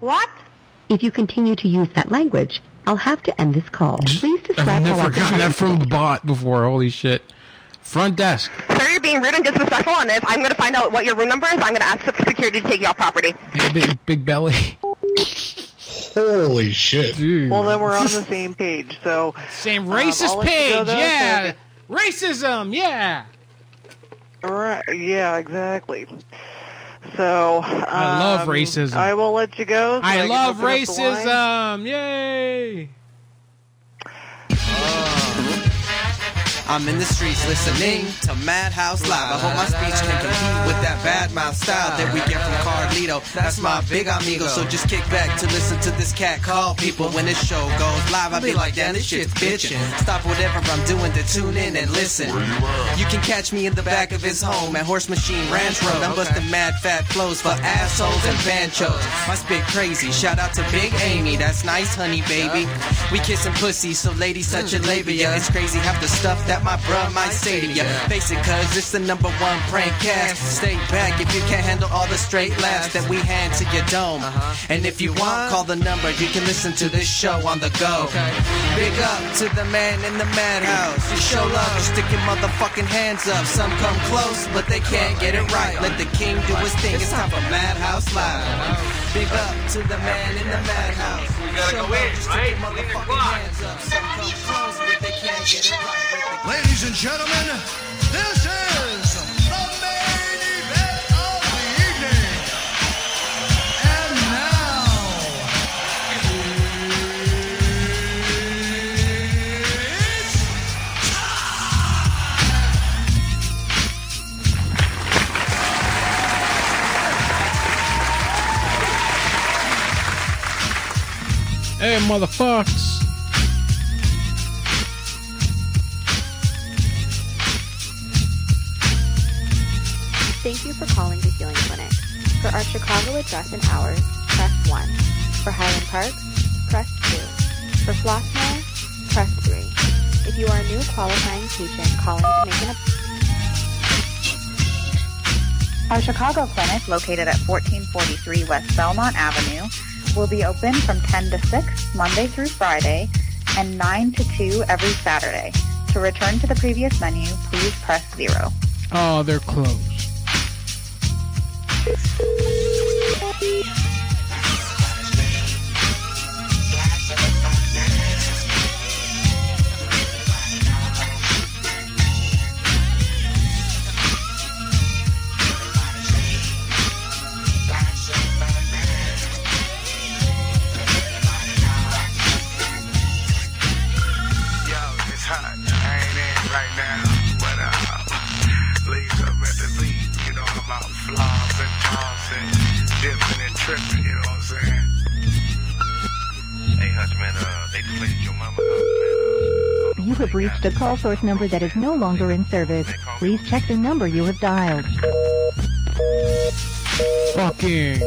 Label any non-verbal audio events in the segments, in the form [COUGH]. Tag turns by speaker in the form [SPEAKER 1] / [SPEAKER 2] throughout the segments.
[SPEAKER 1] What? If you continue to use that language, I'll have to end this call. Please
[SPEAKER 2] I've
[SPEAKER 1] describe how
[SPEAKER 2] never
[SPEAKER 1] I
[SPEAKER 2] gotten
[SPEAKER 1] can
[SPEAKER 2] that from bot before. Holy shit! Front desk.
[SPEAKER 3] Um,
[SPEAKER 4] Sir, you're being rude and disrespectful, and if I'm going to find out what your room number is, I'm going to ask security to take you off property.
[SPEAKER 2] Hey, big, big belly.
[SPEAKER 5] Holy shit.
[SPEAKER 2] Dude.
[SPEAKER 3] Well, then we're on the same page. So um,
[SPEAKER 2] Same
[SPEAKER 3] I'll
[SPEAKER 2] racist
[SPEAKER 3] let you go
[SPEAKER 2] page.
[SPEAKER 3] though,
[SPEAKER 2] Yeah.
[SPEAKER 3] so-
[SPEAKER 2] Racism. Yeah.
[SPEAKER 3] Right. Yeah. Exactly. So
[SPEAKER 2] I love
[SPEAKER 3] um,
[SPEAKER 2] racism.
[SPEAKER 3] I will let you go. so
[SPEAKER 2] I
[SPEAKER 3] can
[SPEAKER 2] love
[SPEAKER 3] open up the line.
[SPEAKER 2] racism. Yay.
[SPEAKER 6] I'm in the streets listening to Madhouse Live. I hope my speech can compete with that bad mouth style that we get from Carlito. That's my big amigo. So just kick back to listen to this cat call people. When this show goes live, I be like, damn, this shit's bitchin'. Stop whatever I'm doing to tune in and listen. You can catch me in the back of his home at Horse Machine Ranch Road. I'm busting mad fat flows for assholes and banchos. My spit crazy. Shout out to Big Amy. That's nice, honey, baby. We kissin' pussy, so ladies, touch your labia. It's crazy half the stuff that my bruh might say to ya. Face it, cuz it's the number one prank cast. Stay back if you can't handle all the straight laughs that we hand to your dome. And if you want, call the number. You can listen to this show on the go. Big up to the man in the madhouse. You show love, you stick your motherfucking hands up. Some come close, but they can't get it right. Let the king do his thing. It's time for Madhouse Live. Big up to the man in the madhouse. We gotta go in, right? Hands up. Some come close, but they can't get it right. Let the
[SPEAKER 5] Ladies and gentlemen, this is the main event of the evening. And now, it's
[SPEAKER 2] Hey, motherfuckers.
[SPEAKER 7] Thank you for calling the Healing Clinic. For our Chicago address and hours, press 1. For Highland Park, press 2. For Flossmore, press 3. If you are a new qualifying patient calling to make an appointment,
[SPEAKER 8] Our Chicago clinic, located at 1443 West Belmont Avenue, will be open from 10 to 6 Monday through Friday and 9 to 2 every Saturday. To return to the previous menu, please press 0.
[SPEAKER 2] Oh, they're closed.
[SPEAKER 9] Yo, it's hot. I ain't in right now, but uh, leaves up at the league. You know, I'm out flops and tossing, dipping and tripping. You know what I'm saying? Hey, Hutch, man, uh, they just laid your mama up, man.
[SPEAKER 1] You have reached a call source number that is no longer in service. Please check the number you have dialed.
[SPEAKER 2] Fucking.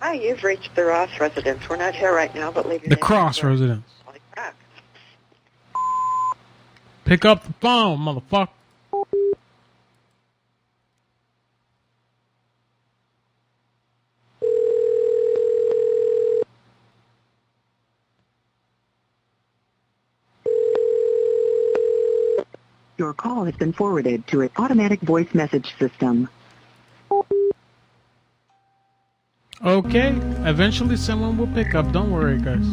[SPEAKER 1] Hi, you've reached the Ross residence. We're not here right now, but leave your
[SPEAKER 2] The
[SPEAKER 1] name
[SPEAKER 2] Cross
[SPEAKER 1] and address.
[SPEAKER 2] residence.
[SPEAKER 1] I'll be back.
[SPEAKER 2] Pick up the phone, motherfucker.
[SPEAKER 1] Your call has been forwarded to an automatic voice message system.
[SPEAKER 2] Okay. Eventually, someone will pick up. Don't worry, guys.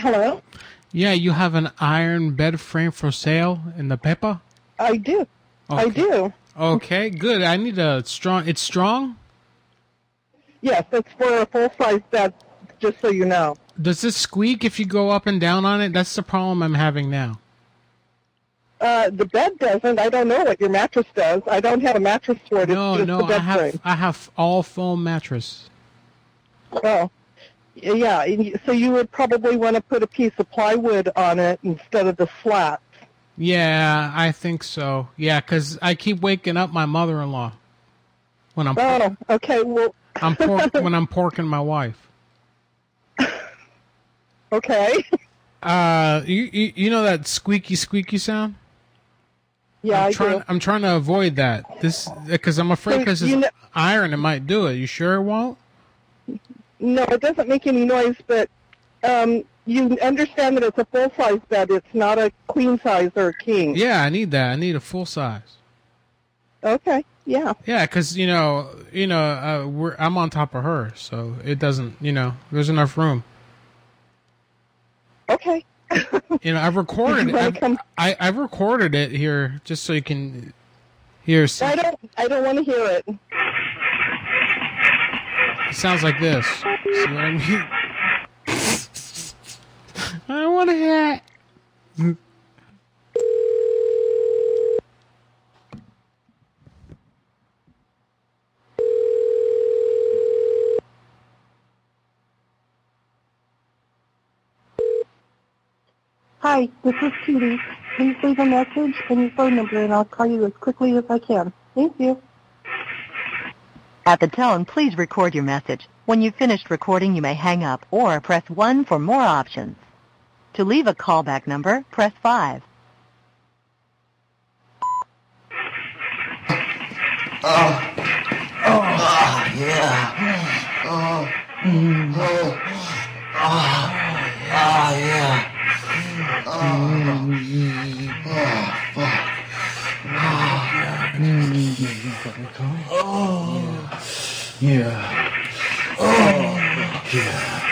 [SPEAKER 3] Hello?
[SPEAKER 2] Yeah, you have an iron bed frame for sale in the Peppa?
[SPEAKER 3] I do. I do.
[SPEAKER 2] Okay, good. I need a strong. It's strong.
[SPEAKER 3] Yes, it's for a full size bed, just so you know.
[SPEAKER 2] Does this squeak if you go up and down on it? That's the problem I'm having now.
[SPEAKER 3] Uh, the bed doesn't. I don't know what your mattress does. I don't have a mattress for it.
[SPEAKER 2] No,
[SPEAKER 3] it's just
[SPEAKER 2] Oh, no,
[SPEAKER 3] the
[SPEAKER 2] I
[SPEAKER 3] bed
[SPEAKER 2] have
[SPEAKER 3] frame.
[SPEAKER 2] I have all foam mattress.
[SPEAKER 3] Oh, yeah. and you- So you would probably want to put a piece of plywood on it instead of the slat.
[SPEAKER 2] Yeah, I think so. Yeah, 'cause I keep waking up my mother-in-law when I'm
[SPEAKER 3] Oh, okay. Well,
[SPEAKER 2] I'm pork, when I'm porking my wife.
[SPEAKER 3] [LAUGHS] okay.
[SPEAKER 2] Uh, you, you you know that squeaky squeaky sound?
[SPEAKER 3] Yeah,
[SPEAKER 2] I'm
[SPEAKER 3] I
[SPEAKER 2] trying,
[SPEAKER 3] do.
[SPEAKER 2] I'm trying to avoid that. This because I'm afraid
[SPEAKER 3] So,
[SPEAKER 2] because it's
[SPEAKER 3] you know-
[SPEAKER 2] iron. It might do it. You sure it won't?
[SPEAKER 3] No, it doesn't make any noise, but um, you understand that it's a full size bed. It's not a queen size or a king.
[SPEAKER 2] Yeah, I need that. I need a full size.
[SPEAKER 3] Okay. Yeah.
[SPEAKER 2] Yeah, because you know, you know, uh, we're I'm on top of her, so it doesn't. You know, there's enough room.
[SPEAKER 3] Okay. [LAUGHS]
[SPEAKER 2] You know, I've recorded.
[SPEAKER 3] wanna
[SPEAKER 2] I've, I I've recorded it here just so you can hear. s-
[SPEAKER 3] I don't. I don't want to hear it.
[SPEAKER 2] It sounds like this. See what I mean? [LAUGHS] I don't want to hear it.
[SPEAKER 1] Hi, this is Judy. Please leave a message and your phone number, and I'll call you as quickly as I can. Thank you.
[SPEAKER 10] At the tone, please record your message. When you've finished recording, you may hang up or press 1 for more options. To leave a callback number, press 5.
[SPEAKER 9] Oh. Oh, yeah. Oh. Oh. Oh. Oh, yeah. Oh.
[SPEAKER 11] Yeah.
[SPEAKER 9] Oh. Yeah.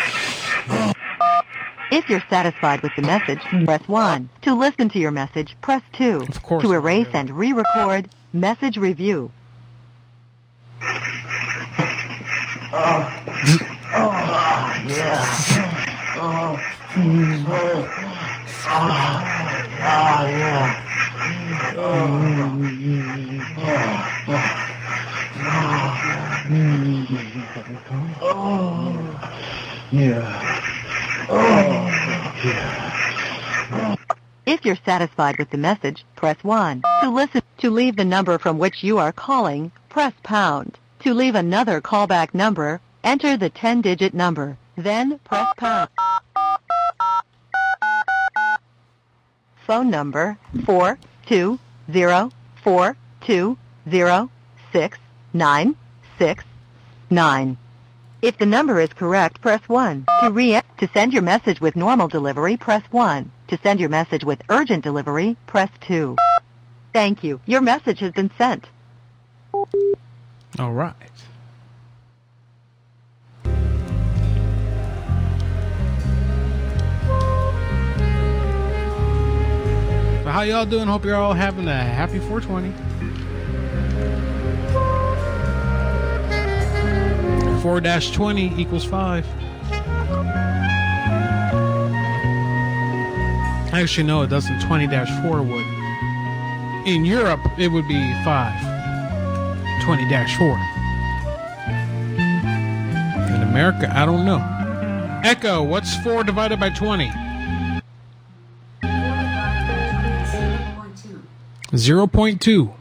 [SPEAKER 10] If you're satisfied with the message, press 1. To listen to your message, press 2. Of course. To erase and re-record, message review.
[SPEAKER 9] Oh, yeah. Oh. Oh. Ah, yeah. Oh.
[SPEAKER 11] Yeah.
[SPEAKER 10] If you're satisfied with the message, press 1. To listen, to leave the number from which you are calling, press pound. To leave another callback number, enter the 10-digit number, then press pound. Phone number 42042069669. If the number is correct, press 1. To re to send your message with normal delivery, press 1. To send your message with urgent delivery, press 2. Thank you. Your message has been sent.
[SPEAKER 2] All right. So how y'all doing? Hope you're all having a happy 420. 4-20 equals 5. Actually, no, it doesn't. 20-4 would. In Europe, it would be 5. 20-4. In America, I don't know. Echo, what's 4 divided by 20? 0.2.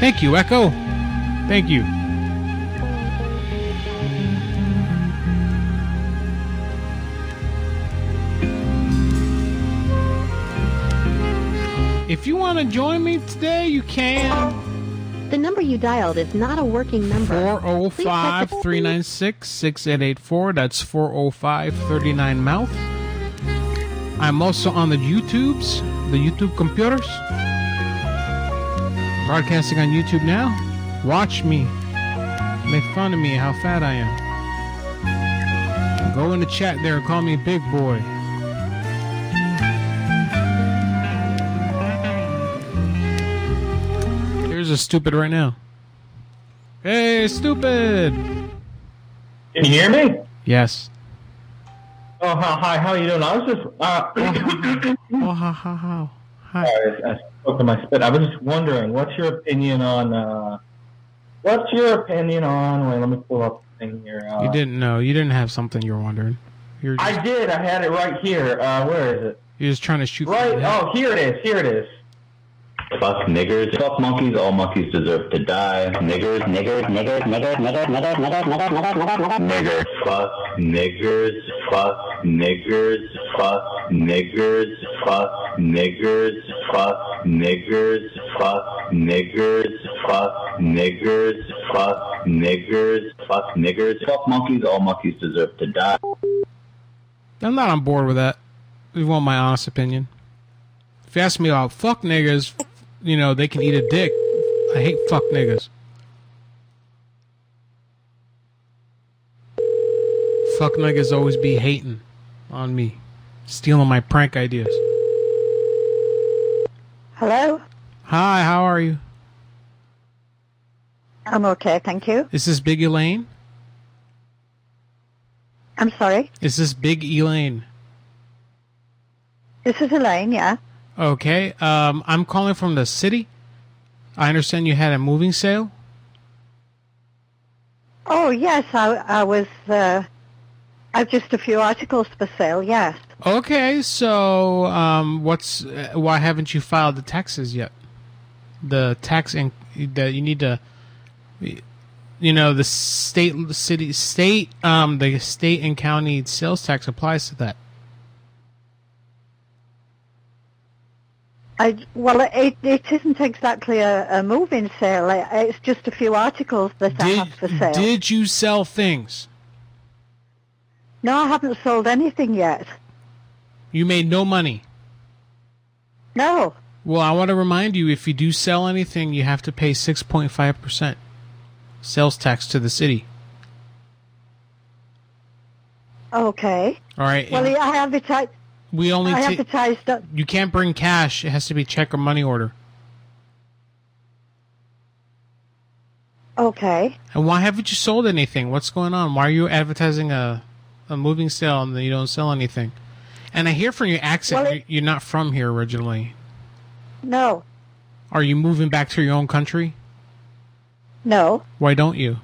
[SPEAKER 2] Thank you, Echo. Thank you. If you want to join me today, you can.
[SPEAKER 12] The number you dialed is not a working number.
[SPEAKER 2] 405 396 6884. That's 405 39 Mouth. I'm also on the YouTubes, the YouTube computers. Broadcasting on YouTube now. Watch me. Make fun of me how fat I am. Go in the chat there and call me Big Boy. Here's a stupid right now. Hey, stupid!
[SPEAKER 9] Can you hear me? [LAUGHS]
[SPEAKER 2] Yes.
[SPEAKER 9] Oh, hi, hi, how are you doing? I was just. Uh,
[SPEAKER 2] oh, ha, ha, ha.
[SPEAKER 9] Sorry, I, I spoke to my spit. I was just wondering, what's your opinion on. Uh, what's your opinion on. Wait, let me pull up the thing here. Uh,
[SPEAKER 2] You didn't know. You didn't have something you were wondering. You're just,
[SPEAKER 9] I did. I had it right here. Uh, where is it?
[SPEAKER 2] you're just trying to shoot.
[SPEAKER 9] Right. Oh, here it is. Here it is.
[SPEAKER 13] Fuck niggers. Fuck monkeys. All monkeys deserve to die. Niggers, niggers, niggers, niggers, niggers, niggers, niggers, niggers, niggers, niggers, niggers. Fuck niggers. Fuck niggers. Fuck niggers. Fuck niggers. Fuck niggers. Fuck niggers. Fuck niggers. Fuck niggers. Fuck niggers. Fuck monkeys. All monkeys deserve to die.
[SPEAKER 2] I'm not on board with that. You want my honest opinion? If you ask me about fuck niggas, you know they can eat a dick. I hate fuck niggas. Fuck niggas always be hating on me, stealing my prank ideas.
[SPEAKER 14] Hello,
[SPEAKER 2] Hi, how are you?
[SPEAKER 14] I'm okay, thank you.
[SPEAKER 2] Is this Big Elaine?
[SPEAKER 14] I'm sorry.
[SPEAKER 2] Is this Big Elaine?
[SPEAKER 14] This is Elaine, yeah?
[SPEAKER 2] Okay. Um, I'm calling from the city. I understand you had a moving sale.
[SPEAKER 14] Oh, yes, I, I was, uh, I've just a few articles for sale, yes.
[SPEAKER 2] Okay, so um, what's uh, why haven't you filed the taxes yet? The tax in- that you need to, you know, the state, city, state, um, the state and county sales tax applies to that.
[SPEAKER 14] I, well, it, it isn't exactly a, a move-in sale. I- It's just a few articles that I have for sale.
[SPEAKER 2] Did you sell things?
[SPEAKER 14] No, I haven't sold anything yet.
[SPEAKER 2] You made no money.
[SPEAKER 14] No.
[SPEAKER 2] Well, I want to remind you if you do sell anything, you have to pay 6.5% sales tax to the city.
[SPEAKER 14] Okay.
[SPEAKER 2] All right.
[SPEAKER 14] Well,
[SPEAKER 2] and
[SPEAKER 14] I advertised,
[SPEAKER 2] we only
[SPEAKER 14] I
[SPEAKER 2] ta-
[SPEAKER 14] advertised, up-
[SPEAKER 2] you can't bring cash. It has to be check or money order.
[SPEAKER 14] okay.
[SPEAKER 2] And why haven't you sold anything? What's going on? Why are you advertising a, a moving sale and then you don't sell anything? And I hear from your accent you're- you're not from here originally.
[SPEAKER 14] No,
[SPEAKER 2] Are you moving back to your own country?
[SPEAKER 14] no,
[SPEAKER 2] Why don't you?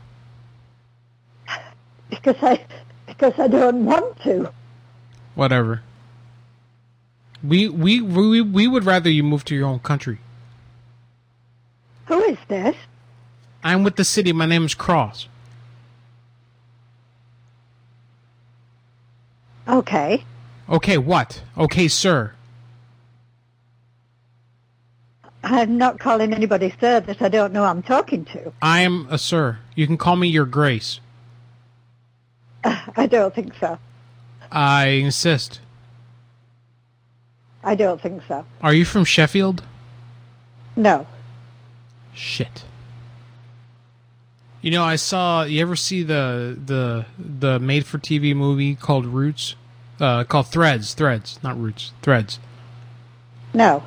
[SPEAKER 14] because I, [LAUGHS] because I don't want to.
[SPEAKER 2] Whatever. We we we we would rather you move to your own country.
[SPEAKER 14] Who is this?
[SPEAKER 2] I'm with the city. My name is Cross.
[SPEAKER 14] Okay.
[SPEAKER 2] Okay, what? Okay, sir.
[SPEAKER 14] I'm not calling anybody sir that I don't know I'm talking to. [LAUGHS]
[SPEAKER 2] I am a sir. You can call me your grace.
[SPEAKER 14] I don't think so.
[SPEAKER 2] I insist.
[SPEAKER 14] I don't think so.
[SPEAKER 2] Are you from Sheffield?
[SPEAKER 14] No.
[SPEAKER 2] Shit. You know, I saw. You ever see the the the made for TV movie called Roots? Uh, called Threads. Threads, not Roots. Threads.
[SPEAKER 14] No.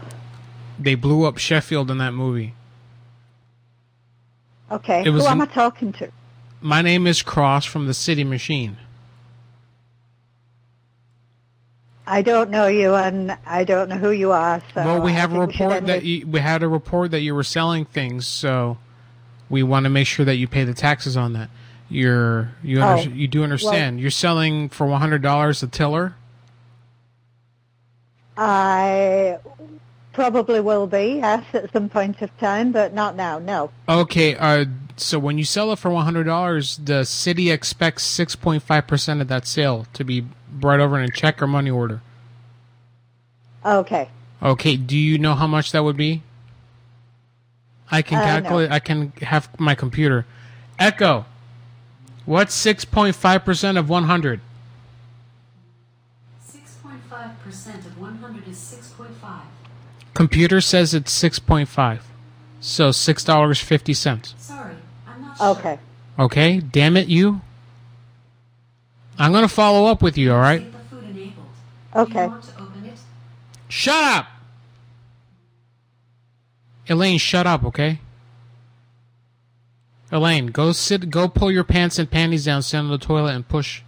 [SPEAKER 2] They blew up Sheffield in that movie.
[SPEAKER 14] Okay.
[SPEAKER 2] It was
[SPEAKER 14] Who am I
[SPEAKER 2] an-
[SPEAKER 14] talking to?
[SPEAKER 2] My name is Cross from the City Machine.
[SPEAKER 14] I don't know you and I don't know who you are, so
[SPEAKER 2] well, we
[SPEAKER 14] I
[SPEAKER 2] have a
[SPEAKER 14] think should
[SPEAKER 2] report
[SPEAKER 14] end
[SPEAKER 2] that
[SPEAKER 14] it.
[SPEAKER 2] you, we had a report that you were selling things, so we want to make sure that you pay the taxes on that. You're you
[SPEAKER 14] Oh,
[SPEAKER 2] under, you do understand? You're selling for one hundred dollars a tiller.
[SPEAKER 14] I probably will be, yes, at some point of time, but not now, no.
[SPEAKER 2] Okay, uh, so when you sell it for one hundred dollars, the city expects six point five percent of that sale to be brought over in a check or money order.
[SPEAKER 14] Okay.
[SPEAKER 2] Okay, do you know how much that would be? I can
[SPEAKER 14] Uh, no.
[SPEAKER 2] calculate. I can have my computer. Echo, what's six point five percent of one hundred?
[SPEAKER 15] 6.5% of 100 is 6.5.
[SPEAKER 2] Computer says it's six point five, so six dollars fifty cents.
[SPEAKER 15] Sorry, I'm not
[SPEAKER 14] Okay.
[SPEAKER 2] Okay, damn it, you. I'm gonna follow up with you. All right.
[SPEAKER 14] Okay.
[SPEAKER 2] Shut up, Elaine. Shut up. Okay. Elaine, go sit. Go pull your pants and panties down. Sit on the toilet and push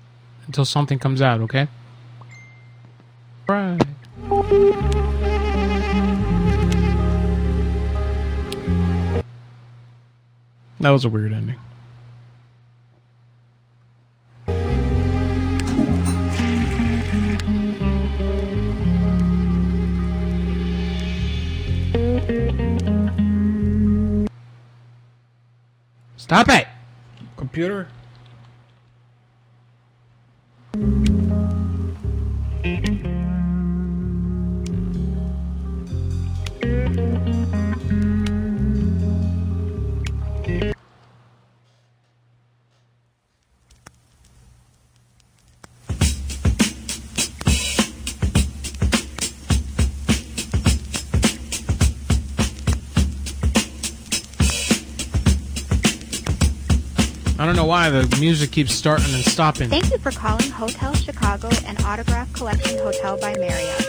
[SPEAKER 2] until something comes out. Okay. Right. That was a weird ending. Stop it! Computer? I don't know why the music keeps starting and stopping.
[SPEAKER 16] Thank you for calling Hotel Chicago and Autograph Collection Hotel by Marriott.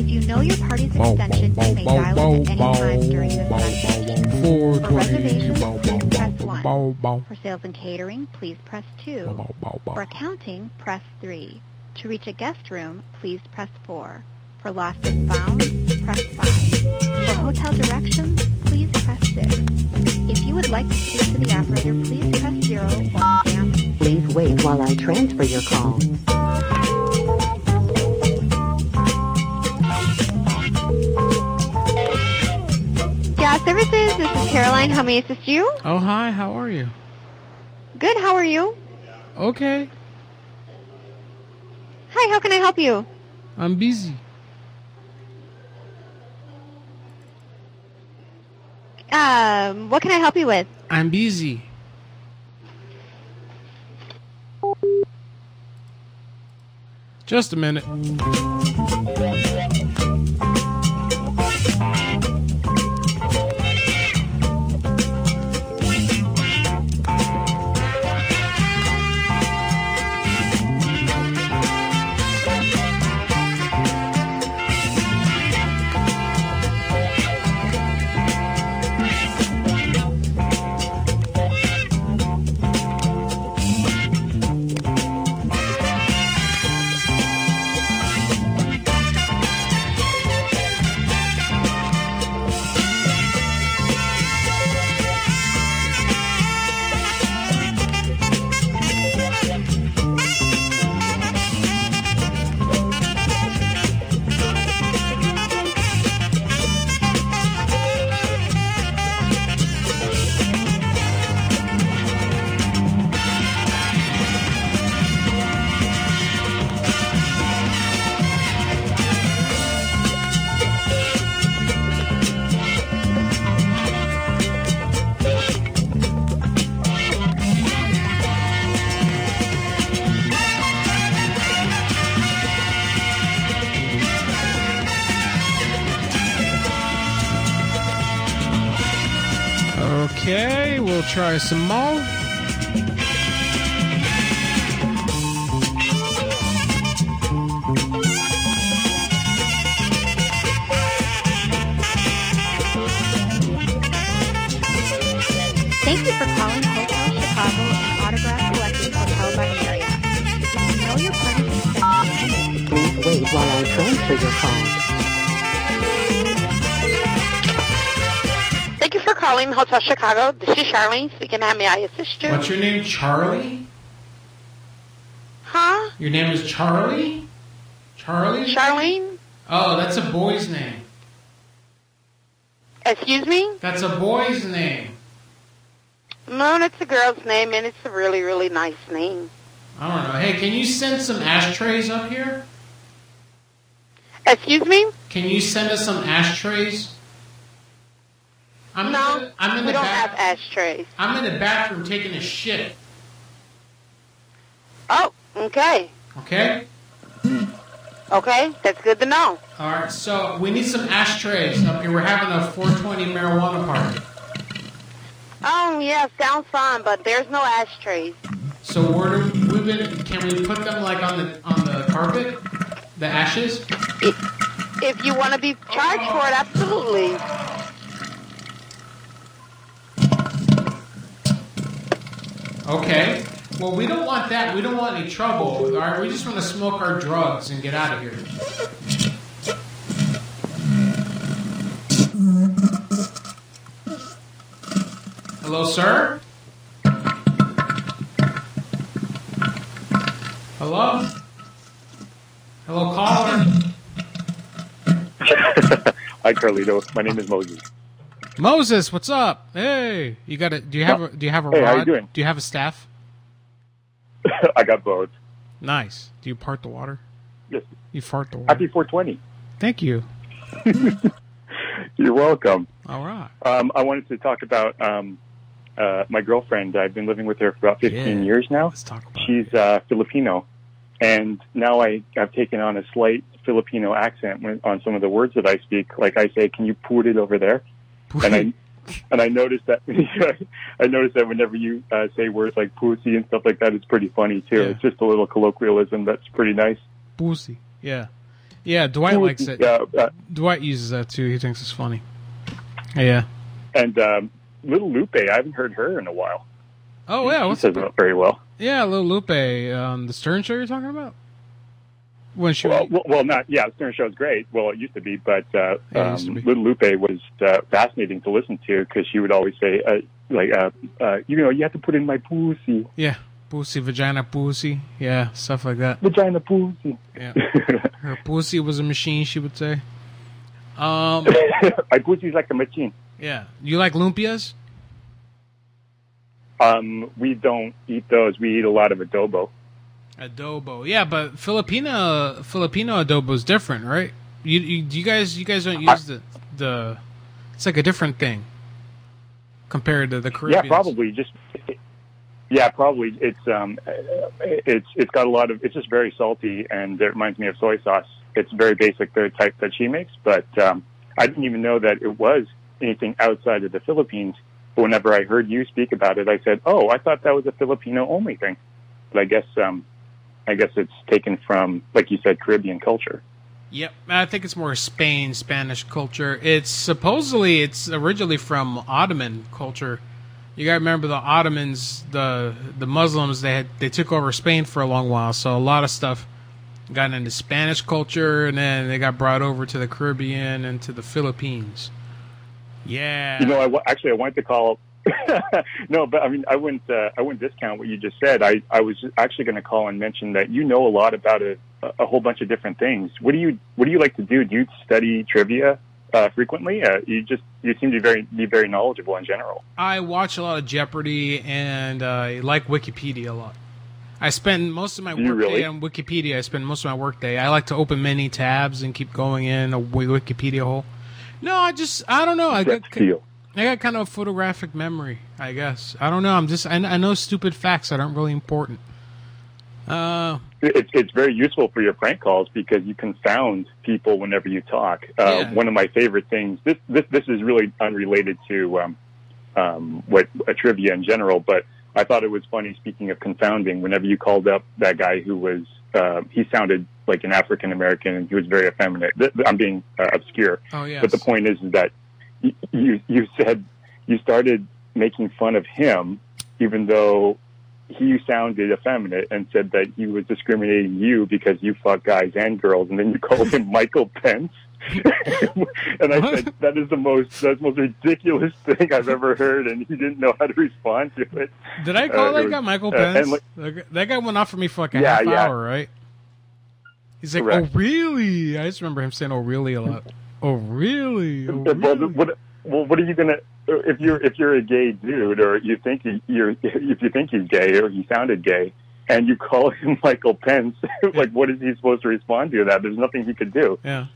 [SPEAKER 16] If you know your party's
[SPEAKER 2] Bow, bow,
[SPEAKER 16] extension, you may
[SPEAKER 2] bow,
[SPEAKER 16] dial
[SPEAKER 2] bow,
[SPEAKER 16] it at any
[SPEAKER 2] bow,
[SPEAKER 16] time during this
[SPEAKER 2] bow,
[SPEAKER 16] message.
[SPEAKER 2] bow, bow, four
[SPEAKER 16] For
[SPEAKER 2] twenty,
[SPEAKER 16] reservations,
[SPEAKER 2] bow,
[SPEAKER 16] please
[SPEAKER 2] bow,
[SPEAKER 16] press
[SPEAKER 2] bow,
[SPEAKER 16] 1.
[SPEAKER 2] bow, bow.
[SPEAKER 16] For sales and catering, please press 2. For accounting, press 3. To reach a guest room, please press 4. For lost and found, press 5. For hotel directions, please press 6. If you would like to speak to the operator, please press 0 or stay on the
[SPEAKER 17] Please wait while I transfer your call.
[SPEAKER 16] Yeah, services. This is Caroline. How may I assist you?
[SPEAKER 2] Oh, hi, how are you?
[SPEAKER 16] Good. How are you?
[SPEAKER 2] Okay,
[SPEAKER 16] Hi. How can I help you?
[SPEAKER 2] I'm busy.
[SPEAKER 16] Um, what can I help you with?
[SPEAKER 2] I'm busy. Just a minute. Okay, we'll try some more.
[SPEAKER 16] Thank you for calling Hotel Chicago and Autograph Collection Hotel by Marriott. If you know your party's extension,
[SPEAKER 17] Please wait while I transfer your call.
[SPEAKER 7] Thank you for calling Hotel Chicago. This is Charlene speaking. How may I assist you?
[SPEAKER 2] What's your name, Charlie?
[SPEAKER 7] Huh?
[SPEAKER 2] Your name is Charlie? Charlie?
[SPEAKER 7] Charlene?
[SPEAKER 2] Oh, that's a boy's name.
[SPEAKER 7] Excuse me?
[SPEAKER 2] That's a boy's name.
[SPEAKER 7] No, that's a girl's name, and it's a really, really nice name.
[SPEAKER 2] I don't know. Hey, can you send some ashtrays up here?
[SPEAKER 7] Excuse me?
[SPEAKER 2] Can you send us some ashtrays? I'm
[SPEAKER 7] no,
[SPEAKER 2] in the, I'm in
[SPEAKER 7] we
[SPEAKER 2] the
[SPEAKER 7] don't
[SPEAKER 2] bath-
[SPEAKER 7] have ashtrays.
[SPEAKER 2] I'm in the bathroom taking a shit.
[SPEAKER 7] Oh, okay.
[SPEAKER 2] Okay.
[SPEAKER 7] Okay, that's good to know.
[SPEAKER 2] All right. So we need some ashtrays up here. We're having a 420 marijuana party.
[SPEAKER 7] Oh, yeah, sounds fine, but there's no ashtrays.
[SPEAKER 2] So we're, we've been. Can we put them like on the on the carpet? The ashes.
[SPEAKER 7] If you want to be charged for it, absolutely.
[SPEAKER 2] Okay. Well, we don't want that. We don't want any trouble. All right. We just want to smoke our drugs and get out of here. Hello, sir. Hello. Hello, caller.
[SPEAKER 18] [LAUGHS] Hi, Carlito. My name is Moses. [LAUGHS]
[SPEAKER 2] Moses, what's up? Hey, you got a? Do you have a? Do you have a
[SPEAKER 18] Hey,
[SPEAKER 2] rod?
[SPEAKER 18] how you doing?
[SPEAKER 2] Do you have a staff?
[SPEAKER 18] I got both.
[SPEAKER 2] Nice. Do you part the water?
[SPEAKER 18] Yes.
[SPEAKER 2] You fart the water.
[SPEAKER 18] Happy 420.
[SPEAKER 2] Thank you.
[SPEAKER 18] You're welcome.
[SPEAKER 2] All right.
[SPEAKER 18] Um, I wanted to talk about um, uh, my girlfriend. I've been living with her for about 15
[SPEAKER 2] Yeah.
[SPEAKER 18] years now. She's uh, Filipino, and now I, I've taken on a slight Filipino accent when, on some of the words that I speak. Like I say, "Can you put it over there?" and I and I noticed that [LAUGHS] I noticed that whenever you uh, say words like "pussy" and stuff like that, it's pretty funny too. It's just a little colloquialism that's pretty nice.
[SPEAKER 2] Boozy. Yeah. Yeah. Dwight likes it.
[SPEAKER 18] Yeah, uh,
[SPEAKER 2] Dwight uses that too. He thinks it's funny. Yeah.
[SPEAKER 18] and um, little Lupe, I haven't heard her in a while.
[SPEAKER 2] Oh yeah.
[SPEAKER 18] She
[SPEAKER 2] What's
[SPEAKER 18] does not very well.
[SPEAKER 2] yeah? Little Lupe on the Stern Show. You're talking about? When she
[SPEAKER 18] well, well, well, not yeah. Stern Show's great. Well, it used to be, but uh,
[SPEAKER 2] Yeah, it
[SPEAKER 18] um,
[SPEAKER 2] used to be.
[SPEAKER 18] Little Lupe was uh, fascinating to listen to because she would always say, uh, like, uh, uh, you know, you have to put in my pussy,
[SPEAKER 2] Yeah. Pussy, vagina, pussy. Yeah, stuff like that.
[SPEAKER 18] vagina pussy.
[SPEAKER 2] Yeah. Her pussy was a machine, she would say. Um,
[SPEAKER 18] [LAUGHS] my pussy's like a machine.
[SPEAKER 2] Yeah. You like lumpias?
[SPEAKER 18] Um, we don't eat those. We eat a lot of adobo.
[SPEAKER 2] Adobo. Yeah, but Filipino Filipino adobo is different, right? You, you do you guys you guys don't use the the it's like a different thing compared to the Caribbean.
[SPEAKER 18] Yeah, probably just. Yeah, probably it's um, it's it's got a lot of it's just very salty and it reminds me of soy sauce. It's very basic, the type that she makes, but um, I didn't even know that it was anything outside of the Philippines. But whenever I heard you speak about it, I said, "Oh, I thought that was a Filipino only thing," but I guess um, I guess it's taken from, like you said, Caribbean culture.
[SPEAKER 2] Yep, I think it's more Spain, Spanish culture. It's supposedly it's originally from Ottoman culture. You gotta remember the Ottomans, the the Muslims. They had they took over Spain for a long while, so a lot of stuff got into Spanish culture, and then they got brought over to the Caribbean and to the Philippines. Yeah.
[SPEAKER 18] You know, I wa- actually I wanted to call. [LAUGHS] no, but I mean, I wouldn't. Uh, I wouldn't discount what you just said. I I was actually going to call and mention that you know a lot about a a whole bunch of different things. What do you What do you like to do? Do you study trivia uh, frequently? Uh, you just you seem to very be very knowledgeable in general.
[SPEAKER 2] I watch a lot of Jeopardy and uh, I like Wikipedia a lot. I spend most of my
[SPEAKER 18] Do you
[SPEAKER 2] workday
[SPEAKER 18] really?
[SPEAKER 2] on Wikipedia. I spend most of my workday. I like to open many tabs and keep going in a wi- Wikipedia hole. No, I just I don't know. I got
[SPEAKER 18] Deal.
[SPEAKER 2] I got kind of a photographic memory, I guess. I don't know. I'm just I, I know stupid facts that aren't really important. Uh,
[SPEAKER 18] It's it's very useful for your prank calls because you confound people whenever you talk. Uh,
[SPEAKER 2] Yeah.
[SPEAKER 18] One of my favorite things. This this this is really unrelated to um, um, what a trivia in general, but I thought it was funny. Speaking of confounding, whenever you called up that guy who was uh, he sounded like an African American and he was very effeminate. Th- th- I'm being uh, obscure,
[SPEAKER 2] Oh yes.
[SPEAKER 18] but the point is, is that y- you you said you started making fun of him, even though he sounded effeminate and said that he was discriminating you because you fuck guys and girls, and then you called him [LAUGHS] Michael Pence. and I said that is the most that's the most ridiculous [LAUGHS] thing I've ever heard, and he didn't know how to respond to it.
[SPEAKER 2] Did I call
[SPEAKER 18] Uh, it
[SPEAKER 2] that
[SPEAKER 18] was-
[SPEAKER 2] guy Michael
[SPEAKER 18] uh, and
[SPEAKER 2] Pence?
[SPEAKER 18] like-
[SPEAKER 2] That guy- that guy went off for me for like a
[SPEAKER 18] Yeah,
[SPEAKER 2] half
[SPEAKER 18] yeah.
[SPEAKER 2] hour, right? He's like,
[SPEAKER 18] Correct.
[SPEAKER 2] "Oh really?" I just remember him saying "Oh really" a lot. Oh really?
[SPEAKER 18] [LAUGHS]
[SPEAKER 2] Oh,
[SPEAKER 18] well, what, well, what are you gonna if you're if you're a gay dude or you think he, you're [LAUGHS] if you think he's gay or he sounded gay and you call [LAUGHS] him Michael Pence, [LAUGHS] like what is he supposed to respond to that? There's nothing he could do.
[SPEAKER 2] Yeah.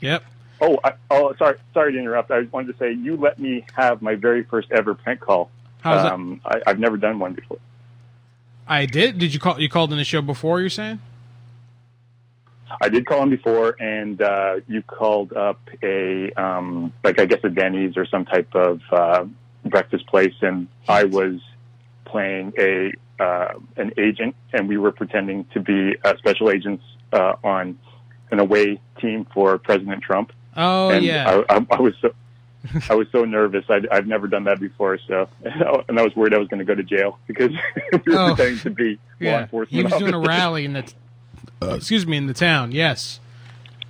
[SPEAKER 2] yep.
[SPEAKER 18] Oh, I, oh, sorry, sorry to interrupt. I just wanted to say you let me have my very first ever prank call.
[SPEAKER 2] How's that?
[SPEAKER 18] um, I, I've never done one before.
[SPEAKER 2] I did. Did you call? You called in the show before? You're saying?
[SPEAKER 18] I did call him before, and uh, you called up a um, like I guess a Denny's or some type of uh, breakfast place, and I was playing a uh, an agent, and we were pretending to be uh, special agents uh, on an away team for President Trump.
[SPEAKER 2] Oh
[SPEAKER 18] and
[SPEAKER 2] yeah.
[SPEAKER 18] I, I, I was so I was so nervous. I'd, I've never done that before, so [LAUGHS] and I was worried I was going to go to jail because [LAUGHS] we were
[SPEAKER 2] Oh.
[SPEAKER 18] pretending to be law
[SPEAKER 2] yeah.
[SPEAKER 18] enforcement.
[SPEAKER 2] He was doing a
[SPEAKER 18] officers.
[SPEAKER 2] rally in the, uh, excuse me, in the town. Yes,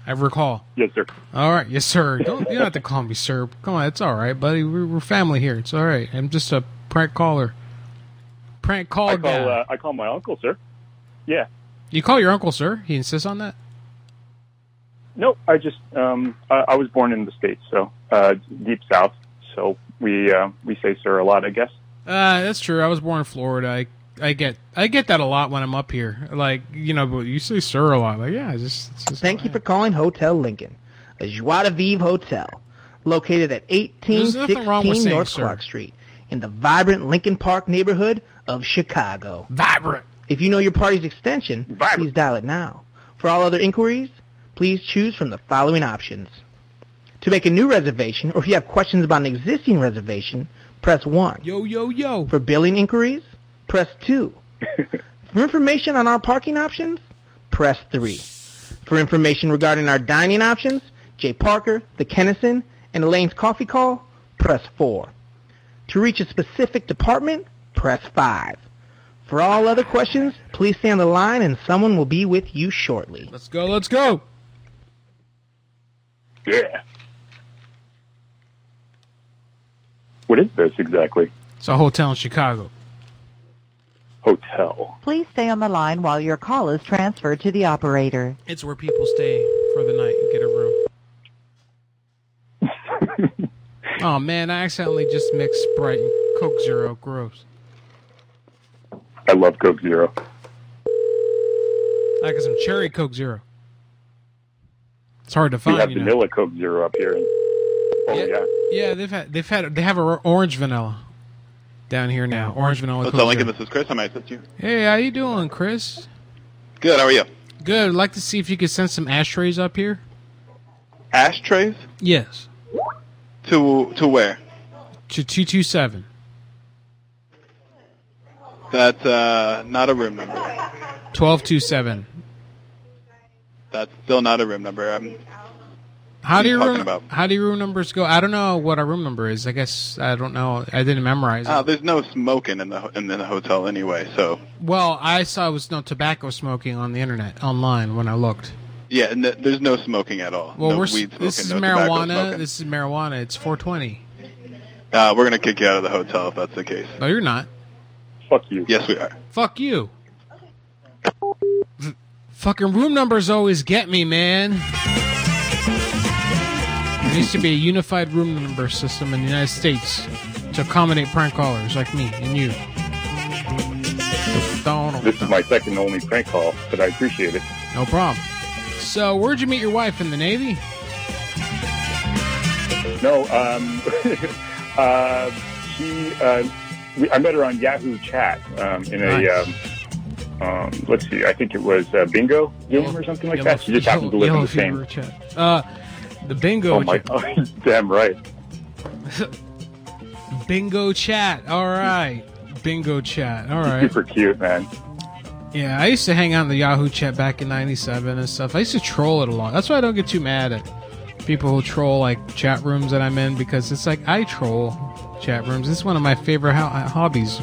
[SPEAKER 2] I recall.
[SPEAKER 18] Yes, sir.
[SPEAKER 2] All right, yes, sir. Don't you don't have to call me sir. Come on, it's all right, buddy. We're, we're family here. It's all right. I'm just a prank caller. Prank call
[SPEAKER 18] I
[SPEAKER 2] guy.
[SPEAKER 18] call uh, I call my uncle, sir. Yeah.
[SPEAKER 2] You call your uncle sir. He insists on that.
[SPEAKER 18] No, I just um, I, I was born in the states, so uh, deep south. So we uh, we say sir a lot, I guess.
[SPEAKER 2] Uh, that's true. I was born in Florida. I I get I get that a lot when I'm up here. Like you know, but you say sir a lot. Like yeah, it's just it's just
[SPEAKER 19] Thank you for calling Hotel Lincoln, a joie de vivre hotel located at
[SPEAKER 2] There's nothing wrong with
[SPEAKER 19] 1816
[SPEAKER 2] saying
[SPEAKER 19] North
[SPEAKER 2] sir.
[SPEAKER 19] Clark Street in the vibrant Lincoln Park neighborhood of Chicago.
[SPEAKER 2] Vibrant.
[SPEAKER 19] If you know your party's extension, please dial it now. For all other inquiries, please choose from the following options. To make a new reservation or if you have questions about an existing reservation, press 1.
[SPEAKER 2] Yo, yo, yo.
[SPEAKER 19] For billing inquiries, press
[SPEAKER 2] [LAUGHS]
[SPEAKER 19] 2. For information on our parking options, press 3. For information regarding our dining options, Jay Parker, the Kennison, and Elaine's Coffee Call, press 4. To reach a specific department, press 5. For all other questions, please stay on the line and someone will be with you shortly.
[SPEAKER 2] Let's go, let's go.
[SPEAKER 18] Yeah. What is this exactly?
[SPEAKER 2] It's a hotel in Chicago.
[SPEAKER 18] Hotel.
[SPEAKER 1] Please stay on the line while your call is transferred to the operator.
[SPEAKER 2] It's where people stay for the night and get a room.
[SPEAKER 18] [LAUGHS]
[SPEAKER 2] oh man, I accidentally just mixed Sprite and Coke Zero. Gross.
[SPEAKER 18] I love Coke Zero.
[SPEAKER 2] I got some cherry Coke Zero. It's hard to
[SPEAKER 18] We have
[SPEAKER 2] find. You know.
[SPEAKER 18] vanilla Coke Zero up here. And, oh yeah.
[SPEAKER 2] Yeah, they've had they've had they have a orange vanilla down here now. Orange vanilla.
[SPEAKER 20] Hotel
[SPEAKER 2] Coke
[SPEAKER 20] Lincoln,
[SPEAKER 2] Zero.
[SPEAKER 20] this is Chris. How may I assist you?
[SPEAKER 2] Hey, how you doing, Chris?
[SPEAKER 20] Good. How are you?
[SPEAKER 2] Good. I'd like to see if you could send some ashtrays up here.
[SPEAKER 20] Ashtrays
[SPEAKER 2] Yes.
[SPEAKER 20] to to where?
[SPEAKER 2] To two two seven.
[SPEAKER 20] That's uh, not a room number.
[SPEAKER 2] Twelve two seven.
[SPEAKER 20] That's still not a room number. Um,
[SPEAKER 2] How
[SPEAKER 20] What
[SPEAKER 2] do
[SPEAKER 20] are you
[SPEAKER 2] your
[SPEAKER 20] talking
[SPEAKER 2] room,
[SPEAKER 20] about?
[SPEAKER 2] how do your room numbers go? I don't know what a room number is. I guess I don't know. I didn't memorize
[SPEAKER 20] uh,
[SPEAKER 2] it.
[SPEAKER 20] there's no smoking in the ho- in the hotel anyway. So
[SPEAKER 2] Well, I saw it was no tobacco smoking on the internet online when I looked.
[SPEAKER 20] yeah, and th- there's no smoking at all.
[SPEAKER 2] Well,
[SPEAKER 20] no
[SPEAKER 2] we're
[SPEAKER 20] weed
[SPEAKER 2] s-
[SPEAKER 20] smoking.
[SPEAKER 2] this is
[SPEAKER 20] no tobacco
[SPEAKER 2] marijuana.
[SPEAKER 20] smoking.
[SPEAKER 2] This is marijuana. It's 420.
[SPEAKER 20] Uh, we're gonna kick you out of the hotel if that's the case.
[SPEAKER 2] No, you're not.
[SPEAKER 18] Fuck you.
[SPEAKER 20] Yes, we are.
[SPEAKER 2] Fuck you. V- Fucking room numbers always get me, man. There needs to be a unified room number system in the United States to accommodate prank callers like me and you. Donald.
[SPEAKER 18] This is my second and only prank call, but I appreciate it.
[SPEAKER 2] No problem. So, where'd you meet your wife in the Navy?
[SPEAKER 18] No, um, [LAUGHS] uh, she, uh, we, I met her on Yahoo Chat um, in
[SPEAKER 2] Nice.
[SPEAKER 18] a, um, um, let's see, I think it was uh, bingo game or something like that. She just happened to live in
[SPEAKER 2] Yellow
[SPEAKER 18] the
[SPEAKER 2] fever
[SPEAKER 18] same.
[SPEAKER 2] chat. Uh, the bingo.
[SPEAKER 18] Oh my! [LAUGHS] damn right.
[SPEAKER 2] [LAUGHS] Bingo chat. All right. Bingo chat. All
[SPEAKER 18] She's
[SPEAKER 2] right.
[SPEAKER 18] Super cute, man.
[SPEAKER 2] Yeah, I used to hang out in the Yahoo chat back in '97 and stuff. I used to troll it a lot. That's why I don't get too mad at people who troll like chat rooms that I'm in because it's like I troll chat rooms. It's one of my favorite ho- hobbies.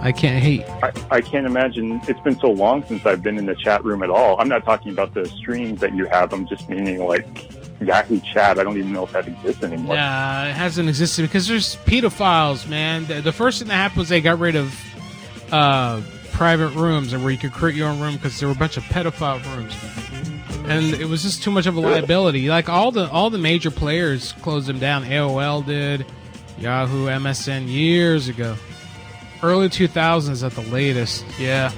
[SPEAKER 2] I can't hate.
[SPEAKER 18] I, I can't imagine. It's been so long since I've been in the chat room at all. I'm not talking about the streams that you have. I'm just meaning like Yahoo Chat. I don't even know if that exists anymore.
[SPEAKER 2] Nah, it hasn't existed because there's pedophiles, man. The, the first thing that happened was they got rid of uh, private rooms and where you could create your own room because there were a bunch of pedophile rooms, and it was just too much of a liability. Like all the all the major players closed them down. AOL did, Yahoo, MSN years ago, early 2000s at the latest. Yeah.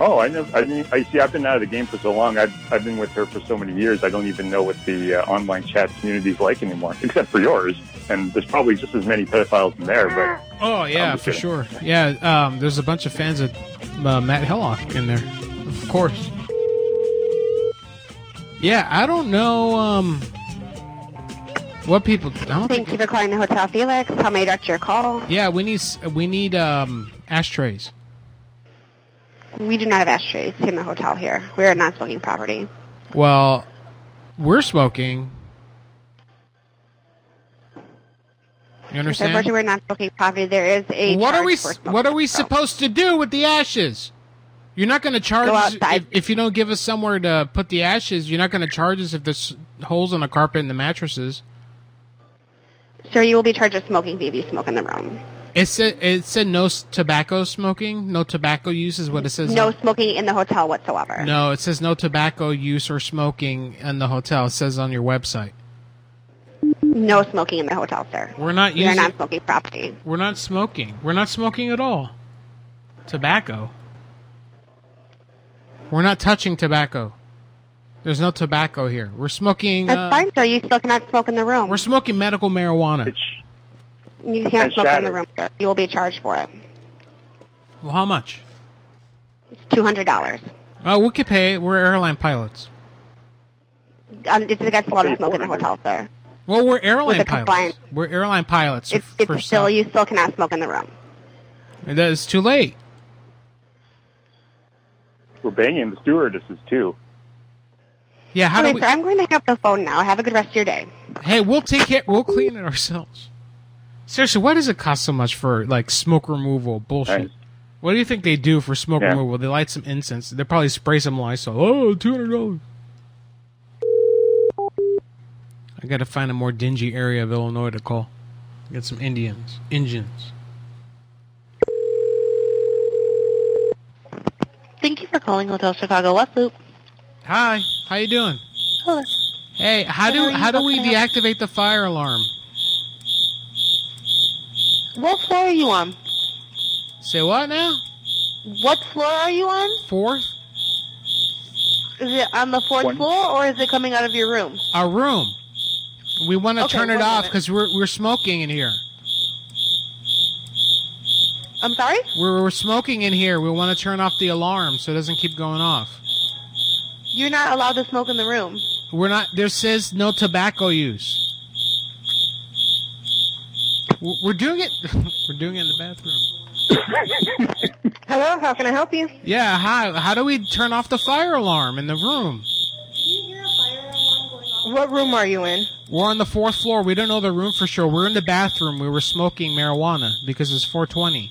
[SPEAKER 18] Oh, I never. I, didn't, I see. I've been out of the game for so long. I've, I've been with her for so many years. I don't even know what the uh, online chat community is like anymore, [LAUGHS] except for yours. And there's probably just as many pedophiles in there. But
[SPEAKER 2] Oh yeah,
[SPEAKER 18] I'm
[SPEAKER 2] for
[SPEAKER 18] kidding.
[SPEAKER 2] sure. Yeah, um, there's a bunch of fans of uh, Matt Hellock in there, of course. Yeah, I don't know. Um, What people? I don't think.
[SPEAKER 7] Thank you for calling the Hotel Felix. How may I direct your call?
[SPEAKER 2] Yeah, we need s- we need um ashtrays.
[SPEAKER 7] We do not have ashtrays in the hotel here. We're a non-smoking property.
[SPEAKER 2] Well, we're smoking. You
[SPEAKER 7] Unfortunately,
[SPEAKER 2] understand?
[SPEAKER 7] we're not smoking property. There is a
[SPEAKER 2] What are
[SPEAKER 7] charge
[SPEAKER 2] we
[SPEAKER 7] for
[SPEAKER 2] s- What are we supposed to do with the ashes? You're not going to charge if, if you don't give us somewhere to put the ashes. You're not going to charge us if there's holes in the carpet and the mattresses.
[SPEAKER 7] Sir, you will be charged a smoking fee if you smoke in the room.
[SPEAKER 2] It said it said no s- tobacco smoking, no tobacco use is what it says.
[SPEAKER 7] No smoking in the hotel whatsoever.
[SPEAKER 2] No, it says no tobacco use or smoking in the hotel. It says on your website.
[SPEAKER 7] No smoking in the hotel, sir.
[SPEAKER 2] We're not
[SPEAKER 7] You're a
[SPEAKER 2] using.
[SPEAKER 7] non-smoking property.
[SPEAKER 2] we're not smoking. We're not smoking at all. Tobacco. We're not touching tobacco. There's no tobacco here. We're smoking.
[SPEAKER 7] That's
[SPEAKER 2] uh,
[SPEAKER 7] fine, sir. You still cannot smoke in the room.
[SPEAKER 2] We're smoking medical marijuana.
[SPEAKER 7] You
[SPEAKER 2] And
[SPEAKER 7] can't smoke in the
[SPEAKER 2] shattered.
[SPEAKER 7] room, sir. You will be charged for it.
[SPEAKER 2] Well, how much?
[SPEAKER 7] It's two hundred dollars.
[SPEAKER 2] Oh, we could pay. it. We're airline pilots.
[SPEAKER 7] Um, it's against the law to smoke in the hotel, sir.
[SPEAKER 2] Well, we're
[SPEAKER 7] With
[SPEAKER 2] airline
[SPEAKER 7] the
[SPEAKER 2] pilots.
[SPEAKER 7] compliance.
[SPEAKER 2] We're airline pilots.
[SPEAKER 7] It's,
[SPEAKER 2] for
[SPEAKER 7] it's still you still cannot smoke in the room.
[SPEAKER 2] That is too late.
[SPEAKER 18] We're banging the stewardesses too.
[SPEAKER 2] Yeah, how do
[SPEAKER 7] okay,
[SPEAKER 2] we?
[SPEAKER 7] sir, I'm going to hang up the phone now. Have a good rest of your day.
[SPEAKER 2] Hey, we'll take care. We'll clean it ourselves. Seriously, why does it cost so much for like smoke removal bullshit? What do you think they do for smoke removal? They light some incense. They probably spray some Lysol. Oh, two hundred dollars. I gotta find a more dingy area of Illinois to call. Get some Indians, Indians.
[SPEAKER 17] Thank you for calling Hotel Chicago West Loop.
[SPEAKER 2] Hi, how you doing?
[SPEAKER 17] Hello.
[SPEAKER 2] Hey, how
[SPEAKER 17] How
[SPEAKER 2] do
[SPEAKER 17] are you?
[SPEAKER 2] how do
[SPEAKER 17] How
[SPEAKER 2] we
[SPEAKER 17] can I help
[SPEAKER 2] deactivate the fire alarm?
[SPEAKER 17] What floor are you on?
[SPEAKER 2] Say what now?
[SPEAKER 17] What floor are you on?
[SPEAKER 2] Fourth,
[SPEAKER 17] Is it on the fourth
[SPEAKER 2] One.
[SPEAKER 17] floor or is it coming out of your room?
[SPEAKER 2] our room. We want to
[SPEAKER 17] Okay,
[SPEAKER 2] turn it
[SPEAKER 17] one
[SPEAKER 2] off
[SPEAKER 17] moment.
[SPEAKER 2] because we're we're smoking in here.
[SPEAKER 17] I'm sorry?
[SPEAKER 2] We're, we're smoking in here. We want to turn off the alarm so it doesn't keep going off.
[SPEAKER 17] You're not allowed to smoke in the room.
[SPEAKER 2] We're not. There says no tobacco use. We're we're doing it. [LAUGHS] We're doing it in the bathroom.
[SPEAKER 9] Hello, how can I help you?
[SPEAKER 2] Yeah. How how do we turn off the fire alarm in the room?
[SPEAKER 9] What room are you in?
[SPEAKER 2] We're on the fourth floor. We don't know the room for sure. We're in the bathroom. We were smoking marijuana because it's 420.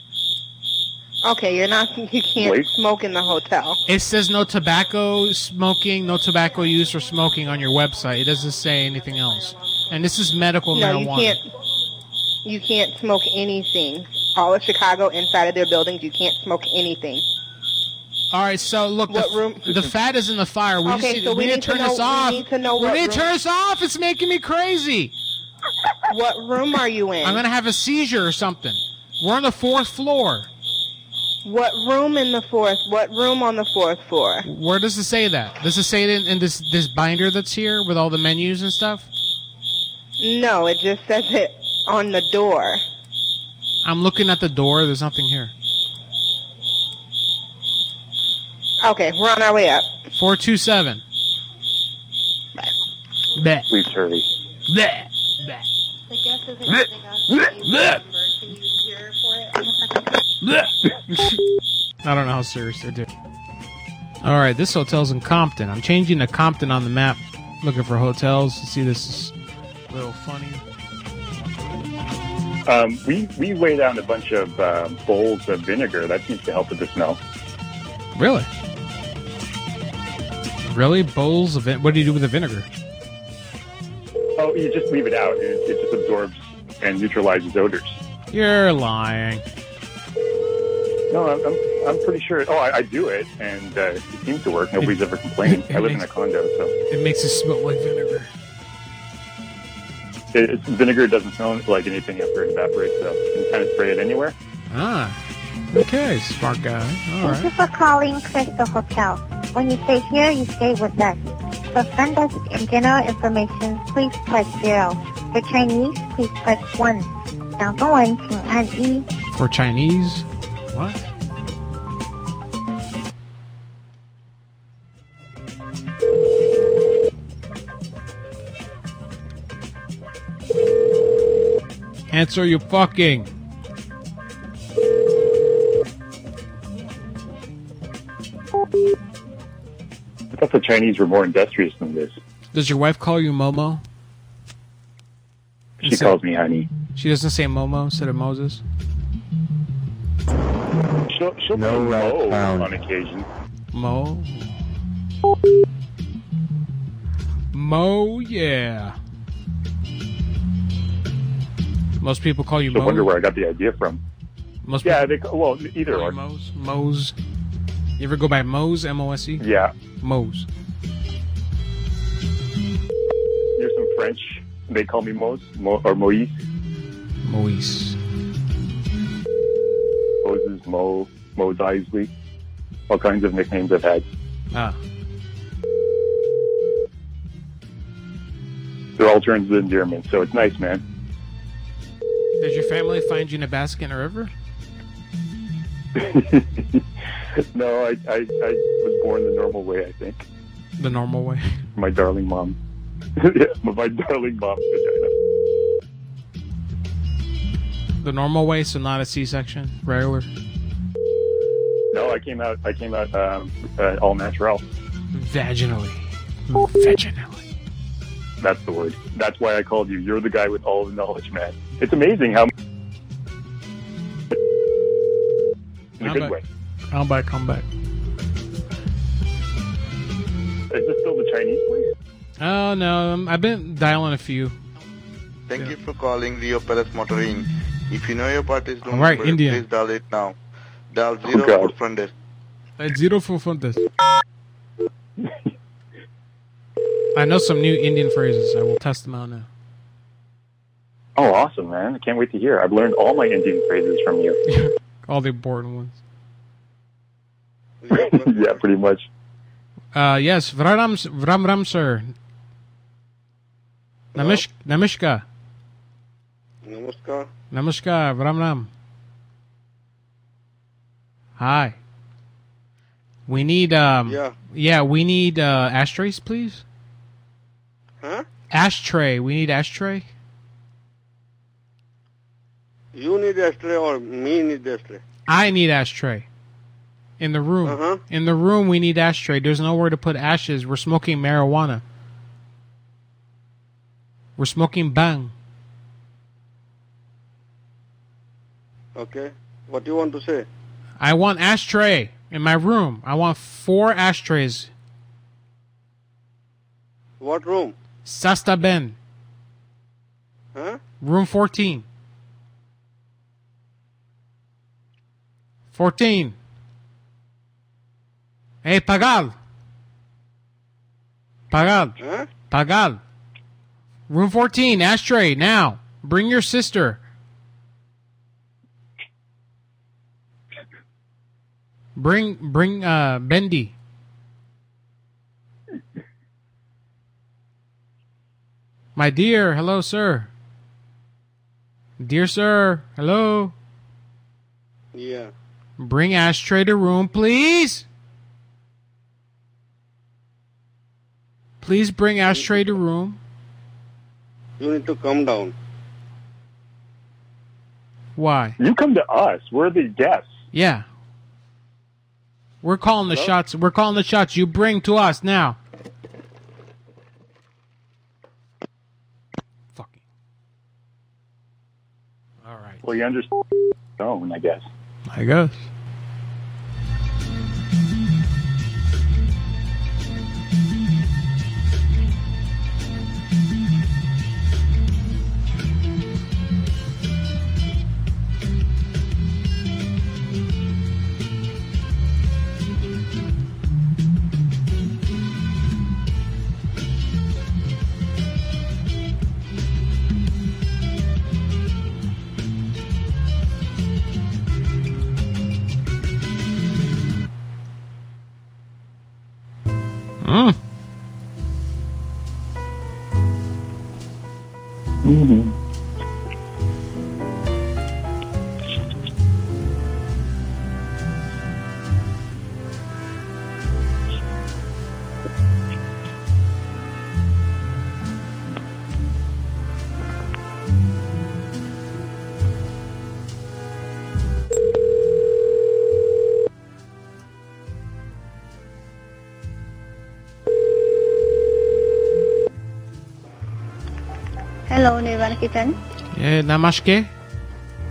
[SPEAKER 9] Okay, you're not. [LAUGHS] You can't
[SPEAKER 2] Wait.
[SPEAKER 9] smoke in the hotel.
[SPEAKER 2] It says no tobacco smoking, no tobacco use or smoking on your website. It doesn't say anything else. And this is medical
[SPEAKER 9] no,
[SPEAKER 2] marijuana.
[SPEAKER 9] you can't. You can't smoke anything. All of Chicago inside of their buildings, you can't smoke anything.
[SPEAKER 2] All right, so look, the, the fat is in the fire. We
[SPEAKER 9] Okay,
[SPEAKER 2] just need,
[SPEAKER 9] so
[SPEAKER 2] we need to turn
[SPEAKER 9] know-
[SPEAKER 2] this off.
[SPEAKER 9] We need to know
[SPEAKER 2] We
[SPEAKER 9] what
[SPEAKER 2] need
[SPEAKER 9] room.
[SPEAKER 2] to turn this off. It's making me crazy.
[SPEAKER 9] What room are you in?
[SPEAKER 2] I'm gonna have a seizure or something. We're on the fourth floor.
[SPEAKER 9] What room in the fourth? What room on the fourth floor?
[SPEAKER 2] Where does it say that? Does it say it in, in this this binder that's here with all the menus and stuff?
[SPEAKER 9] No, it just says it on the door.
[SPEAKER 2] I'm looking at the door. There's nothing here.
[SPEAKER 9] Okay, we're on our way up.
[SPEAKER 2] Four two seven. Bet.
[SPEAKER 18] Please hurry.
[SPEAKER 2] Bleh. Bleh. Bleh. I don't know how serious they're doing. All right, this hotel's in Compton. I'm changing to Compton on the map, looking for hotels. See, this is a little funny.
[SPEAKER 18] Um, we we weigh down a bunch of uh, bowls of vinegar. That seems to help with the smell.
[SPEAKER 2] Really? Really? Bowls of vin- What do you do with the vinegar?
[SPEAKER 18] Oh, you just leave it out. and It, it just absorbs and neutralizes odors.
[SPEAKER 2] You're lying.
[SPEAKER 18] No, I'm, I'm, I'm pretty sure. Oh, I, I do it, and uh, it seems to work. Nobody's ever complained. I live in a condo, so
[SPEAKER 2] It makes it smell like vinegar.
[SPEAKER 18] it, it's- vinegar doesn't smell like anything after it evaporates. So you can kind of spray it anywhere.
[SPEAKER 2] Ah. Okay, smart guy. All
[SPEAKER 21] Thank you
[SPEAKER 2] right.
[SPEAKER 21] for calling Crystal Hotel. When you stay here, you stay with us. For front desk and general information, please press 0. For Chinese, please press 1. Now go on to An E.
[SPEAKER 2] For Chinese? What? Answer you fucking.
[SPEAKER 18] I thought the Chinese were more industrious than this.
[SPEAKER 2] Does your wife call you Momo?
[SPEAKER 18] She calls me honey.
[SPEAKER 2] She doesn't say Momo instead of Moses.
[SPEAKER 18] She'll, she'll no mo on occasion.
[SPEAKER 2] Mo. Mo, yeah. Most people call you
[SPEAKER 18] She'll
[SPEAKER 2] Mo.
[SPEAKER 18] wonder where I got the idea from.
[SPEAKER 2] Must
[SPEAKER 18] yeah, they, ca- well, either or.
[SPEAKER 2] Mo's. Mose. You ever go by Mose? M O S E.
[SPEAKER 18] Yeah.
[SPEAKER 2] Mose.
[SPEAKER 18] There's some French. They call me Moise Mo, or Moise.
[SPEAKER 2] Moise.
[SPEAKER 18] Moses, Mo, Mo Isley. All kinds of nicknames I've had.
[SPEAKER 2] Ah.
[SPEAKER 18] They're all terms of endearment, so it's nice, man. [LAUGHS]
[SPEAKER 2] Does your family find you in Athabasca River?
[SPEAKER 18] no, I, I, I was born the normal way, I think.
[SPEAKER 2] The normal way. [LAUGHS]
[SPEAKER 18] My darling mom. [LAUGHS] yeah, my darling mom's vagina.
[SPEAKER 2] The normal way, so not a C-section. Regular.
[SPEAKER 18] No, I came out. I came out um, uh, all natural.
[SPEAKER 2] Vaginally. Hmm. Vaginally.
[SPEAKER 18] That's the word. That's why I called you. You're the guy with all the knowledge, man. It's amazing how. In a
[SPEAKER 2] I'm
[SPEAKER 18] good
[SPEAKER 2] back.
[SPEAKER 18] way.
[SPEAKER 2] Come back, come back.
[SPEAKER 18] Is this still the Chinese place?
[SPEAKER 2] Oh no, um, I've been dialing a few.
[SPEAKER 6] Thank you for calling Rio Palace Motoring. If you know your party's room
[SPEAKER 2] Alright,
[SPEAKER 6] number,
[SPEAKER 2] Indian.
[SPEAKER 6] please dial it now. Dial zero for front desk.
[SPEAKER 2] At zero four front desk. I know some new Indian phrases. I will test them out now.
[SPEAKER 18] Oh, awesome, man! I can't wait to hear. I've learned all my Indian phrases from
[SPEAKER 2] [LAUGHS]
[SPEAKER 18] you. [LAUGHS]
[SPEAKER 2] All the important ones.
[SPEAKER 18] yeah, pretty much.
[SPEAKER 2] Uh, yes, Vraram, Vram Ram sir. Namish, Namishka,
[SPEAKER 6] Namaskar.
[SPEAKER 2] Namaskar, Vram Ram. Hi. We need um.
[SPEAKER 6] Yeah.
[SPEAKER 2] we need uh, ashtrays, please.
[SPEAKER 6] Huh?
[SPEAKER 2] Ashtray. We need ashtray.
[SPEAKER 6] You need ashtray or me need ashtray?
[SPEAKER 2] I need ashtray. In the room.
[SPEAKER 6] Uh-huh.
[SPEAKER 2] In the room, we need ashtray. There's nowhere to put ashes. We're smoking marijuana. We're smoking bang.
[SPEAKER 6] Okay. What you want to say?
[SPEAKER 2] I want ashtray in my room. I want four ashtrays.
[SPEAKER 6] What room?
[SPEAKER 2] Sasta Ben.
[SPEAKER 6] Huh?
[SPEAKER 2] Room 14. 14. Hey, Pagal. Pagal.
[SPEAKER 6] Huh?
[SPEAKER 2] Pagal. Room 14, ashtray, now. Bring your sister. Bring, bring, uh, Bendy. My dear, hello, sir. Dear sir, hello.
[SPEAKER 6] Yeah.
[SPEAKER 2] Bring ashtray to room, please. Please bring ashtray to room.
[SPEAKER 6] You need to come down.
[SPEAKER 2] Why?
[SPEAKER 18] You come to us. We're the guests.
[SPEAKER 2] Yeah. We're calling the shots. We're calling the shots you bring to us now. All right.
[SPEAKER 18] Well, you understand. Tone, I guess.
[SPEAKER 2] I guess. Mm.
[SPEAKER 3] Mm-hmm.
[SPEAKER 21] Hello, Nirvana Kitchen.
[SPEAKER 2] Yeah, namaste.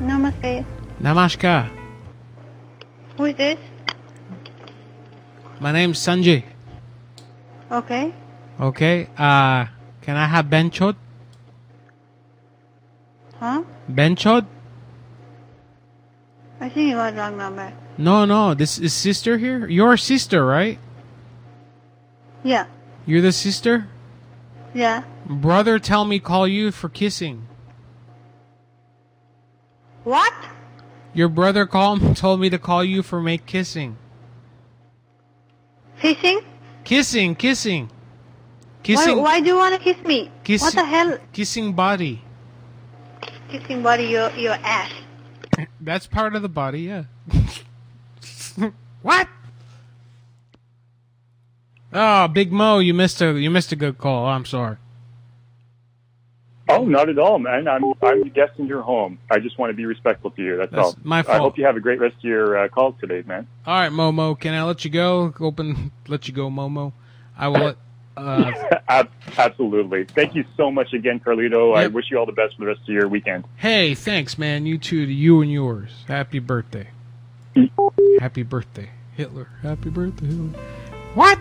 [SPEAKER 21] Namaste.
[SPEAKER 2] Namaskar.
[SPEAKER 21] Who is this?
[SPEAKER 2] My name's Sanjay.
[SPEAKER 21] Okay.
[SPEAKER 2] Okay. Uh, can I have benchot?
[SPEAKER 21] Huh?
[SPEAKER 2] Benchot?
[SPEAKER 21] I think you got wrong number.
[SPEAKER 2] No, no. This is sister here. Your sister, right?
[SPEAKER 21] Yeah.
[SPEAKER 2] You're the sister.
[SPEAKER 21] Yeah.
[SPEAKER 2] Brother, tell me call you for kissing.
[SPEAKER 21] What?
[SPEAKER 2] Your brother called [LAUGHS] told me to call you for make kissing.
[SPEAKER 21] Fishing?
[SPEAKER 2] Kissing, kissing, kissing,
[SPEAKER 21] Why, why do you want to kiss me?
[SPEAKER 2] kissing.
[SPEAKER 21] What the hell?
[SPEAKER 2] Kissing body.
[SPEAKER 21] Kissing body, your, your ass.
[SPEAKER 2] That's part of the body, yeah. [LAUGHS] what? Oh, Big Mo, you missed a you missed a good call. I'm sorry.
[SPEAKER 18] Oh, not at all, man. I'm I'm the guest in your home. I just want to be respectful to you. That's,
[SPEAKER 2] That's
[SPEAKER 18] all.
[SPEAKER 2] my
[SPEAKER 18] I
[SPEAKER 2] fault.
[SPEAKER 18] hope you have a great rest of your uh, calls today, man.
[SPEAKER 2] All right, Momo, can I let you go? Open, let you go, Momo. I will. Let, uh,
[SPEAKER 18] [LAUGHS] Ab- Absolutely. Thank you so much again, Carlito. I
[SPEAKER 2] Yep.
[SPEAKER 18] wish you all the best for the rest of your weekend.
[SPEAKER 2] hey, thanks, man. You too, to you and yours. Happy birthday. Happy birthday, Hitler. Happy birthday, Hitler. What?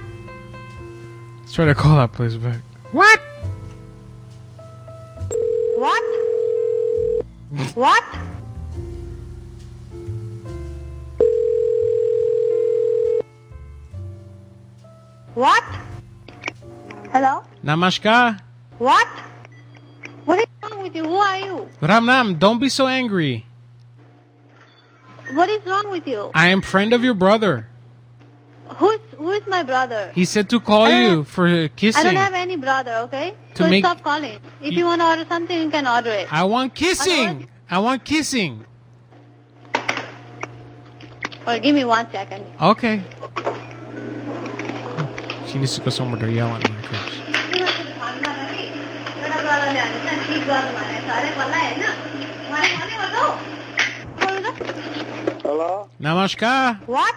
[SPEAKER 2] Let's try to call that place back. What?
[SPEAKER 21] What?
[SPEAKER 17] [LAUGHS]
[SPEAKER 21] what? What? Hello?
[SPEAKER 2] Namaskar.
[SPEAKER 21] What? What is wrong with you? Who are you?
[SPEAKER 2] Ram Ram, don't be so angry.
[SPEAKER 21] What is wrong with you?
[SPEAKER 2] I am friend of your brother.
[SPEAKER 21] Who's who's my brother?
[SPEAKER 2] He said to call
[SPEAKER 21] I don't
[SPEAKER 2] you for
[SPEAKER 21] I don't
[SPEAKER 2] kissing.
[SPEAKER 21] have any brother, okay?
[SPEAKER 2] To
[SPEAKER 21] so
[SPEAKER 2] make-
[SPEAKER 21] stop calling. If you, want to order something, you can order it.
[SPEAKER 2] I want kissing. I want kissing.
[SPEAKER 21] Or give me one second.
[SPEAKER 2] Okay. She needs to go somewhere to yell at me. of course.
[SPEAKER 22] Hello?
[SPEAKER 2] Namaskar.
[SPEAKER 21] What?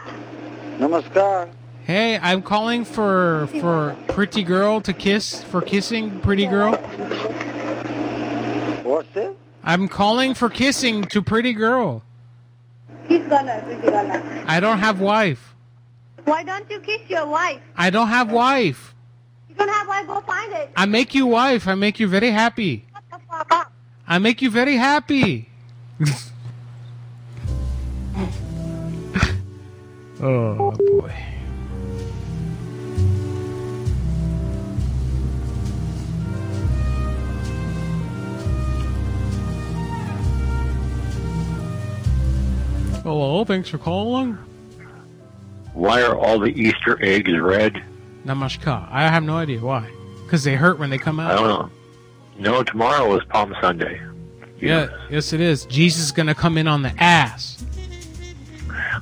[SPEAKER 22] Namaskar.
[SPEAKER 2] Hey, I'm calling for for pretty girl to kiss for kissing pretty girl.
[SPEAKER 22] What's this?
[SPEAKER 2] I'm calling for kissing to pretty girl.
[SPEAKER 21] He's gonna, pretty gonna.
[SPEAKER 2] I don't have wife.
[SPEAKER 21] Why don't you kiss your wife?
[SPEAKER 2] I don't have wife.
[SPEAKER 21] You don't have wife, go find it.
[SPEAKER 2] I make you wife. I make you very happy. I make you very happy. oh boy. Hello, thanks for calling.
[SPEAKER 9] Why are all the Easter eggs red?
[SPEAKER 2] Namaskar. I have no idea why. Because they hurt when they come out.
[SPEAKER 9] I don't know. No, tomorrow is Palm Sunday.
[SPEAKER 2] Yeah, yes, it is. Jesus is gonna come in on the ass.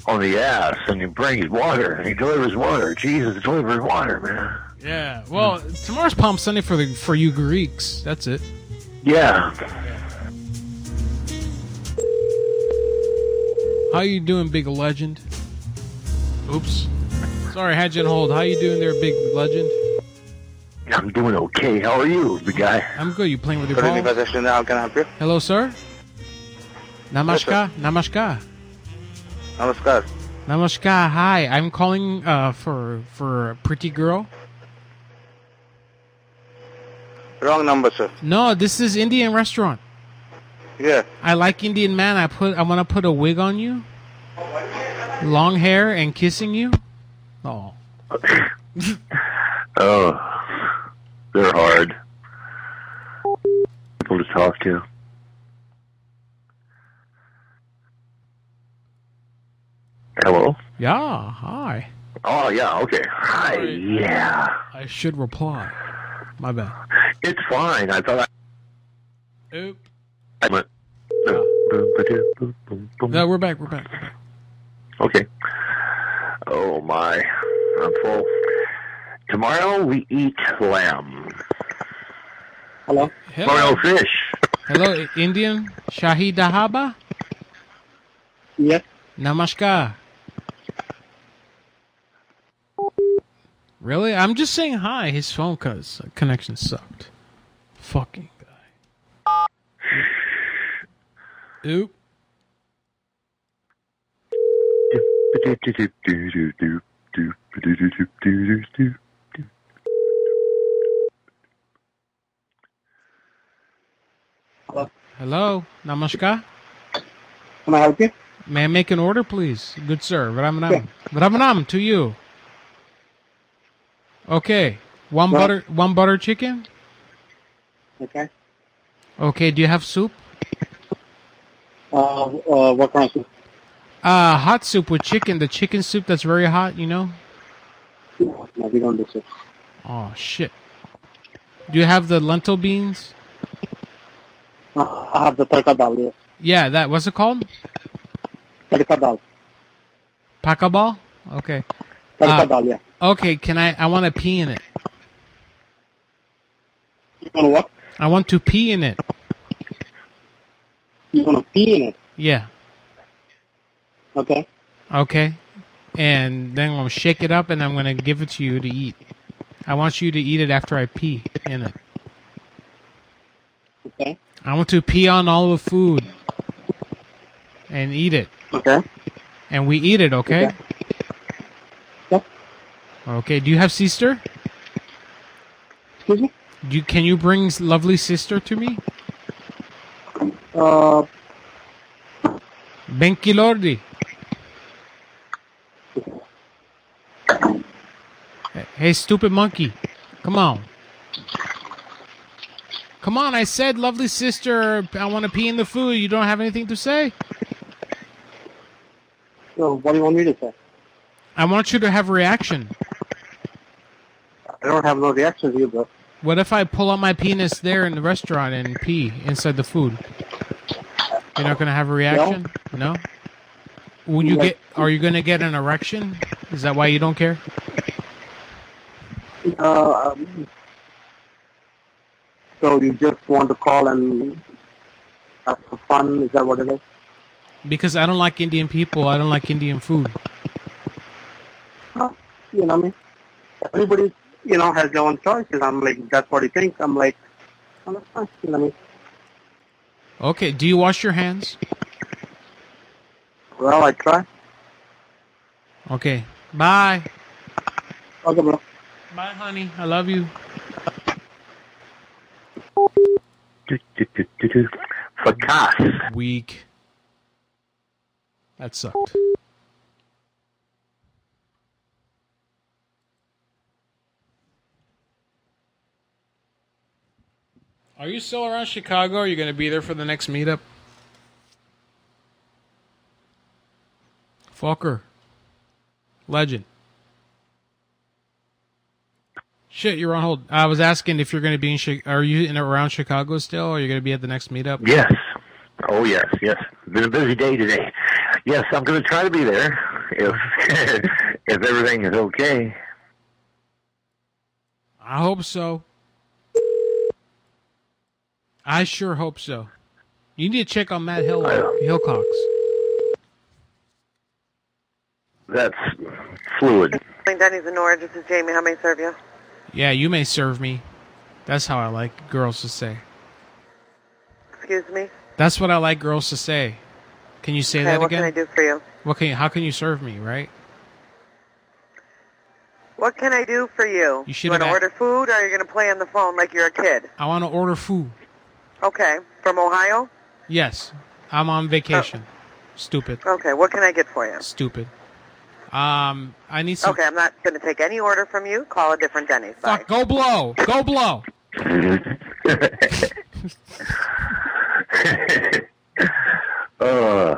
[SPEAKER 9] On the ass, and he brings water, and he delivers water. Jesus delivers water, man.
[SPEAKER 2] Yeah. Well, tomorrow's Palm Sunday for the for you Greeks. That's it.
[SPEAKER 9] Yeah.
[SPEAKER 2] How you doing, big legend? Oops. Sorry, had you on hold. How you doing there, big legend?
[SPEAKER 9] I'm doing okay. How are you, big guy?
[SPEAKER 2] I'm good. You playing with your
[SPEAKER 23] Good evening,
[SPEAKER 2] balls?
[SPEAKER 23] possession. How can I help you?
[SPEAKER 2] Hello, sir. Namaskar. Namaskar.
[SPEAKER 23] Namaskar.
[SPEAKER 2] Namaskar. Hi. I'm calling uh, for for a pretty girl.
[SPEAKER 23] Wrong number, sir.
[SPEAKER 2] No, this is Indian restaurant.
[SPEAKER 23] Yeah.
[SPEAKER 2] I like Indian man. I put I want to put a wig on you, long hair, and kissing you. Oh,
[SPEAKER 9] Oh, they're hard. People to talk to. Hello?
[SPEAKER 2] yeah. Hi.
[SPEAKER 9] Oh, yeah, okay. Hi, yeah.
[SPEAKER 2] I should reply. My bad.
[SPEAKER 9] It's fine. I thought
[SPEAKER 2] Oop. Ah.
[SPEAKER 9] I, I went.
[SPEAKER 2] No, we're back. We're back.
[SPEAKER 9] Okay. Oh, my. I'm full. Tomorrow we eat lamb.
[SPEAKER 22] Hello?
[SPEAKER 9] Tomorrow fish.
[SPEAKER 2] Hello, I- Indian Shahi Dahaba.
[SPEAKER 22] Yes.
[SPEAKER 2] Namaskar. Really? I'm just saying hi. His phone cause connection sucked. Fucking guy. Oop. Hello, Namaskar.
[SPEAKER 17] Can I help you?
[SPEAKER 2] May I make an order, please? Good sir, Ramanam. Ramanam to you. Okay, one
[SPEAKER 17] Right.
[SPEAKER 2] butter, one butter chicken.
[SPEAKER 17] Okay.
[SPEAKER 2] Okay, do you have soup?
[SPEAKER 17] Uh, uh, what kind of soup?
[SPEAKER 2] Uh, hot soup with chicken. The chicken soup that's very hot, you know.
[SPEAKER 17] No, we don't do soup.
[SPEAKER 2] Oh shit. Do you have the lentil beans?
[SPEAKER 17] Uh, I have the tadka dal, yes.
[SPEAKER 2] Yeah, that what's it called?
[SPEAKER 17] Tadka dal.
[SPEAKER 2] Paka ball? Okay.
[SPEAKER 17] Tadka
[SPEAKER 2] Uh,
[SPEAKER 17] dal, yeah.
[SPEAKER 2] Okay, can I I want to pee in it.
[SPEAKER 17] You want to what?
[SPEAKER 2] I want to pee in it.
[SPEAKER 17] You want to pee in it?
[SPEAKER 2] Yeah.
[SPEAKER 17] Okay.
[SPEAKER 2] Okay. And then I'm going to shake it up and I'm going to give it to you to eat. I want you to eat it after I pee in it.
[SPEAKER 17] Okay.
[SPEAKER 2] I want to pee on all the food and eat it.
[SPEAKER 17] Okay.
[SPEAKER 2] And we eat it, okay? Okay. do you have sister?
[SPEAKER 17] Excuse me?
[SPEAKER 2] Do you, can you bring s- lovely sister to me?
[SPEAKER 17] Uh,
[SPEAKER 2] Benki Lordi. Hey, stupid monkey. Come on. Come on, I said, lovely sister, I want to pee in the food. You don't have anything to say?
[SPEAKER 17] so what do you want me to say?
[SPEAKER 2] I want you to have reaction.
[SPEAKER 17] I don't have no reaction to you, bro.
[SPEAKER 2] What if I pull out my penis there in the restaurant and pee inside the food? You're not gonna have a reaction? No? Will you
[SPEAKER 17] No.
[SPEAKER 2] get are you gonna get an erection? Is that why you don't care?
[SPEAKER 17] Uh, um, so you just want to call and have some fun? Is that what it is?
[SPEAKER 2] Because I don't like Indian people, I don't like Indian food.
[SPEAKER 17] You know what I mean? Everybody, you know, has their own choices. I'm like, that's what he thinks. I'm like, oh, that's fine. You know what I mean?
[SPEAKER 2] Okay, do you wash your hands?
[SPEAKER 17] Well, I try.
[SPEAKER 2] Okay. Bye.
[SPEAKER 17] Okay, bro.
[SPEAKER 2] Bye honey. I love you. Fakas. Weak. That sucked. Are you still around Chicago? Are you going to be there for the next meetup? Fokker. Legend. Shit, you're on hold. I was asking if you're going to be in. Chi- Are you in around Chicago still? Or are you going to be at the next meetup?
[SPEAKER 9] Yes. Oh yes, yes. Been a busy day today. Yes, I'm going to try to be there if [LAUGHS] if everything is okay.
[SPEAKER 2] I hope so. I sure hope so. You need to check on Matt Hill Hillcox.
[SPEAKER 9] That's fluid.
[SPEAKER 24] Denny's in Orange. This is Jamie. How may I serve you?
[SPEAKER 2] Yeah, you may serve me. That's how I like girls to say.
[SPEAKER 24] Excuse me.
[SPEAKER 2] That's what I like girls to say. Can you say
[SPEAKER 24] okay,
[SPEAKER 2] that
[SPEAKER 24] what
[SPEAKER 2] again?
[SPEAKER 24] can I do for you?
[SPEAKER 2] What can you, how can you serve me, right?
[SPEAKER 24] What can I do for you?
[SPEAKER 2] You should
[SPEAKER 24] want to
[SPEAKER 2] have
[SPEAKER 24] order food, or are you going to play on the phone like you're a kid?
[SPEAKER 2] I want to order food.
[SPEAKER 24] Okay. From Ohio.
[SPEAKER 2] Yes. I'm on vacation.
[SPEAKER 24] Oh.
[SPEAKER 2] Stupid.
[SPEAKER 24] Okay. What can I get for you?
[SPEAKER 2] Stupid. Um, I need some
[SPEAKER 24] Okay, I'm not going to take any order from you. Call a different Denny's. Bye.
[SPEAKER 2] Fuck, go blow. Go blow.
[SPEAKER 9] [LAUGHS] Uh,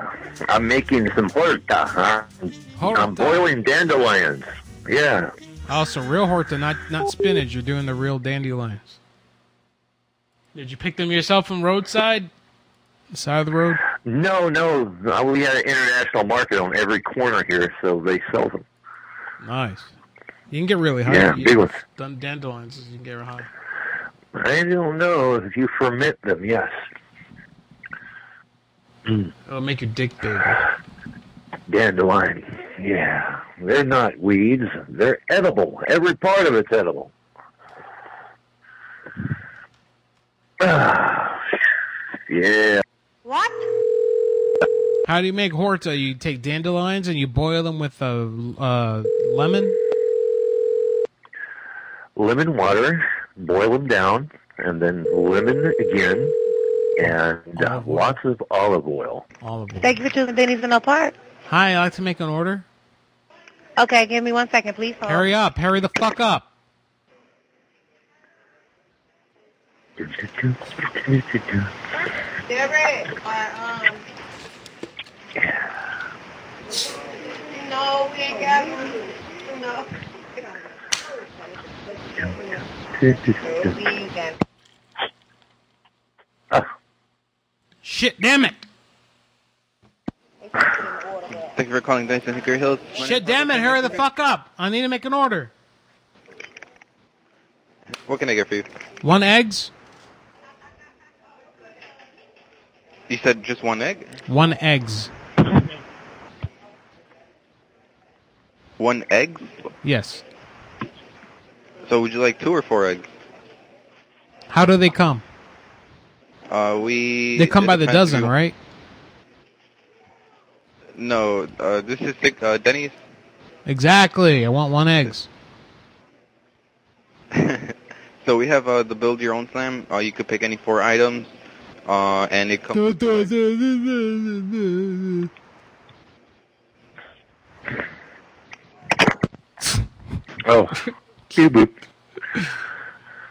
[SPEAKER 9] I'm making some horta, huh? I'm boiling dandelions. Yeah.
[SPEAKER 2] Also, real horta, not not spinach. You're doing the real dandelions. Did you pick them yourself from roadside? Side of the road?
[SPEAKER 9] No, no. uh, We had an international market on every corner here, so they sell them.
[SPEAKER 2] Nice. You can get really high.
[SPEAKER 9] Yeah,
[SPEAKER 2] You-
[SPEAKER 9] big ones.
[SPEAKER 2] dun- Dandelions, you can get high.
[SPEAKER 9] I don't know if you ferment them. Yes. Hmm,
[SPEAKER 2] It'll make your dick big.
[SPEAKER 9] Dandelion. Yeah. They're not weeds. They're edible. Every part of it's edible. yeah.
[SPEAKER 13] What?
[SPEAKER 2] How do you make horta? You take dandelions and you boil them with a uh, lemon.
[SPEAKER 9] lemon water, boil them down, and then lemon again, and uh, lots of olive oil.
[SPEAKER 2] Olive oil.
[SPEAKER 7] Thank you for choosing Benny's in the Park.
[SPEAKER 2] Hi, I'd like to make an order.
[SPEAKER 7] Okay, give me one second, please.
[SPEAKER 21] Oh.
[SPEAKER 7] Hold.
[SPEAKER 2] Hurry up! Hurry the fuck up!
[SPEAKER 7] Deborah, my, um... No, we ain't got you. No.
[SPEAKER 2] Shit, damn it!
[SPEAKER 23] Thank you for calling Dice and Hickory Hills.
[SPEAKER 2] Shit, damn it! Hurry the fuck up! I need to make an order.
[SPEAKER 23] What can I get for you?
[SPEAKER 2] One eggs.
[SPEAKER 23] You said just one egg?
[SPEAKER 2] One eggs.
[SPEAKER 23] One egg?
[SPEAKER 2] Yes.
[SPEAKER 23] So would you like two or four eggs?
[SPEAKER 2] How do they come?
[SPEAKER 23] Uh, we.
[SPEAKER 2] They come
[SPEAKER 23] it
[SPEAKER 2] by the
[SPEAKER 23] depends.
[SPEAKER 2] dozen, right?
[SPEAKER 23] No, uh, this is thick- uh, Denny's.
[SPEAKER 2] Exactly. I want one eggs.
[SPEAKER 23] So we have uh, the build your own slam. Uh, you could pick any four items, uh, and it comes.
[SPEAKER 9] Oh, beep, boop.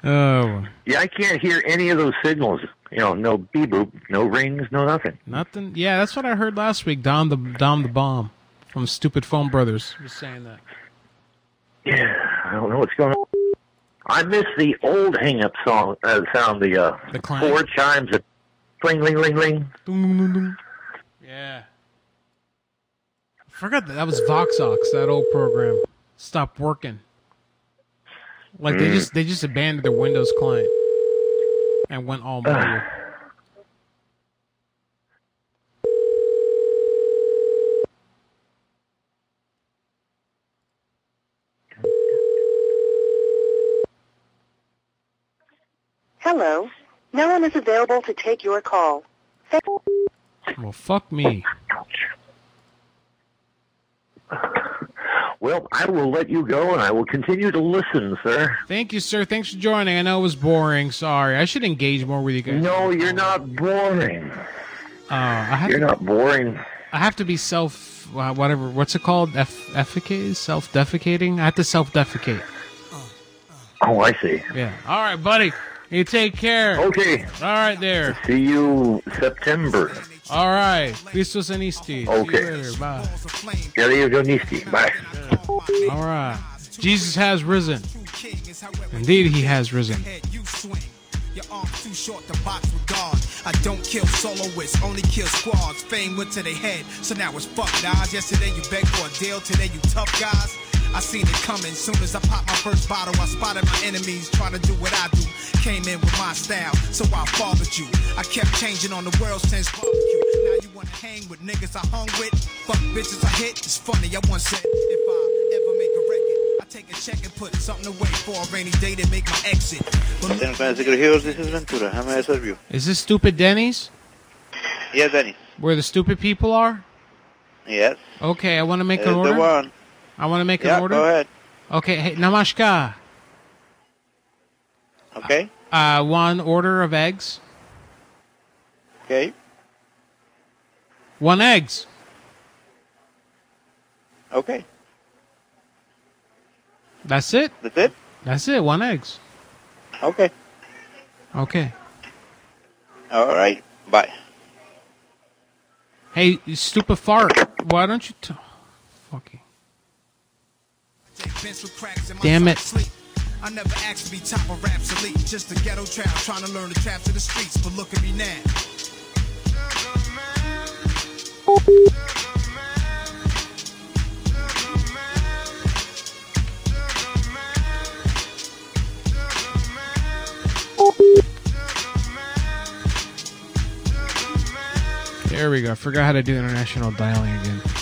[SPEAKER 2] Oh,
[SPEAKER 9] Yeah, I can't hear any of those signals. You know, no beep boop, no rings, no nothing.
[SPEAKER 2] nothing. Yeah, that's what I heard last week. Dom the Dom the bomb from Stupid Phone Brothers. Just saying that.
[SPEAKER 9] Yeah, I don't know what's going on. I miss the old hang up song uh, sound, the, uh,
[SPEAKER 2] The clang.
[SPEAKER 9] four chimes of cling, ling, ling, ling.
[SPEAKER 2] Yeah. I forgot that that was Voxox, that old program. Stopped working. Like they
[SPEAKER 9] Mm.
[SPEAKER 2] just they just abandoned their Windows client and went all mobile.
[SPEAKER 17] Hello. No one is available to take your call.
[SPEAKER 2] well, fuck me.
[SPEAKER 9] Well, I will let you go, and I will continue to listen, sir.
[SPEAKER 2] Thank you, sir. Thanks for joining. I know it was boring. Sorry. I should engage more with you guys.
[SPEAKER 9] No, you're not boring.
[SPEAKER 2] Uh, I have
[SPEAKER 9] You're
[SPEAKER 2] to,
[SPEAKER 9] not boring.
[SPEAKER 2] I have to be self uh, whatever. What's it called? Eff- Effecate? Self defecating? I have to self defecate.
[SPEAKER 9] Oh, I see.
[SPEAKER 2] Yeah. All right, buddy. You take care.
[SPEAKER 9] Okay.
[SPEAKER 2] All right, there.
[SPEAKER 9] See you September.
[SPEAKER 2] All right. Besos en Isti.
[SPEAKER 9] Okay.
[SPEAKER 2] Bye.
[SPEAKER 9] Yeah, there you go, Niski. Bye.
[SPEAKER 2] All right. Jesus has risen. Indeed, he has risen.
[SPEAKER 25] Your arms too short to box with God. I don't kill soloists, only kill squads. Fame went to their head, so now it's fuck guys. Yesterday you begged for a deal, today you tough guys. I seen it coming. Soon as I popped my first bottle, I spotted my enemies trying to do what I do. Came in with my style, so I fathered you. I kept changing on the world since barbecue. Now you wanna hang with niggas I hung with? Fuck bitches I hit. It's funny. I once said if I ever make a record, I take a check and put something away for a rainy day to make my exit. But
[SPEAKER 26] San Francisco Hills, this is Ventura. How may I serve you?
[SPEAKER 2] Is this stupid Denny's?
[SPEAKER 26] Yeah, Danny.
[SPEAKER 2] Where the stupid people are?
[SPEAKER 26] Yes.
[SPEAKER 2] Okay, I want to make
[SPEAKER 26] It's
[SPEAKER 2] an
[SPEAKER 26] the
[SPEAKER 2] order.
[SPEAKER 26] one.
[SPEAKER 2] I want to make
[SPEAKER 26] Yeah,
[SPEAKER 2] an order.
[SPEAKER 26] go ahead.
[SPEAKER 2] Okay, hey, namaskar.
[SPEAKER 26] Okay.
[SPEAKER 2] Uh, one order of eggs.
[SPEAKER 26] Okay.
[SPEAKER 2] One eggs.
[SPEAKER 26] Okay.
[SPEAKER 2] That's it.
[SPEAKER 26] That's it.
[SPEAKER 2] That's it. One eggs.
[SPEAKER 26] Okay.
[SPEAKER 2] Okay.
[SPEAKER 26] All right. Bye.
[SPEAKER 2] Hey, you stupid fart. Why don't you? T- Fucking. Damn it.
[SPEAKER 25] I never asked to be top of Rhapsody. Just a ghetto child trying to learn the traps of the streets, but look at me now.
[SPEAKER 2] There we go. I forgot how to do international dialing again.
[SPEAKER 25] But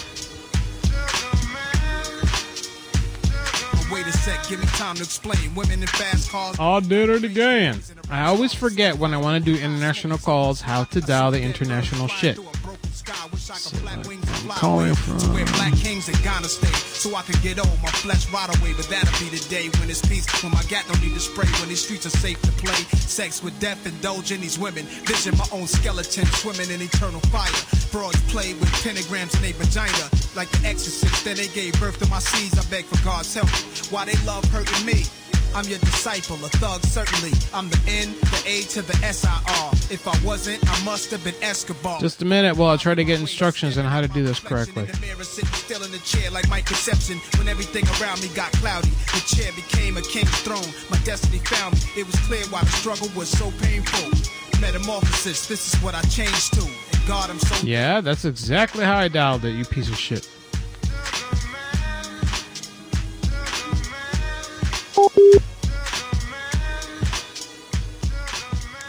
[SPEAKER 25] wait a sec, give me time to explain. Women in fast cars.
[SPEAKER 2] I did it again. I always forget when I want to do international calls how to dial the international shit.
[SPEAKER 25] wish I could flap wings and fly
[SPEAKER 2] Calling
[SPEAKER 25] away
[SPEAKER 2] from-
[SPEAKER 25] to where black kings are gonna stay, so I could get old, my flesh rot away. But that'll be the day when it's peace, when my gat don't need to spray, when these streets are safe to play. Sex with death, indulge in these women, vision my own skeleton swimming in eternal fire. Broads played with pentagrams in their vagina, like the Exorcist. Then they gave birth to my seeds. I beg for God's help. Why they love hurting me? I'm your disciple, a thug certainly. I'm the N, the A to the S I R. If I wasn't, I must have been Escobar.
[SPEAKER 2] Just a minute while I try to get instructions on how to do this correctly.
[SPEAKER 25] mirror sitting still in the chair like my conception when everything around me got cloudy the chair became a king's throne my destiny found me it was clear why the struggle was so painful metamorphosis this is what i changed to and god i'm so
[SPEAKER 2] Yeah, that's exactly how I dialed it, you piece of shit.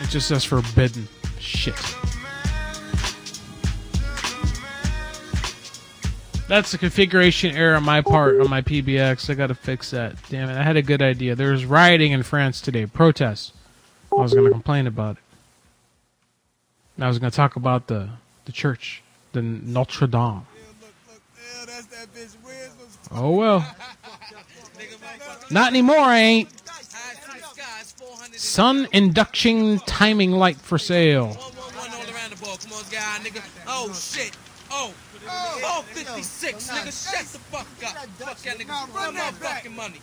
[SPEAKER 2] It just says forbidden. Shit. That's a configuration error on my part on my PBX. I gotta fix that. Damn it, I had a good idea. There was rioting in France today, protests. I was gonna complain about it. And I was gonna talk about the, the church, the Notre Dame. Oh well. Not anymore, I ain't. Sun induction timing light for sale.
[SPEAKER 27] Oh shit. Oh. Oh, 56, nigga, shut the fuck up. Fuck that nigga. Run my fucking money.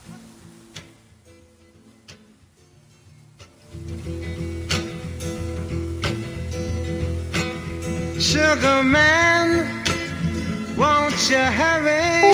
[SPEAKER 9] Sugar man, won't you hurry?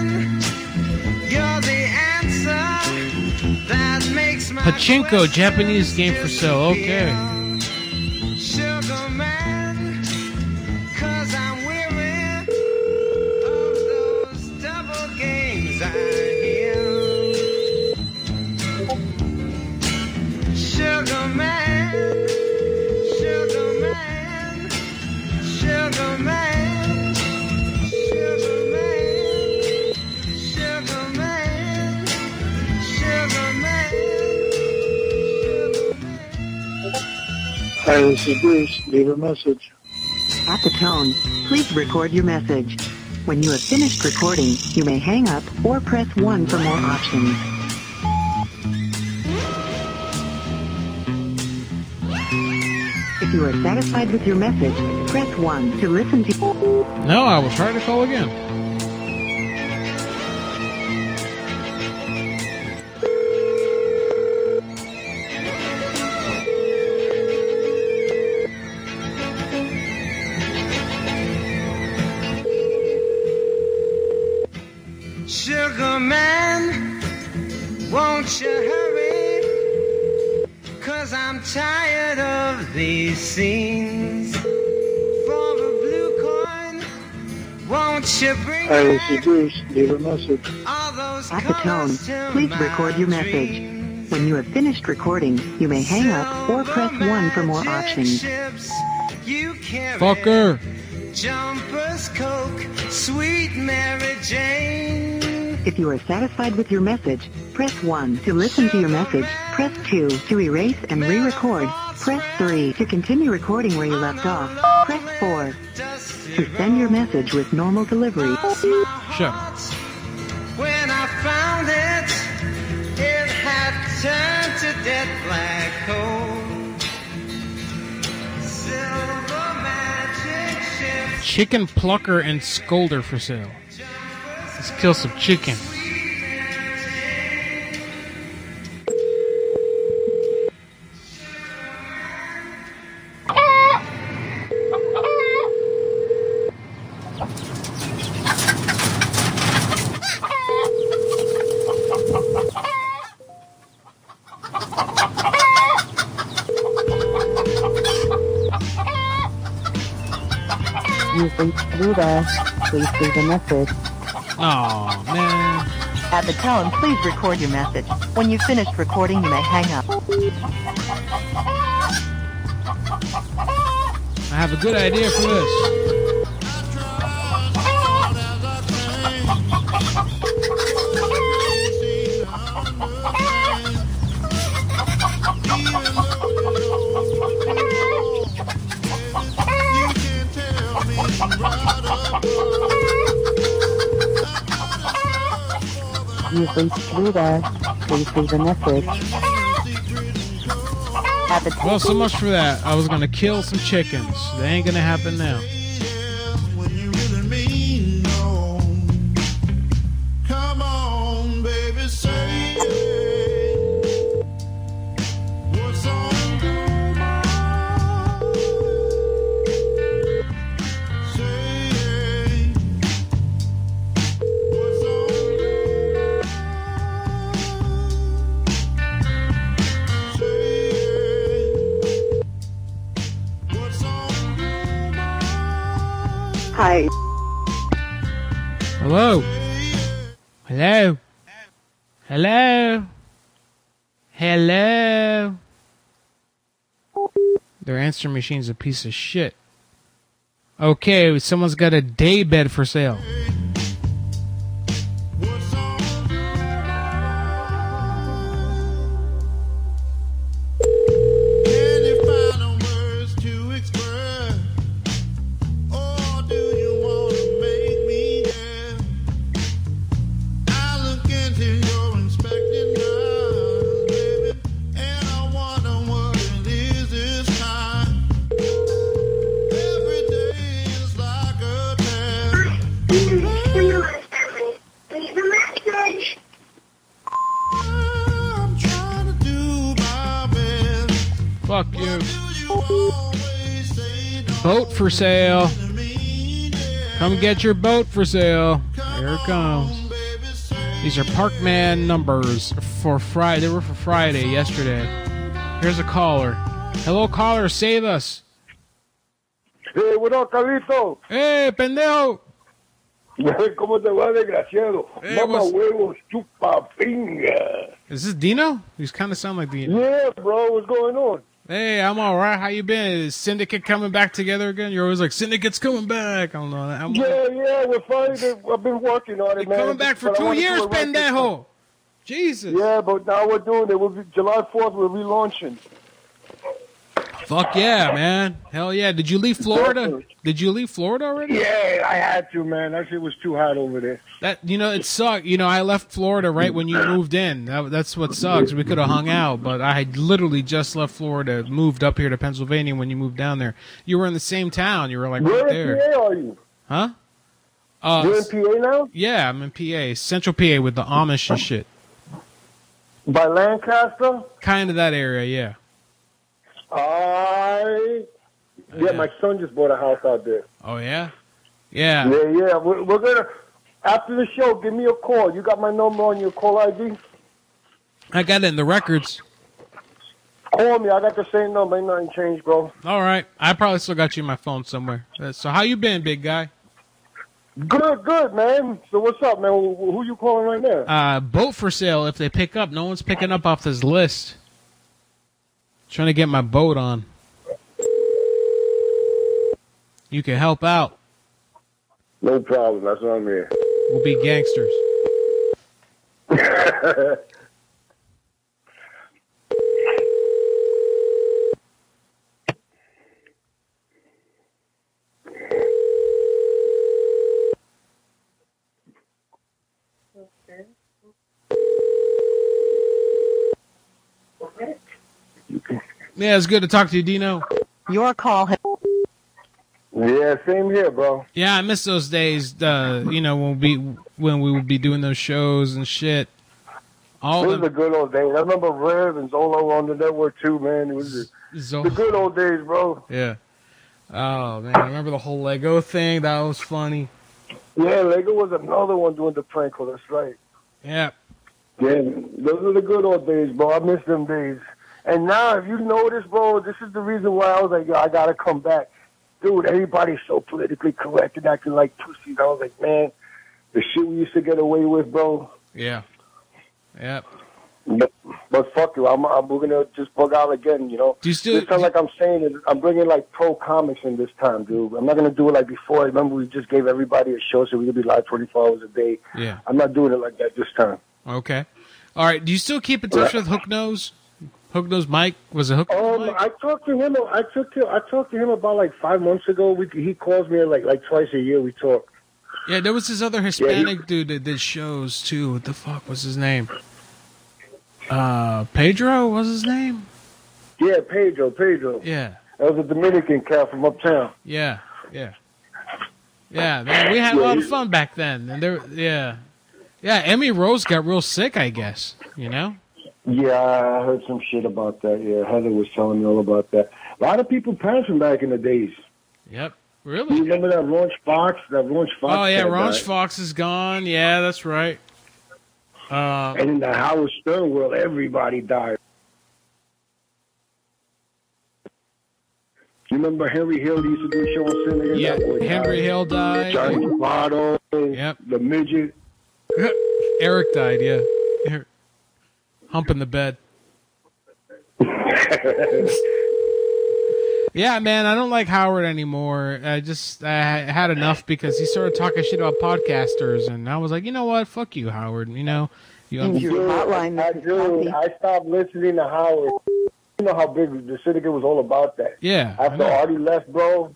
[SPEAKER 9] you're the answer that makes my
[SPEAKER 2] Pachinko, Japanese game for sale. Okay.
[SPEAKER 9] sugar man. Cause I'm weary of those double games I hear. Sugar man, sugar man, sugar man, sugar man, sugar man, sugar man, sugar man.
[SPEAKER 28] Hi, this is Bruce. Leave a message.
[SPEAKER 1] At the tone, please record your message. When you have finished recording, you may hang up or press 1 for more options. If you are satisfied with your message, press 1 to listen to...
[SPEAKER 2] No, I will try to call again.
[SPEAKER 9] Sugar man, won't you hurry? Cause I'm tired of these scenes. For a blue coin, won't you bring
[SPEAKER 28] Hi, this is Bruce. Leave a message.
[SPEAKER 9] all those
[SPEAKER 1] At the tone,
[SPEAKER 9] colors to
[SPEAKER 1] please
[SPEAKER 9] my
[SPEAKER 1] record your message. When you have finished recording, you may hang up or press 1 for more options.
[SPEAKER 9] ships you carry?
[SPEAKER 1] Fucker.
[SPEAKER 9] Jumpers, Coke, sweet Mary Jane.
[SPEAKER 1] If you are satisfied with your message, press 1 to listen to your message, press 2 to erase and re-record, press 3 to continue recording where you left off, press 4 to send your message with normal delivery.
[SPEAKER 2] Shut
[SPEAKER 9] When I found it, it had turned to dead black coal. Silver magic ships.
[SPEAKER 2] Chicken plucker and scolder for sale. Let's kill some chicken.
[SPEAKER 29] You reached Rita.
[SPEAKER 10] please leave a message.
[SPEAKER 2] Oh man.
[SPEAKER 10] At the tone, please record your message. When you've finished recording, you may hang up.
[SPEAKER 2] I have a good idea for this.
[SPEAKER 10] You've reached Rita. Please leave a message. At the
[SPEAKER 2] Well, so much for that. I was gonna kill some chickens. That ain't gonna happen now.
[SPEAKER 30] Come on, baby, say what's on your mind. Say what's on your mind. Say what's on your
[SPEAKER 31] Hi.
[SPEAKER 30] mind.
[SPEAKER 2] Hello. Hello. Hello. Hello. Their answering machine's a piece of shit. Okay, someone's got a day bed for sale.
[SPEAKER 30] Can you find no words to express? Or do you wanna make me deaf? I look into your inspecting eyes, baby, and I wonder what it is this time. Every day is like a test. I'm trying to do my best.
[SPEAKER 2] Fuck you. Boat for sale. Come get your boat for sale. Here it comes. These are Parkman numbers for Friday. They were for Friday yesterday. Here's a caller. Hello, caller. Save us.
[SPEAKER 28] Eh, bueno, Carlito.
[SPEAKER 2] ¡Eh, pendejo!
[SPEAKER 28] ¿Cómo te va, desgraciado?
[SPEAKER 2] Eh,
[SPEAKER 28] Mama
[SPEAKER 2] what's-
[SPEAKER 28] huevos, chupa pinga.
[SPEAKER 2] Is this Dino? He's kind of sound like Dino.
[SPEAKER 28] Yeah, bro, what's going on?
[SPEAKER 2] Hey, I'm all right. How you been? Is Syndicate coming back together again? You're always like Syndicate's coming back. I don't know. I'm
[SPEAKER 28] Yeah, yeah, we're finally, I've been working on it, man.
[SPEAKER 2] coming back for
[SPEAKER 28] But I
[SPEAKER 2] two
[SPEAKER 28] wanna do
[SPEAKER 2] years,
[SPEAKER 28] it right this
[SPEAKER 2] pendejo. Jesus.
[SPEAKER 28] Yeah, but now we're doing it. We'll be, July 4th, we're relaunching.
[SPEAKER 2] Fuck yeah, man. Hell yeah. Did you leave Florida? Did you leave Florida already?
[SPEAKER 28] Yeah, I had to, man. That shit was too hot over there.
[SPEAKER 2] That you know it sucked. You know I left Florida right when you moved in. That, that's what sucks. We could have hung out, but I had literally just left Florida, moved up here to Pennsylvania when you moved down there. You were in the same town. You were like
[SPEAKER 28] Where
[SPEAKER 2] right
[SPEAKER 28] in
[SPEAKER 2] there,
[SPEAKER 28] PA are you?
[SPEAKER 2] huh? Uh,
[SPEAKER 28] You're in PA now?
[SPEAKER 2] yeah, I'm in PA, Central PA, with the Amish and shit.
[SPEAKER 28] By Lancaster?
[SPEAKER 2] Kind of that area, yeah.
[SPEAKER 28] I. Yeah, my son just bought a house out there.
[SPEAKER 2] Oh yeah, yeah.
[SPEAKER 28] Yeah, yeah. We're, we're gonna after the show. Give me a call. You got my number on your call ID.
[SPEAKER 2] I got it in the records.
[SPEAKER 28] Call me. I got the same number. Ain't nothing changed, bro.
[SPEAKER 2] All right, I probably still got you in my phone somewhere. Uh, So how you been, big guy?
[SPEAKER 28] Good, good, man. So what's up, man? Who, who you calling right now?
[SPEAKER 2] uh, boat for sale if they pick up. No one's picking up off this list. Trying to get my boat on. You can help out.
[SPEAKER 28] No problem. That's what I'm here.
[SPEAKER 2] We'll be gangsters. Yeah, it's good to talk to you, Dino.
[SPEAKER 10] Your call has...
[SPEAKER 28] yeah, same here, bro.
[SPEAKER 2] Yeah, I miss those days. Uh, you know when we when we would be doing those shows and shit. All
[SPEAKER 28] it was
[SPEAKER 2] the-
[SPEAKER 28] the good old days. I remember Rev and Zolo on the network too, man. It was the,
[SPEAKER 2] Zol-
[SPEAKER 28] the good old days, bro.
[SPEAKER 2] Yeah. Oh man, I remember the whole Lego thing. That was funny.
[SPEAKER 28] Yeah, Lego was another one doing the prank call. That's right.
[SPEAKER 2] Yeah.
[SPEAKER 28] Yeah, those are the good old days, bro. I miss them days. And now, if you notice, bro, this is the reason why I was like, yo, I gotta come back. dude, everybody's so politically correct and acting like pussies. I was like, man, the shit we used to get away with, bro.
[SPEAKER 2] Yeah. Yep.
[SPEAKER 28] But, but fuck you, I'm, I'm we're gonna just bug out again. You know,
[SPEAKER 2] Do you still-
[SPEAKER 28] this time, like I'm saying, is I'm bringing like pro comics in this time, dude. I'm not gonna do it like before. Remember, we just gave everybody a show, so we could be live 24 hours a day.
[SPEAKER 2] Yeah.
[SPEAKER 28] I'm not doing it like that this time.
[SPEAKER 2] Okay. All right. Do you still keep in touch with Hook Nose? Hook Nose Mike was a Hook.
[SPEAKER 28] Um, I talked to him. I talked to I talked to him about like five months ago. We, he calls me like like twice a year. We talk.
[SPEAKER 2] Yeah, there was this other Hispanic dude that did shows too. What the fuck was his name? Uh, Pedro was his name.
[SPEAKER 28] Yeah, Pedro. Pedro.
[SPEAKER 2] Yeah.
[SPEAKER 28] That was a Dominican cat from uptown.
[SPEAKER 2] Yeah, yeah, yeah. Man, we had a lot of fun back then, and there, yeah, yeah. Emmy Rose got real sick, I guess. You know.
[SPEAKER 28] Yeah, I heard some shit about that. Yeah, Heather was telling me all about that. A lot of people passed from back in the days.
[SPEAKER 2] Yep. Really?
[SPEAKER 28] You remember that Launch Fox? That Launch Fox.
[SPEAKER 2] oh yeah,
[SPEAKER 28] cat
[SPEAKER 2] Ron
[SPEAKER 28] died?
[SPEAKER 2] Fox is gone. Yeah, that's right. Uh,
[SPEAKER 28] And in the Howard Stern world, everybody died. You remember Henry Hill? He used to do a show on Sin
[SPEAKER 2] Yeah, Henry Hill died.
[SPEAKER 28] Johnny Bottle. Yep. The midget.
[SPEAKER 2] Eric died. Yeah. Eric. Humping the bed. Yeah, man, I don't like Howard anymore. I just I had enough because he started talking shit about podcasters, and I was like, you know what? Fuck you, Howard. You know, you.
[SPEAKER 28] Dude, I, dude, I stopped listening to Howard. You know how big the syndicate was all about that.
[SPEAKER 2] Yeah, I
[SPEAKER 28] After
[SPEAKER 2] know.
[SPEAKER 28] Artie left, bro,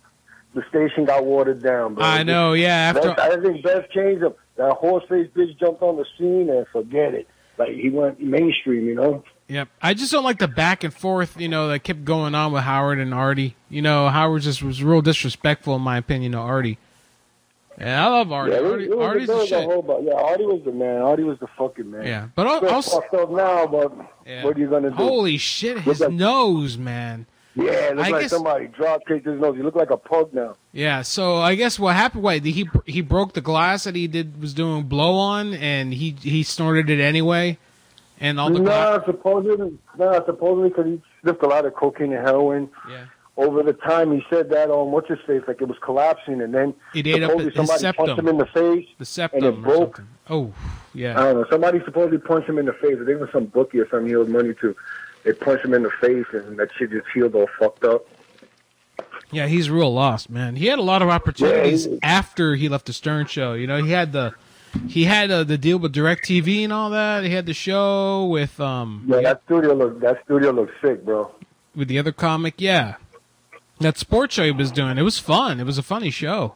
[SPEAKER 28] the station got watered down, bro.
[SPEAKER 2] I know, yeah, after-
[SPEAKER 28] Beth, I think Beth changed up. That horse face bitch jumped on the scene and forget it. Like he went mainstream, you know.
[SPEAKER 2] Yep. I just don't like the back and forth, you know, that kept going on with Howard and Artie. You know, Howard just was real disrespectful, in my opinion, to Artie. Yeah, I love Artie.
[SPEAKER 28] Yeah, it was-
[SPEAKER 2] Artie
[SPEAKER 28] it was
[SPEAKER 2] Artie's
[SPEAKER 28] there
[SPEAKER 2] the
[SPEAKER 28] was
[SPEAKER 2] shit.
[SPEAKER 28] whole bu- yeah, Artie was the man. Artie was the fucking man.
[SPEAKER 2] Yeah, but al-
[SPEAKER 28] Still
[SPEAKER 2] also-
[SPEAKER 28] fucked up now, but what are you gonna do?
[SPEAKER 2] Holy shit, his nose, man.
[SPEAKER 28] yeah, it looks
[SPEAKER 2] I
[SPEAKER 28] like
[SPEAKER 2] guess-
[SPEAKER 28] somebody drop kicked his nose. You look like a pug now.
[SPEAKER 2] Yeah, so I guess what happened was he he broke the glass that he did was doing blow on, and he he snorted it anyway, and all the glass.
[SPEAKER 28] No, supposedly, no, supposedly because he sniffed a lot of cocaine and heroin.
[SPEAKER 2] Yeah.
[SPEAKER 28] Over the time, he said that on what's his face, like it was collapsing, and then
[SPEAKER 2] It ate up
[SPEAKER 28] supposedly
[SPEAKER 2] his
[SPEAKER 28] somebody
[SPEAKER 2] septum.
[SPEAKER 28] punched him in the face,
[SPEAKER 2] the
[SPEAKER 28] and it
[SPEAKER 2] septum. Or
[SPEAKER 28] broke.
[SPEAKER 2] something. Oh, yeah.
[SPEAKER 28] I don't know. Somebody supposedly punched him in the face. I think it was some bookie or something he owed money to. They punched him in the face, and that shit just healed all fucked up.
[SPEAKER 2] Yeah, he's real lost, man. He had a lot of opportunities
[SPEAKER 28] Yeah,
[SPEAKER 2] after he left the Stern show. You know, he had the he had uh, the deal with DirecTV and all that. He had the show with um
[SPEAKER 28] Yeah, that studio look. That studio looks sick, bro.
[SPEAKER 2] with the other comic. Yeah, that sports show he was doing. It was fun. It was a funny show.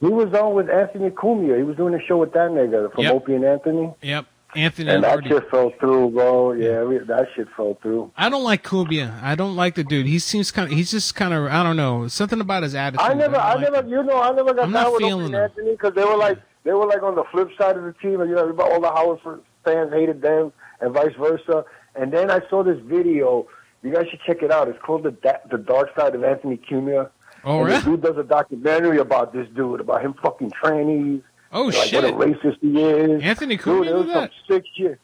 [SPEAKER 28] He was on with Anthony Cumia. He was doing a show with that nigga from
[SPEAKER 2] Yep.
[SPEAKER 28] Opie and Anthony.
[SPEAKER 2] Yep, Anthony
[SPEAKER 28] And that
[SPEAKER 2] Hardy.
[SPEAKER 28] shit fell through, bro. Yeah, we- that shit fell through.
[SPEAKER 2] I don't like Kubia. I don't like the dude. He seems kind of. He's just kind of. I don't know. Something about his attitude.
[SPEAKER 28] I never, I, never, you know, I never got
[SPEAKER 2] I'm
[SPEAKER 28] down
[SPEAKER 2] not
[SPEAKER 28] with
[SPEAKER 2] feeling
[SPEAKER 28] Opie and
[SPEAKER 2] them.
[SPEAKER 28] Anthony because they were like, they were like on the flip side of the team, and you know, everybody, all the Howard fans hated them, and vice versa. And then I saw this video. You guys should check it out. It's called the da- the Dark Side of Anthony Cumia.
[SPEAKER 2] Oh,
[SPEAKER 28] and
[SPEAKER 2] really?
[SPEAKER 28] this dude does a documentary about this dude, about him fucking trannies.
[SPEAKER 2] Oh,
[SPEAKER 28] and, like,
[SPEAKER 2] shit.
[SPEAKER 28] What a racist he is.
[SPEAKER 2] Anthony
[SPEAKER 28] Dude,
[SPEAKER 2] Cumia
[SPEAKER 28] it was
[SPEAKER 2] did
[SPEAKER 28] some
[SPEAKER 2] that?
[SPEAKER 28] sick shit.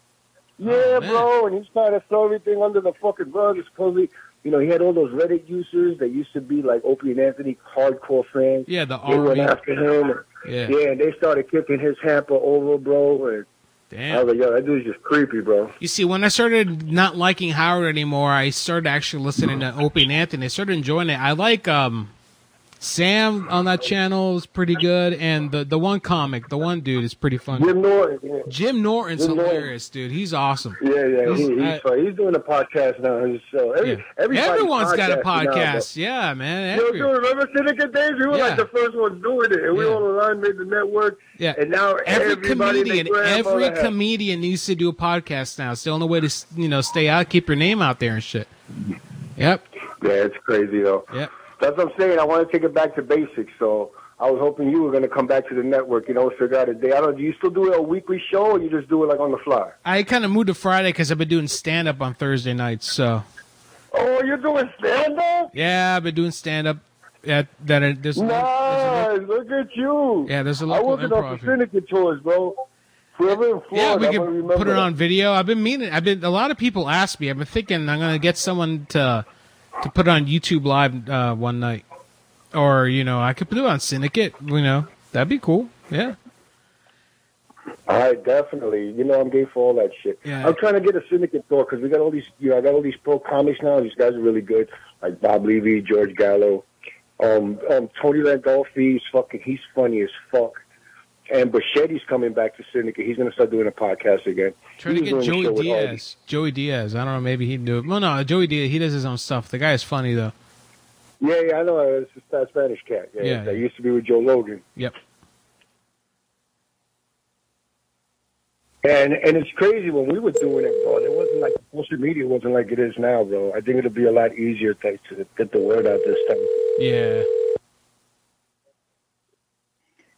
[SPEAKER 28] Yeah,
[SPEAKER 2] Oh,
[SPEAKER 28] bro, and he's trying to throw everything under the fucking rug. It's supposedly, you know, he had all those Reddit users that used to be like Opie and Anthony hardcore fans.
[SPEAKER 2] Yeah, the
[SPEAKER 28] they went
[SPEAKER 2] army.
[SPEAKER 28] after him.
[SPEAKER 2] Yeah.
[SPEAKER 28] yeah, and they started kicking his hamper over, bro. And
[SPEAKER 2] Damn.
[SPEAKER 28] I was like, yo, that dude's just creepy, bro.
[SPEAKER 2] You see, when I started not liking Howard anymore, I started actually listening to Opie and Anthony. I started enjoying it. I like um, Sam on that channel is pretty good, and the the one comic, the one dude is pretty funny.
[SPEAKER 28] Jim Norton. Yeah,
[SPEAKER 2] Jim Norton's
[SPEAKER 28] Jim Norton.
[SPEAKER 2] hilarious, dude. He's awesome.
[SPEAKER 28] yeah, yeah.
[SPEAKER 2] He's-
[SPEAKER 28] He, he's,
[SPEAKER 2] I-
[SPEAKER 28] funny. he's doing a podcast now. His show. Every, everybody's
[SPEAKER 2] Everyone's got a
[SPEAKER 28] podcasting now, bro.
[SPEAKER 2] podcast. yeah, man.
[SPEAKER 28] Yo,
[SPEAKER 2] every-
[SPEAKER 28] dude, remember Syndicate Days? We were
[SPEAKER 2] Yeah.
[SPEAKER 28] like the first ones doing it, and we all aligned, made the network.
[SPEAKER 2] Yeah.
[SPEAKER 28] And now
[SPEAKER 2] every
[SPEAKER 28] everybody and their
[SPEAKER 2] comedian,
[SPEAKER 28] grandmother
[SPEAKER 2] every
[SPEAKER 28] has-
[SPEAKER 2] comedian needs to do a podcast now. It's the only way to you know stay out, keep your name out there and shit. Yep.
[SPEAKER 28] Yeah, it's crazy though.
[SPEAKER 2] Yeah.
[SPEAKER 28] That's what I'm saying. I want to take it back to basics. So I was hoping you were going to come back to the network. You know, figure out a day. I don't. Do you still do a weekly show, or you just do it like on the fly?
[SPEAKER 2] I kind of moved to Friday because I've been doing stand up on Thursday nights. So
[SPEAKER 28] Oh, you're doing stand up?
[SPEAKER 2] yeah, I've been doing stand up at that. There's, there's a,
[SPEAKER 28] Nice. Look at you.
[SPEAKER 2] yeah, there's a
[SPEAKER 28] I
[SPEAKER 2] local
[SPEAKER 28] working on
[SPEAKER 2] improv.
[SPEAKER 28] the
[SPEAKER 2] Here.
[SPEAKER 28] syndicate tours, bro. Forever in Florida.
[SPEAKER 2] Yeah, we
[SPEAKER 28] I'm gonna
[SPEAKER 2] could
[SPEAKER 28] remember
[SPEAKER 2] put it
[SPEAKER 28] that.
[SPEAKER 2] on video. I've been meaning. I've been. A lot of people ask me. I've been thinking I'm gonna get someone to to put it on YouTube live uh, one night. or you know, I could do it on Syndicate. You know, that'd be cool. Yeah.
[SPEAKER 28] I definitely. You know, I'm game for all that shit.
[SPEAKER 2] Yeah.
[SPEAKER 28] I'm trying to get a syndicate tour because we got all these. You know, I got all these pro comics now. These guys are really good, like Bob Levy, George Gallo, um, um, Tony Landolfi. He's fucking. He's funny as fuck. And Bichetti's coming back to syndicate. He's gonna start doing a podcast again.
[SPEAKER 2] Try to
[SPEAKER 28] He
[SPEAKER 2] get
[SPEAKER 28] was doing a
[SPEAKER 2] Joey
[SPEAKER 28] show with all these-
[SPEAKER 2] Diaz. Joey Diaz. I don't know. Maybe he'd do it. Well, no, Joey Diaz. He does his own stuff. The guy is funny though.
[SPEAKER 28] Yeah, yeah, I know. It's just that Spanish cat. Yeah,
[SPEAKER 2] Yeah,
[SPEAKER 28] that used to be with Joe Logan.
[SPEAKER 2] Yep.
[SPEAKER 28] And and it's crazy when we were doing it, bro. It wasn't like social media wasn't like it is now, bro. I think it'll be a lot easier to, to get the word out this time.
[SPEAKER 2] Yeah.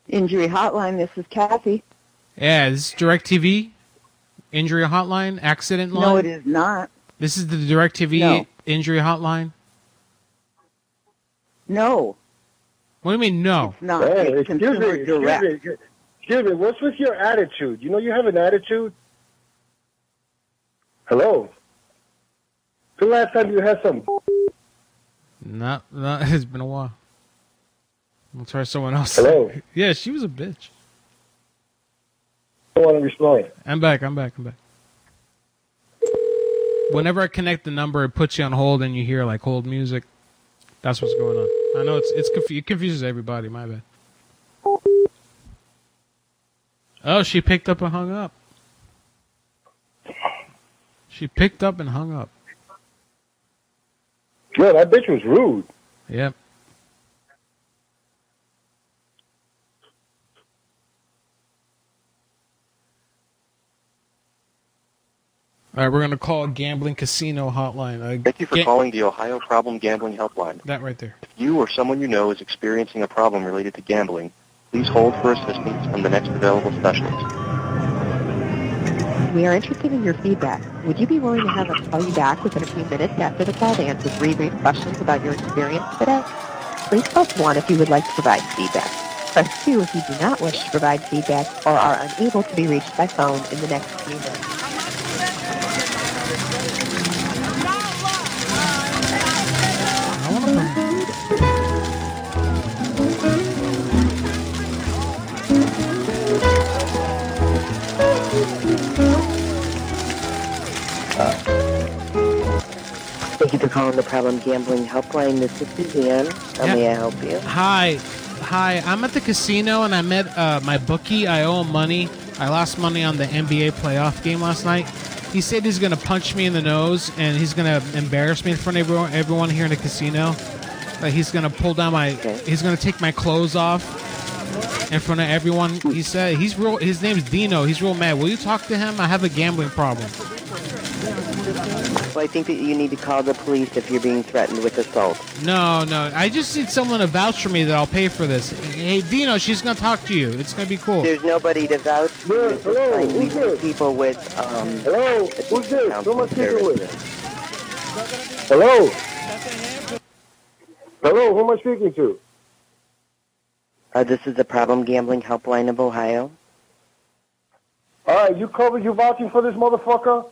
[SPEAKER 21] Injury hotline, this is Kathy.
[SPEAKER 2] Yeah. This is Directv injury hotline, accident line.
[SPEAKER 21] No, it is not.
[SPEAKER 2] This is the Directv
[SPEAKER 21] No.
[SPEAKER 2] injury hotline.
[SPEAKER 21] No,
[SPEAKER 2] What do you mean? No.
[SPEAKER 21] not.
[SPEAKER 28] Hey,
[SPEAKER 21] It's
[SPEAKER 28] excuse
[SPEAKER 21] consumer
[SPEAKER 28] me, excuse
[SPEAKER 21] direct.
[SPEAKER 28] me, excuse me. What's with your attitude? You know you have an attitude. Hello. The last time you had some.
[SPEAKER 2] No, no. [LAUGHS] It's been a while. We'll try someone else.
[SPEAKER 28] Hello.
[SPEAKER 2] Oh, Yeah, she was a bitch.
[SPEAKER 28] I want to respond.
[SPEAKER 2] I'm back. I'm back. I'm back. Whenever I connect the number, it puts you on hold, and you hear like hold music. That's what's going on. I know it's it's confu- it confuses everybody. My bad. Oh, she picked up and hung up. She picked up and hung up.
[SPEAKER 28] Yo, that bitch was rude.
[SPEAKER 2] Yep. All right, we're gonna call gambling casino hotline. Uh,
[SPEAKER 10] Thank you for
[SPEAKER 2] ga-
[SPEAKER 10] calling the Ohio Problem Gambling Helpline.
[SPEAKER 2] That right there.
[SPEAKER 10] If you or someone you know is experiencing a problem related to gambling, please hold for assistance from the next available specialist.
[SPEAKER 7] We are interested in your feedback. Would you be willing to have us call you back within a few minutes after the call to answer three brief questions about your experience today? Please press 1 if you would like to provide feedback. Press 2 if you do not wish to provide feedback or are unable to be reached by phone in the next few minutes.
[SPEAKER 24] Thank you for calling the Problem Gambling Helpline. This is Suzanne. How may I help you?
[SPEAKER 2] Hi, hi. I'm at the casino and I met uh, my bookie. I owe him money. I lost money on the NBA playoff game last night. He said he's gonna punch me in the nose and he's gonna embarrass me in front of everyone, everyone here in the casino. Like he's gonna pull down my, he's gonna take my clothes off in front of everyone. He said he's real. His name's Dino. He's real mad. Will you talk to him? I have a gambling problem.
[SPEAKER 24] Well, I think that you need to call the police if you're being threatened with assault.
[SPEAKER 2] No, no. I just need someone to vouch for me that I'll pay for this. Hey, Dino, she's gonna talk to you. It's gonna be cool.
[SPEAKER 24] There's nobody to vouch for you. It's
[SPEAKER 2] hello,
[SPEAKER 24] like
[SPEAKER 2] who's
[SPEAKER 24] these are people with, um... Hello, who's this? Who am I speaking with?
[SPEAKER 28] Hello. Hello, who am I speaking to?
[SPEAKER 24] Uh, this is the Problem Gambling Helpline of Ohio.
[SPEAKER 28] All right, you covered. You vouching for this motherfucker?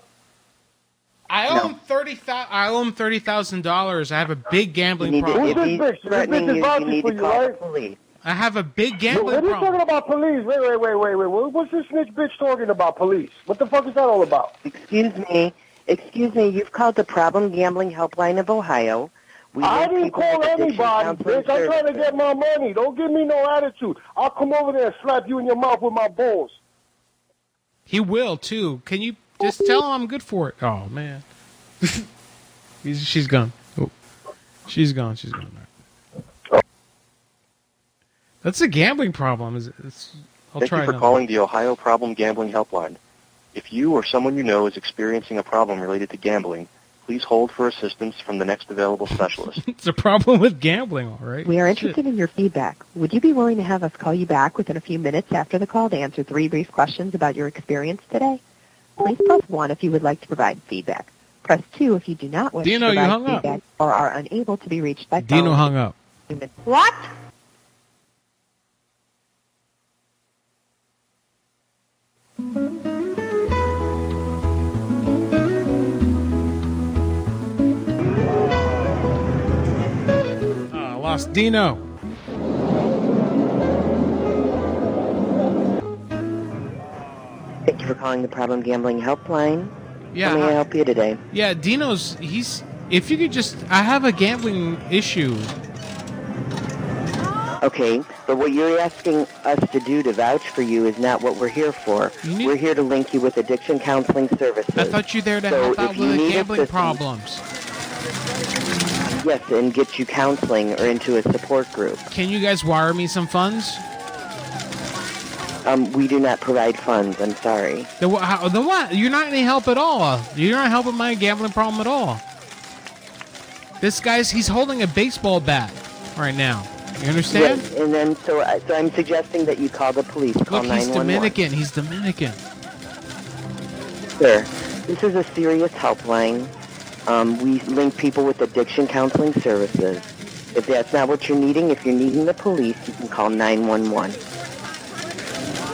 [SPEAKER 2] I owe him thirty thousand. I owe him thirty thousand dollars. I have a big
[SPEAKER 24] You
[SPEAKER 2] gambling
[SPEAKER 24] need to-
[SPEAKER 2] problem.
[SPEAKER 24] if Who's this he's bitch? This threatening bitch is you, you vouching need for to you, call the right? police.
[SPEAKER 2] I have a big
[SPEAKER 28] Yo,
[SPEAKER 2] gambling
[SPEAKER 28] what are you
[SPEAKER 2] problem.
[SPEAKER 28] talking about police? Wait, wait, wait, wait, wait. What- What's this snitch bitch talking about police? What the fuck is that all about?
[SPEAKER 24] Excuse me. Excuse me. You've called the Problem Gambling Helpline of Ohio. We
[SPEAKER 28] I
[SPEAKER 24] link
[SPEAKER 28] didn't
[SPEAKER 24] people with
[SPEAKER 28] call
[SPEAKER 24] addiction
[SPEAKER 28] anybody,
[SPEAKER 24] counseling
[SPEAKER 28] bitch. I'm trying to
[SPEAKER 24] services.
[SPEAKER 28] get my money. Don't give me no attitude. I'll come over there and slap you in your mouth with my balls.
[SPEAKER 2] He will too. Can you just tell him I'm good for it? Oh man, [LAUGHS] He's, she's gone. Oh. She's gone. She's gone. All right. That's a gambling problem. Is it's, I'll
[SPEAKER 10] Thank
[SPEAKER 2] try
[SPEAKER 10] you for
[SPEAKER 2] another.
[SPEAKER 10] calling the Ohio Problem Gambling Helpline. If you or someone you know is experiencing a problem related to gambling, please hold for assistance from the next available specialist.
[SPEAKER 2] [LAUGHS] It's a problem with gambling. All right.
[SPEAKER 7] We are
[SPEAKER 2] Shit.
[SPEAKER 7] interested in your feedback. Would you be willing to have us call you back within a few minutes after the call to answer three brief questions about your experience today? Please press 1 if you would like to provide feedback. Press 2 if you do not wish
[SPEAKER 2] Dino,
[SPEAKER 7] to
[SPEAKER 2] you
[SPEAKER 7] provide
[SPEAKER 2] hung up.
[SPEAKER 7] feedback or are unable to be reached by
[SPEAKER 2] Dino
[SPEAKER 7] phone.
[SPEAKER 2] hung up.
[SPEAKER 7] What?
[SPEAKER 2] Oh, I Uh, lost Dino.
[SPEAKER 24] for calling the Problem Gambling Helpline.
[SPEAKER 2] Yeah.
[SPEAKER 24] How may I help you today?
[SPEAKER 2] Yeah, Dino's. He's. If you could just, I have a gambling issue.
[SPEAKER 24] Okay, but what you're asking us to do to vouch for you is not what we're here for. We're here to link you with addiction counseling services.
[SPEAKER 2] I thought you there to
[SPEAKER 24] So
[SPEAKER 2] help out
[SPEAKER 24] if you
[SPEAKER 2] with the
[SPEAKER 24] need
[SPEAKER 2] gambling
[SPEAKER 24] assistance-
[SPEAKER 2] problems.
[SPEAKER 24] Yes, and get you counseling or into a support group.
[SPEAKER 2] Can you guys wire me some funds?
[SPEAKER 24] Um, we do not provide funds. I'm sorry.
[SPEAKER 2] Then what? How, then what? You're not any help at all. You're not helping my gambling problem at all. This guy's. He's holding a baseball bat right now. You understand?
[SPEAKER 24] Yes, and then so, I so I'm suggesting that you call the police. Call
[SPEAKER 2] Look, he's
[SPEAKER 24] 911.
[SPEAKER 2] Dominican. He's Dominican.
[SPEAKER 24] Sir, this is a serious helpline. Um, we link people with addiction counseling services. If that's not what you're needing, if you're needing the police, you can call 911.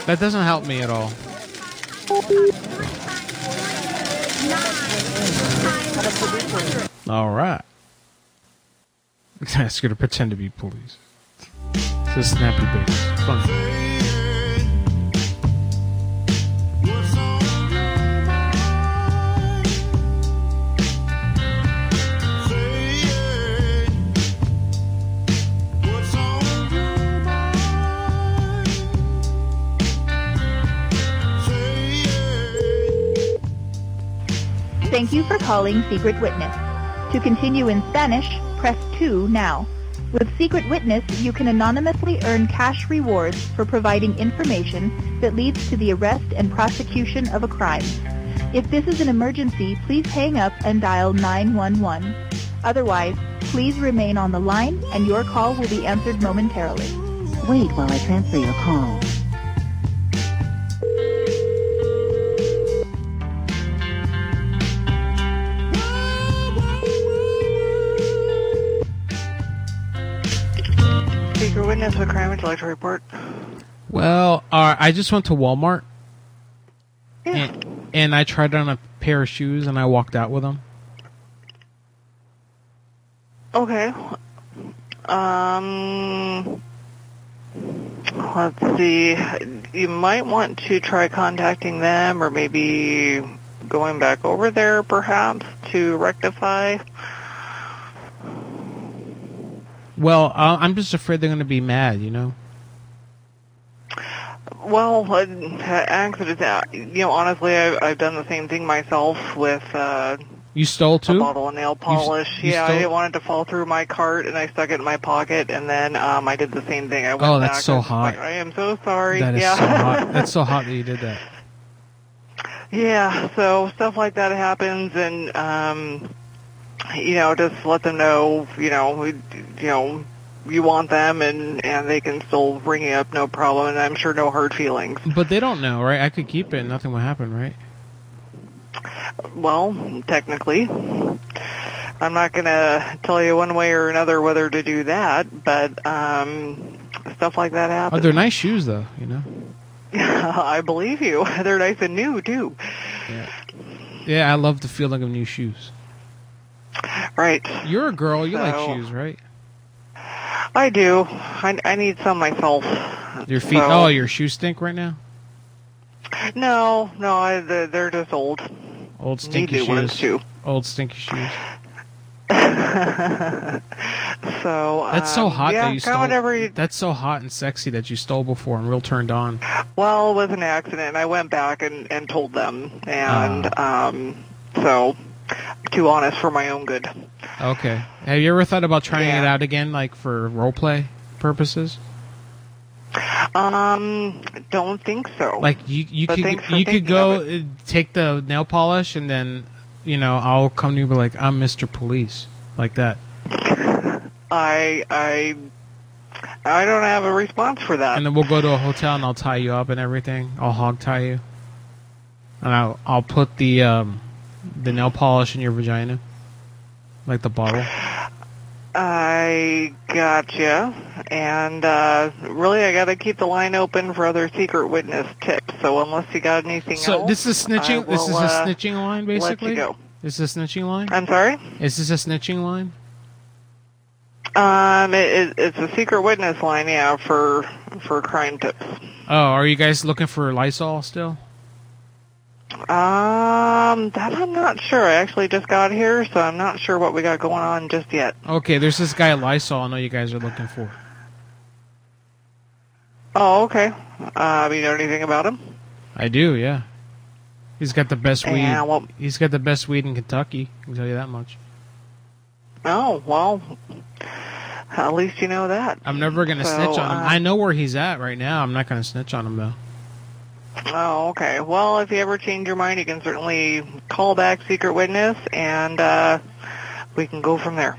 [SPEAKER 2] That doesn't help me at all. All right. [LAUGHS] Ask her to pretend to be police. It's a snappy bass. Fun.
[SPEAKER 8] Thank you for calling Secret Witness. To continue in Spanish, press 2 now. With Secret Witness, you can anonymously earn cash rewards for providing information that leads to the arrest and prosecution of a crime. If this is an emergency, please hang up and dial 911. Otherwise, please remain on the line and your call will be answered momentarily.
[SPEAKER 32] Wait while I transfer your call.
[SPEAKER 3] Secret witness, what crime would you like to report?
[SPEAKER 2] Well, uh, I just went to Walmart. And, and I tried on a pair of shoes and I walked out with them.
[SPEAKER 3] Okay. Um, let's see. You might want to try contacting them or maybe going back over there perhaps to rectify.
[SPEAKER 2] Well, uh, I'm just afraid they're going to be mad, you know?
[SPEAKER 3] Well, uh, accidents, uh, you know, honestly, I've, I've done the same thing myself with uh,
[SPEAKER 2] You stole
[SPEAKER 3] a
[SPEAKER 2] too?
[SPEAKER 3] bottle of nail
[SPEAKER 2] You s-
[SPEAKER 3] polish.
[SPEAKER 2] you
[SPEAKER 3] yeah, I
[SPEAKER 2] stole-
[SPEAKER 3] didn't want it to fall through my cart, and I stuck it in my pocket, and then um, I did the same thing. I went
[SPEAKER 2] Oh, that's
[SPEAKER 3] back
[SPEAKER 2] so
[SPEAKER 3] and was
[SPEAKER 2] hot.
[SPEAKER 3] like, I am so sorry.
[SPEAKER 2] That is
[SPEAKER 3] yeah.
[SPEAKER 2] so
[SPEAKER 3] [LAUGHS]
[SPEAKER 2] hot. That's so hot that you did that.
[SPEAKER 3] yeah. So stuff like that happens, and um, you know, just let them know, you know, we- you know, you want them, and and they can still ring you up, no problem, and I'm sure no hard feelings.
[SPEAKER 2] But they don't know, right? I could keep it and nothing would happen, right?
[SPEAKER 3] Well, technically, I'm not going to tell you one way or another whether to do that, but um, stuff like that
[SPEAKER 2] Oh,
[SPEAKER 3] happens.
[SPEAKER 2] they're nice shoes, though, you know?
[SPEAKER 3] [LAUGHS] I believe you. [LAUGHS] They're nice and new too.
[SPEAKER 2] Yeah, I love the feeling of new shoes.
[SPEAKER 3] Right.
[SPEAKER 2] You're a girl. You like
[SPEAKER 3] So-
[SPEAKER 2] shoes, right?
[SPEAKER 3] I do. I, I need some myself.
[SPEAKER 2] Your feet.
[SPEAKER 3] So-
[SPEAKER 2] Oh, your shoes stink right now.
[SPEAKER 3] No, no, I, they're, they're just old.
[SPEAKER 2] Old
[SPEAKER 3] Need
[SPEAKER 2] stinky
[SPEAKER 3] new ones,
[SPEAKER 2] shoes.
[SPEAKER 3] too.
[SPEAKER 2] Old stinky shoes.
[SPEAKER 3] So
[SPEAKER 2] That's so
[SPEAKER 3] um,
[SPEAKER 2] hot
[SPEAKER 3] Yeah,
[SPEAKER 2] that you
[SPEAKER 3] kinda
[SPEAKER 2] stole.
[SPEAKER 3] whenever you
[SPEAKER 2] That's so hot and sexy that you stole before and real turned on.
[SPEAKER 3] Well, it was an accident. and I went back and, and told them, and
[SPEAKER 2] Ah.
[SPEAKER 3] um, so too honest for my own good.
[SPEAKER 2] Okay. Have you ever thought about trying it out again, like for role play purposes?
[SPEAKER 3] Um, don't think so.
[SPEAKER 2] Like you, you
[SPEAKER 3] But
[SPEAKER 2] could
[SPEAKER 3] thanks for
[SPEAKER 2] you could
[SPEAKER 3] thinking
[SPEAKER 2] go uh, take the nail polish and then you know I'll come to you and be like I'm Mr. Police like that.
[SPEAKER 3] I I I don't have a response for that.
[SPEAKER 2] and then we'll go to a hotel and I'll tie you up and everything. I'll hog tie you, and I'll I'll put the um, the nail polish in your vagina, like the bottle.
[SPEAKER 3] I gotcha, and uh, really, I got to keep the line open for other secret witness tips. So unless you got anything
[SPEAKER 2] So
[SPEAKER 3] else,
[SPEAKER 2] this is
[SPEAKER 3] I
[SPEAKER 2] snitching. this
[SPEAKER 3] will,
[SPEAKER 2] is a
[SPEAKER 3] uh,
[SPEAKER 2] snitching line,
[SPEAKER 3] let you
[SPEAKER 2] basically.
[SPEAKER 3] go.
[SPEAKER 2] Is this a snitching line?
[SPEAKER 3] I'm sorry.
[SPEAKER 2] Is this a snitching line?
[SPEAKER 3] Um, it, it, it's a secret witness line, yeah, for for crime tips.
[SPEAKER 2] Oh, are you guys looking for Lysol still?
[SPEAKER 3] Um, that I'm not sure. I actually just got here, so I'm not sure what we got going on just yet.
[SPEAKER 2] Okay, there's this guy Lysol. I know you guys are looking for.
[SPEAKER 3] Oh, okay. Uh, you know anything about him?
[SPEAKER 2] I do, yeah. He's got the best weed.
[SPEAKER 3] Yeah, well-
[SPEAKER 2] He's got the best weed in Kentucky. I can tell you that much.
[SPEAKER 3] Oh, well, at least you know that.
[SPEAKER 2] I'm never gonna
[SPEAKER 3] So,
[SPEAKER 2] snitch on him.
[SPEAKER 3] uh,
[SPEAKER 2] I know where he's at right now. I'm not gonna snitch on him though.
[SPEAKER 3] Oh, okay. Well, if you ever change your mind, you can certainly call back Secret Witness, and uh, we can go from there.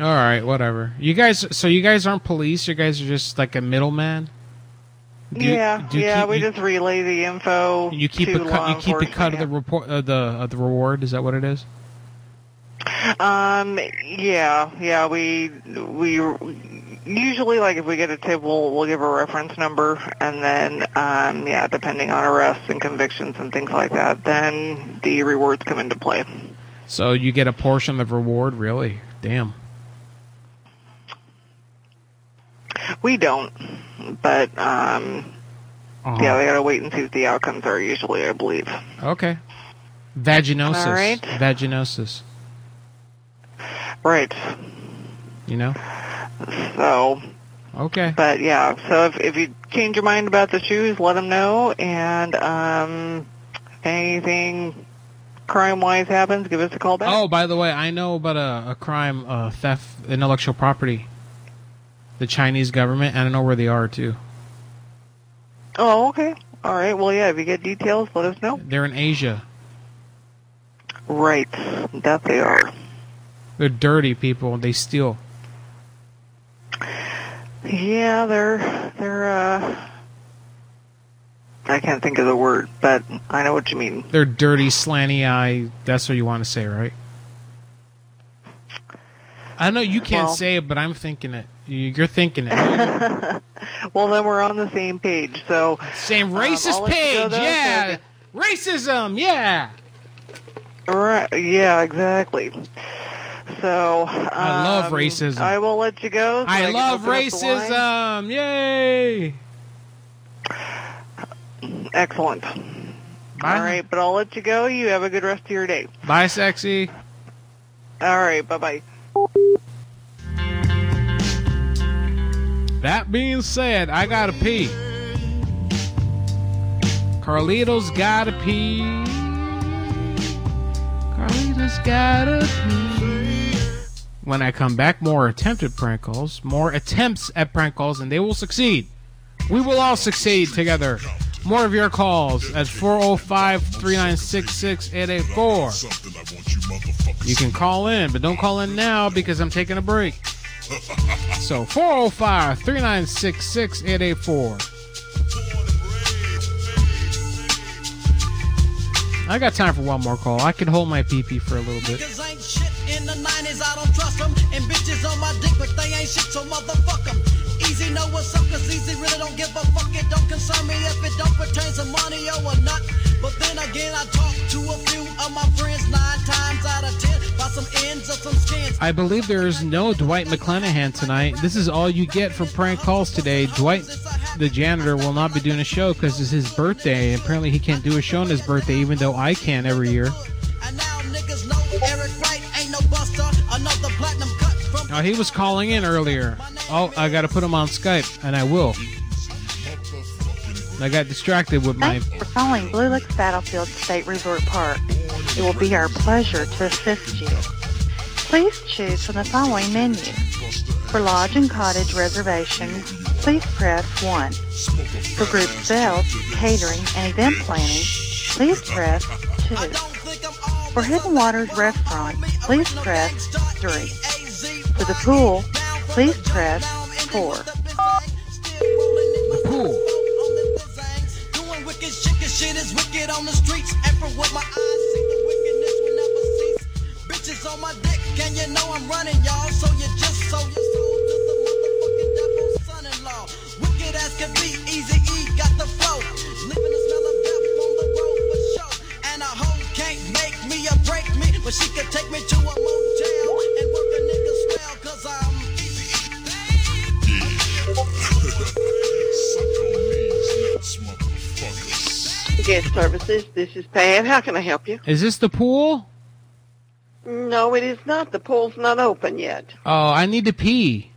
[SPEAKER 2] All right, whatever. You guys, so you guys aren't police. You guys are just like a middleman. Do you-
[SPEAKER 3] yeah,
[SPEAKER 2] do you
[SPEAKER 3] yeah.
[SPEAKER 2] keep-
[SPEAKER 3] we
[SPEAKER 2] you-
[SPEAKER 3] just relay the info
[SPEAKER 2] You keep a
[SPEAKER 3] to law
[SPEAKER 2] cut. You keep a
[SPEAKER 3] enforcement.
[SPEAKER 2] cut of the report. Uh, the of the reward. Is that what it is?
[SPEAKER 3] Um, yeah, yeah, we we usually like if we get a tip, we'll we'll give a reference number, and then um, yeah, depending on arrests and convictions and things like that, then the rewards come into play.
[SPEAKER 2] So you get a portion of reward. Really? Damn.
[SPEAKER 3] We don't, but um,
[SPEAKER 2] Uh-huh.
[SPEAKER 3] yeah, we gotta wait and see what the outcomes are. Usually, I believe.
[SPEAKER 2] Okay. Vaginosis.
[SPEAKER 3] All right.
[SPEAKER 2] Vaginosis.
[SPEAKER 3] Right.
[SPEAKER 2] You know.
[SPEAKER 3] So.
[SPEAKER 2] Okay.
[SPEAKER 3] But yeah, so if if you change your mind about the shoes, let them know, and um, if anything crime wise happens, give us a call back.
[SPEAKER 2] Oh, by the way, I know about a, a crime, uh, theft, intellectual property. The Chinese government, and I know where they are too.
[SPEAKER 3] Oh, okay. All right. Well, yeah. If you get details, let us know.
[SPEAKER 2] They're in Asia.
[SPEAKER 3] Right. That they are.
[SPEAKER 2] They're dirty people. They steal.
[SPEAKER 3] Yeah, they're they're. uh I can't think of the word, but I know what you mean.
[SPEAKER 2] They're dirty, slanty eye. That's what you want to say, right? I know you can't
[SPEAKER 3] Well-
[SPEAKER 2] say it, but I'm thinking it. You- You're
[SPEAKER 3] [LAUGHS]
[SPEAKER 2] thinking it.
[SPEAKER 3] Well, then we're on the same page. So um,
[SPEAKER 2] same Racist page, yeah. Racism, yeah.
[SPEAKER 3] Right. Yeah. Exactly. So
[SPEAKER 2] I love
[SPEAKER 3] um,
[SPEAKER 2] racism.
[SPEAKER 3] I will let you go. so
[SPEAKER 2] I
[SPEAKER 3] can
[SPEAKER 2] love
[SPEAKER 3] open up the line.
[SPEAKER 2] racism. Yay.
[SPEAKER 3] Excellent.
[SPEAKER 2] Bye.
[SPEAKER 3] All right, but I'll let you go. You have a good rest of your day.
[SPEAKER 2] Bye, sexy.
[SPEAKER 3] All right. Bye bye.
[SPEAKER 2] That being said, I gotta pee. Carlito's gotta pee. Carlito's gotta pee. When I come back, more attempted prank calls, more attempts at prank calls, and they will succeed. We will all succeed together. More of your calls at 405 396 6884. You can call in, but don't call in now because I'm taking a break. So 405 396 6884. I got time for one more call. I can hold my PP for a little bit.
[SPEAKER 33] Niggas ain't shit in the 90s, I don't trust 'em. And bitches on my dick, but they ain't shit, so motherfuck 'em. Easy know what's up, cause easy really don't give a fuck. It don't concern me if it don't pertain to money or a nut. But then again, I talk to a few of my friends nine times out of ten. By some ends or some skins.
[SPEAKER 2] I believe there is no Dwight McClanahan tonight. This is all you get for prank calls today. Dwight, the janitor, will not be doing a show because it's his birthday. and Apparently, he can't do a show on his birthday, even though I can every year.
[SPEAKER 33] And now niggas know Eric Wright ain't no buster. Another platinum cut from
[SPEAKER 2] Now, he was calling in earlier. Oh, I got to put him on Skype, and I will. I got distracted with my.
[SPEAKER 1] We're calling Blue Licks Battlefield State Resort Park. It will be our pleasure to assist you. Please choose from the following menu. For lodge and cottage reservations, please press 1. For group sales, catering, and event planning, please press 2. For Hidden Waters Restaurant, please press 3. For the pool, please press 4.
[SPEAKER 2] The pool.
[SPEAKER 33] doing wicked shit, 'cause shit is wicked on the streets. And from what my eyes see, the wickedness will never cease. Bitches on my dick, and you know I'm running, y'all. So you just sold your soul to the motherfucking devil's son-in-law. Wicked as can be, easy E got the flow. Living the smell of death on the road for sure. And a hoe can't make me or break me, but she can take me to a motel and work a nigga spell, cause I'm E.
[SPEAKER 34] Suck on these nuts, motherfuckers.
[SPEAKER 1] Good
[SPEAKER 35] Services. This is Pat. How can I help you?
[SPEAKER 2] Is this the pool?
[SPEAKER 35] No, it is not. The pool's not open yet. [LAUGHS]
[SPEAKER 2] Oh, I need to pee.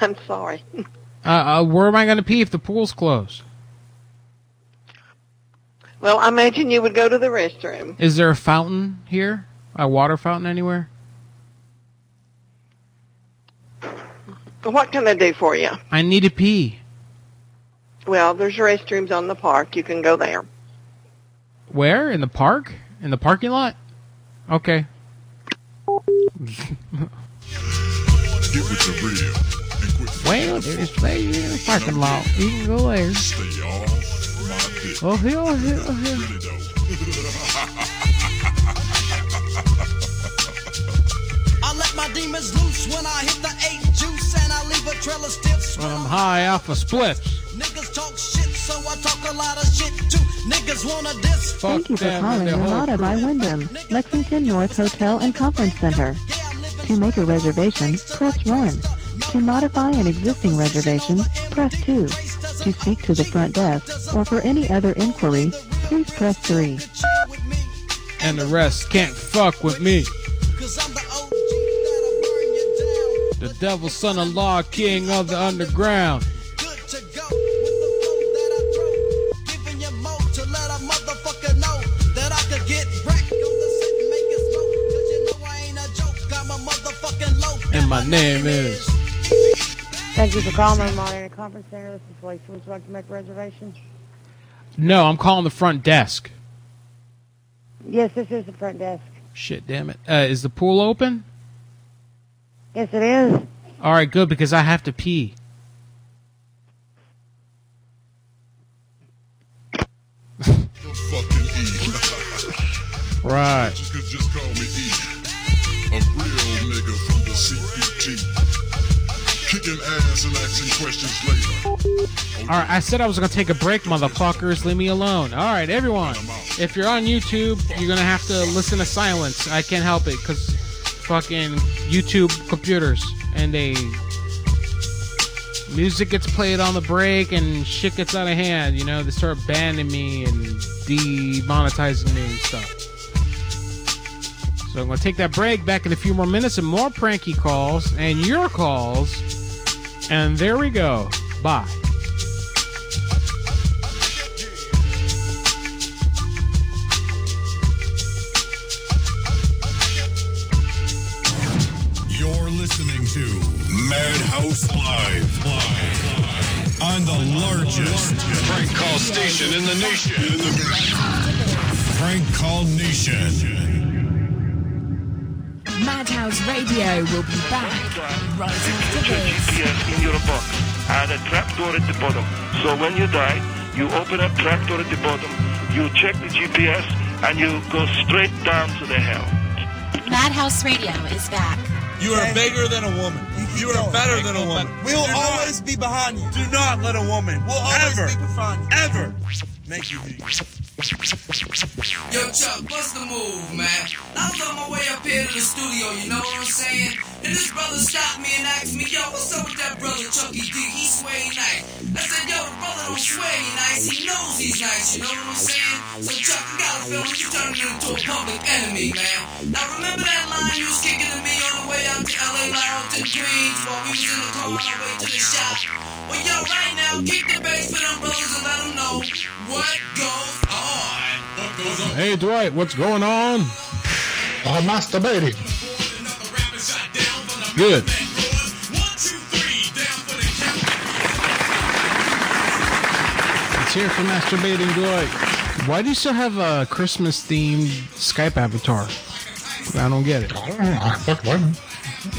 [SPEAKER 35] I'm sorry. [LAUGHS]
[SPEAKER 2] Uh, uh, where am I going to pee if the pool's closed?
[SPEAKER 35] Well, I imagine you would go to the restroom.
[SPEAKER 2] Is there a fountain here? A water fountain anywhere?
[SPEAKER 35] What can I do for you?
[SPEAKER 2] I need to pee.
[SPEAKER 35] Well, there's restrooms on the park. You can go there.
[SPEAKER 2] Where? In the park? In the parking lot? Okay. Oh,
[SPEAKER 36] Get with the real and quit.
[SPEAKER 2] Well, there's plenty in the parking lot. You can go there.
[SPEAKER 36] Stay off my dick.
[SPEAKER 2] Oh, here, oh, here, oh, here.
[SPEAKER 36] Really though. [LAUGHS]
[SPEAKER 33] I let my demons loose when I hit the eight juice and I leave a trail of stiffs.
[SPEAKER 2] From high alpha splits.
[SPEAKER 33] Niggas talk shit, so I talk a lot of shit too. Niggas wanna diss.
[SPEAKER 2] Fuck
[SPEAKER 1] Thank you for
[SPEAKER 2] them
[SPEAKER 1] calling
[SPEAKER 2] and their whole
[SPEAKER 1] Ramada by Wyndham, Lexington North Hotel and Conference Center. To make a reservation, press 1. To modify an existing reservation, press 2. To speak to the front desk or for any other inquiry, please press 3.
[SPEAKER 2] and the rest can't fuck with me. The devil's son of law, king of the underground.
[SPEAKER 33] Motherfucker know that I could get wrecked on the set and make it smoke. Cause you know I ain't a joke. I'm a motherfucking low.
[SPEAKER 2] And my name is.
[SPEAKER 37] Thank you for calling the Modern Conference Center. This is Lacey. Would you like to make reservations?
[SPEAKER 2] No, I'm calling the front desk.
[SPEAKER 37] Yes, this is the front desk.
[SPEAKER 2] Shit, damn it. Uh, is the pool open?
[SPEAKER 37] Yes, it is.
[SPEAKER 2] All right, good, because I have to pee.
[SPEAKER 36] Fucking E.
[SPEAKER 2] Right.
[SPEAKER 36] Bitches could [LAUGHS] just call me E. A real nigga from the CET. Kicking ass and asking questions later.
[SPEAKER 2] All right, I said I was going to take a break, motherfuckers. Leave me alone. All right, everyone. If you're on YouTube, you're going to have to listen to silence. I can't help it because fucking YouTube computers and they. Music gets played on the break and shit gets out of hand. You know, they start banning me and demonetizing me and stuff. So I'm going to take that break back in a few more minutes and more pranky calls and your calls. And there we go. Bye.
[SPEAKER 38] You're listening to Madhouse Live, live, on the largest prank call station in the nation. Prank Call Nation.
[SPEAKER 25] Madhouse Radio will be back right after
[SPEAKER 18] Put your
[SPEAKER 25] this.
[SPEAKER 18] GPS in your box and a trapdoor at the bottom. So when you die, you open up trapdoor at the bottom, you check the GPS, and you go straight down to the hell.
[SPEAKER 25] Madhouse Radio is back.
[SPEAKER 8] You are bigger than a woman. You are better than a woman.
[SPEAKER 18] We'll
[SPEAKER 8] always be behind you. Do not let a woman we'll ever, ever make you think.
[SPEAKER 9] Yo, Chuck, what's the move, man? I was on my way up here to the studio, you know what I'm saying? And this brother stopped me and asked me, yo, what's up with that brother Chucky D? He sway nice. I said, yo, the brother don't sway nice. He knows he's nice, you know what I'm saying? So, Chuck, I got a feeling you turning into a public enemy, man. Now, remember that line you was kicking to me on the way out oh, to L.A. Lawton Dreams while we was in the car on our way to the shop? Well, yo, right now, kick the bass for them brothers and let them know what goes on. What goes on?
[SPEAKER 5] Hey Dwight, what's going on? I'm masturbating. Good.
[SPEAKER 2] It's here for masturbating Dwight. Why do you still have a Christmas themed Skype avatar? I don't get it.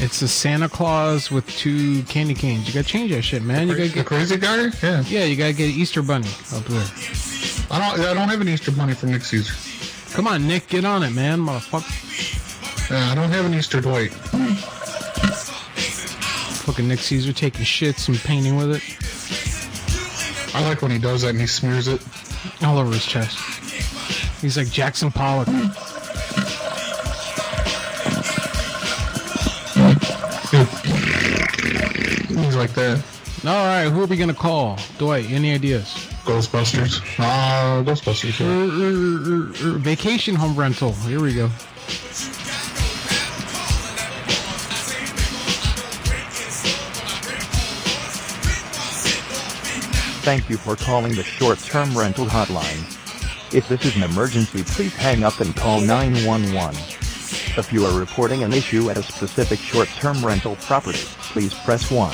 [SPEAKER 2] It's a Santa Claus with two candy canes. You gotta change that shit, man. You gotta get
[SPEAKER 5] crazy guy. Yeah.
[SPEAKER 2] Yeah, you gotta get an Easter bunny up there.
[SPEAKER 5] I don't. I don't have an Easter bunny for next Caesar.
[SPEAKER 2] Come on, Nick, get on it, man, motherfucker.
[SPEAKER 5] Yeah, I don't have an Easter Dwight.
[SPEAKER 2] Fucking Nick Caesar taking shits and painting with it
[SPEAKER 5] I like when he does that and he smears it.
[SPEAKER 2] all over his chest. He's like Jackson Pollock.
[SPEAKER 5] Things like that.
[SPEAKER 2] All right, who are we gonna call? Dwight, any ideas?
[SPEAKER 5] Ghostbusters. Ah, Ghostbusters.
[SPEAKER 2] Er,
[SPEAKER 5] yeah.
[SPEAKER 2] er, er, er, Vacation home rental. Here we go.
[SPEAKER 39] Thank you for calling the short-term rental hotline. If this is an emergency, please hang up and call 911. If you are reporting an issue at a specific short-term rental property, please press 1.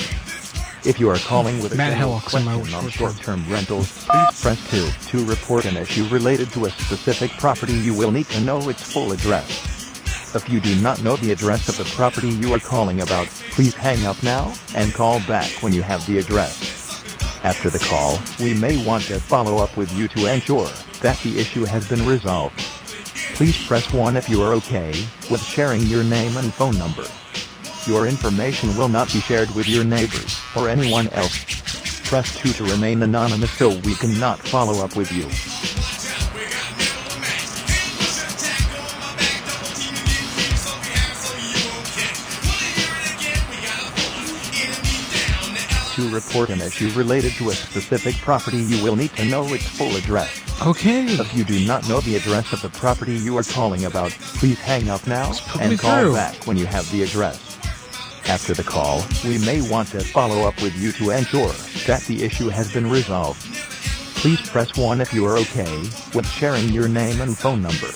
[SPEAKER 39] If you are calling with a
[SPEAKER 2] Matt
[SPEAKER 39] general
[SPEAKER 2] Hellick's in
[SPEAKER 39] question
[SPEAKER 2] my
[SPEAKER 39] on short-term rentals, please press 2. To report an issue related to a specific property, you will need to know its full address. If you do not know the address of the property you are calling about, please hang up now and call back when you have the address. After the call, we may want to follow up with you to ensure that the issue has been resolved. Please press 1 if you are okay with sharing your name and phone number. Your information will not be shared with your neighbors or anyone else. Press 2 to remain anonymous so we cannot follow up with you. To report an issue related to a specific property, you will need to know its full address.
[SPEAKER 2] Okay.
[SPEAKER 39] If you do not know the address of the property you are calling about, please hang up now
[SPEAKER 2] put me
[SPEAKER 39] and call
[SPEAKER 2] through.
[SPEAKER 39] back when you have the address. After the call, we may want to follow up with you to ensure that the issue has been resolved. Please press 1 if you are okay with sharing your name and phone number.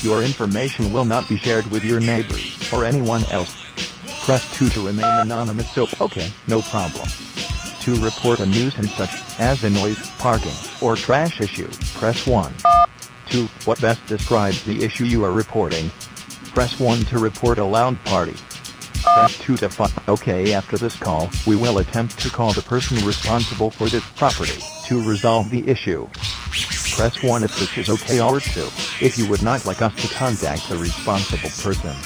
[SPEAKER 39] Your information will not be shared with your neighbors or anyone else. Press 2 to remain anonymous so okay, no problem. To report a nuisance such as a noise, parking, or trash issue, press 1. 2. What best describes the issue you are reporting? Press 1 to report a loud party. Press 2 to find. Okay, after this call, we will attempt to call the person responsible for this property to resolve the issue. Press 1 if this is okay or 2 if you would not like us to contact the responsible person.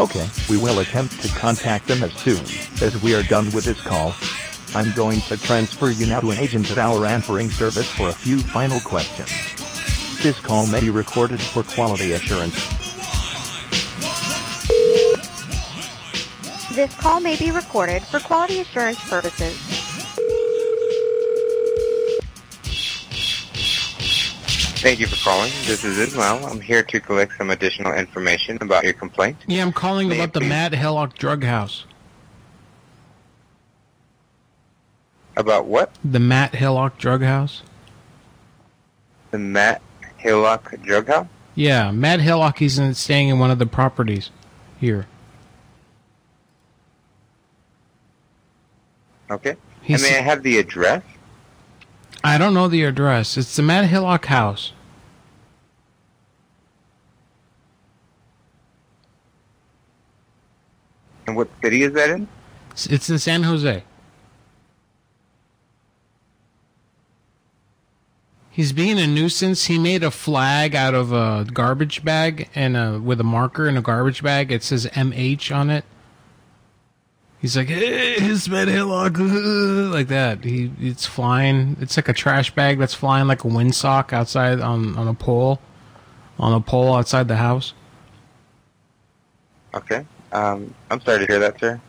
[SPEAKER 39] Okay, we will attempt to contact them as soon as we are done with this call. I'm going to transfer you now to an agent at our answering service for a few final questions. This call may be recorded for quality assurance.
[SPEAKER 7] This call may be recorded for quality assurance purposes.
[SPEAKER 23] Thank you for calling. This is Ismail. I'm here to collect some additional information about your complaint.
[SPEAKER 2] Yeah, I'm calling about the Matt Hellock drug house.
[SPEAKER 23] About what?
[SPEAKER 2] The Matt Hellock drug house.
[SPEAKER 23] The Matt Hillock Drug House?
[SPEAKER 2] Yeah, Matt Hellock is in, staying in one of the properties here.
[SPEAKER 23] Okay.
[SPEAKER 2] He's-
[SPEAKER 23] and may I have the address?
[SPEAKER 2] I don't know the address. It's the Matt Hillock house.
[SPEAKER 23] And what city is that in?
[SPEAKER 2] It's- It's in San Jose. He's being a nuisance. He made a flag out of a garbage bag and a, with a marker in a garbage bag. It says MH on it. He's like, hey, it's Matt Hillock, [LAUGHS] like that. He it's flying. It's like a trash bag that's flying like a windsock outside on on a pole, on a pole outside the house.
[SPEAKER 23] Okay. Um, I'm sorry to hear that, sir.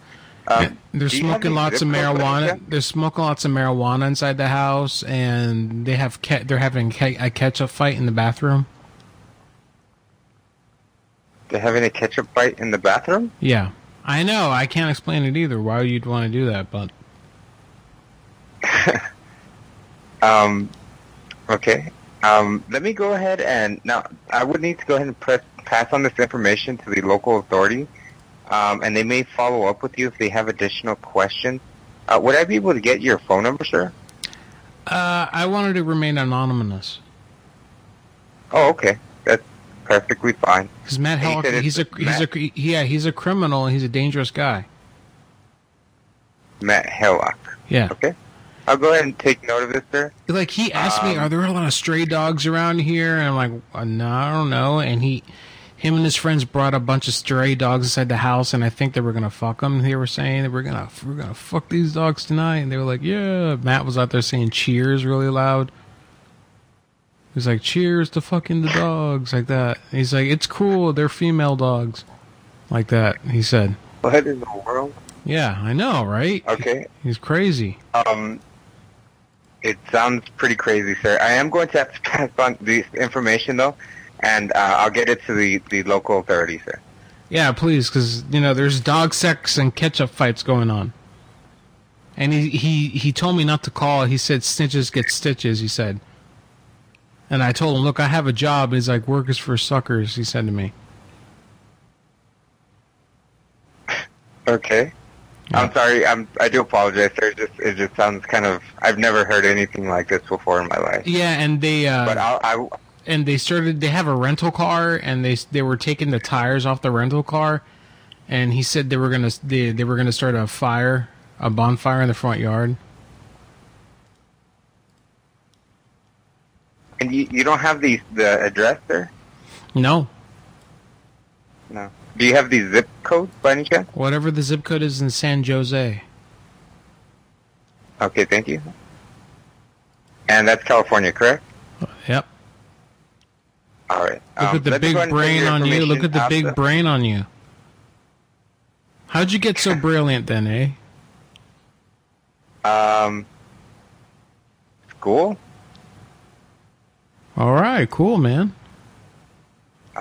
[SPEAKER 23] Um,
[SPEAKER 2] They're
[SPEAKER 23] do you have
[SPEAKER 2] smoking
[SPEAKER 23] any
[SPEAKER 2] lots of
[SPEAKER 23] zip code for that,
[SPEAKER 2] marijuana.
[SPEAKER 23] sir?
[SPEAKER 2] They're smoking lots of marijuana inside the house, and they have ca- they're having ca- a catch up fight in the bathroom.
[SPEAKER 23] They're having a ketchup fight in the bathroom?
[SPEAKER 2] Yeah, I know. I can't explain it either. Why you'd want to do that? But
[SPEAKER 23] Um, okay. Um, let me go ahead and now I would need to go ahead and press, pass on this information to the local authority, um, and they may follow up with you if they have additional questions. Uh, would I be able to get your phone number, sir?
[SPEAKER 2] uh, I wanted to remain anonymous
[SPEAKER 23] Oh, okay. That's perfectly fine.
[SPEAKER 2] because Matt
[SPEAKER 23] And you
[SPEAKER 2] Hellick,
[SPEAKER 23] said it's
[SPEAKER 2] he's a he's a he- yeah he's a criminal. and He's a dangerous guy.
[SPEAKER 23] Matt Hellock.
[SPEAKER 2] Yeah.
[SPEAKER 23] Okay. I'll go ahead and take note of this, sir.
[SPEAKER 2] Like he asked me,
[SPEAKER 23] Um,
[SPEAKER 2] "Are there a lot of stray dogs around here?" And I'm like, uh, "No, I don't know." And he, him and his friends brought a bunch of stray dogs inside the house, and I think they were gonna fuck them. They were saying that we're gonna we're gonna fuck these dogs tonight, and they were like, "Yeah." Matt was out there saying cheers really loud. He was like, "Cheers to fucking the dogs," like that. And he's like, "It's cool. They're female dogs," like that. He said.
[SPEAKER 23] What in the world?
[SPEAKER 2] Yeah, I know, right?
[SPEAKER 23] Okay.
[SPEAKER 2] He's crazy.
[SPEAKER 23] Um, it sounds pretty crazy, sir. I am going to have to [LAUGHS] pass on this information though, and uh, I'll get it to the the local authorities, sir.
[SPEAKER 2] Yeah, please, because you know there's dog sex and ketchup fights going on. And he, he he told me not to call. He said snitches get stitches. He said, and I told him, look, I have a job. He's like workers for suckers. He said to me.
[SPEAKER 23] Okay. I'm sorry. I'm. I do apologize, sir. It just it just sounds kind of. I've never heard anything like this before in my life.
[SPEAKER 2] Yeah, and they uh,
[SPEAKER 23] But I'll, I.
[SPEAKER 2] and they started. They have a rental car, and they they were taking the tires off the rental car, and he said they were gonna they, they were gonna start a fire, a bonfire in the front yard.
[SPEAKER 23] And you, you don't have the the address, sir?
[SPEAKER 2] No,
[SPEAKER 23] No. Do you have the zip code by any chance?
[SPEAKER 2] whatever the zip code is in San Jose.
[SPEAKER 23] Okay, thank you. And that's California, correct?
[SPEAKER 2] Yep.
[SPEAKER 23] All right.
[SPEAKER 2] Look
[SPEAKER 23] Um,
[SPEAKER 2] at the
[SPEAKER 23] let's go
[SPEAKER 2] big
[SPEAKER 23] ahead and put
[SPEAKER 2] brain
[SPEAKER 23] your
[SPEAKER 2] on you. Look
[SPEAKER 23] information
[SPEAKER 2] at the
[SPEAKER 23] out
[SPEAKER 2] big
[SPEAKER 23] there.
[SPEAKER 2] brain on you. How'd you get so brilliant then, eh?
[SPEAKER 23] Um, school.
[SPEAKER 2] All right, cool, man.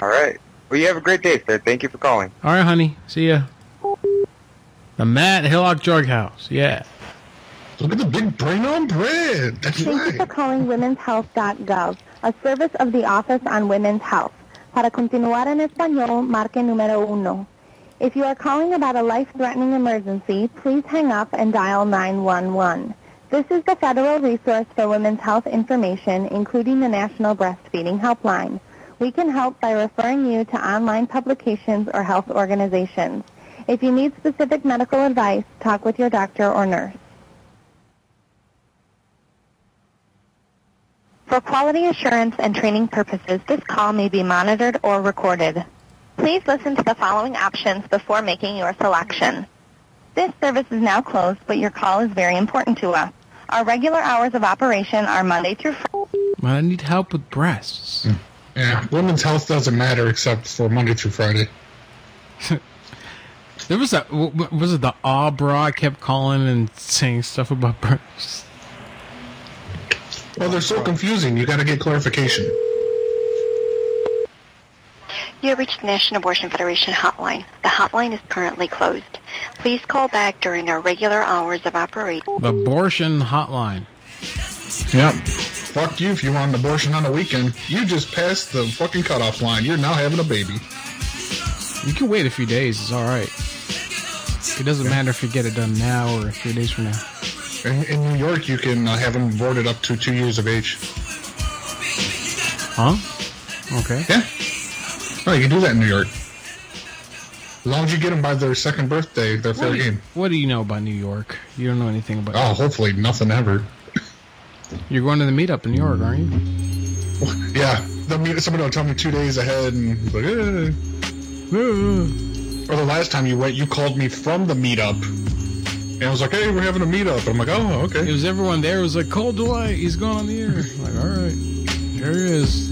[SPEAKER 23] All right. Well, you have a great day, sir. Thank you for calling.
[SPEAKER 2] All right, honey. See ya. The Matt Hillock Drug House. Yeah.
[SPEAKER 5] Look at the big brain on bread.
[SPEAKER 2] [LAUGHS]
[SPEAKER 5] That's
[SPEAKER 21] Thank you for calling womenshealth.gov, a service of the Office on Women's Health. Para continuar en español, marque número uno. If you are calling about a life-threatening emergency, please hang up and dial 911. This is the federal resource for women's health information, including the National Breastfeeding Helpline. We can help by referring you to online publications or health organizations. If you need specific medical advice, talk with your doctor or nurse.
[SPEAKER 40] For quality assurance and training purposes, this call may be monitored or recorded. Please listen to the following options before making your selection. This service is now closed, but your call is very important to us. Our regular hours of operation are Monday through Friday.
[SPEAKER 2] I need help with breasts.
[SPEAKER 5] Mm. Yeah, women's health doesn't matter except for Monday through Friday.
[SPEAKER 2] There was that. w- w- Was it the ah bra? I kept calling and saying stuff about breasts.
[SPEAKER 5] Well, they're so confusing. You got to get clarification.
[SPEAKER 40] You have reached the National Abortion Federation hotline. The hotline is currently closed. Please call back during our regular hours of operation.
[SPEAKER 2] The abortion hotline.
[SPEAKER 5] Yep. Fuck you if you want an abortion on the weekend. You just passed the fucking cutoff line. You're now having a baby.
[SPEAKER 2] You can wait a few days. It's all right. It doesn't matter if you get it done now or a few days from now.
[SPEAKER 5] In, in New York, you can uh, have them aborted up to two years of age.
[SPEAKER 2] Huh? Okay.
[SPEAKER 5] Yeah. Oh, you can do that in New York. As long as you get them by their second birthday, they're fair
[SPEAKER 2] What do, you,
[SPEAKER 5] game.
[SPEAKER 2] what do you know about New York? You don't know anything about.
[SPEAKER 5] Oh, hopefully nothing ever.
[SPEAKER 2] You're going to the meetup in New York, aren't you?
[SPEAKER 5] Yeah, they'll meet, somebody will tell me two days ahead, and it's like, eh. Or the last time you went, you called me from the meetup, and I was like, hey, we're having a meetup. I'm like, oh, okay.
[SPEAKER 2] It was everyone there. It was like Cold Delight. He's going on the air. I'm like, all right, there he is.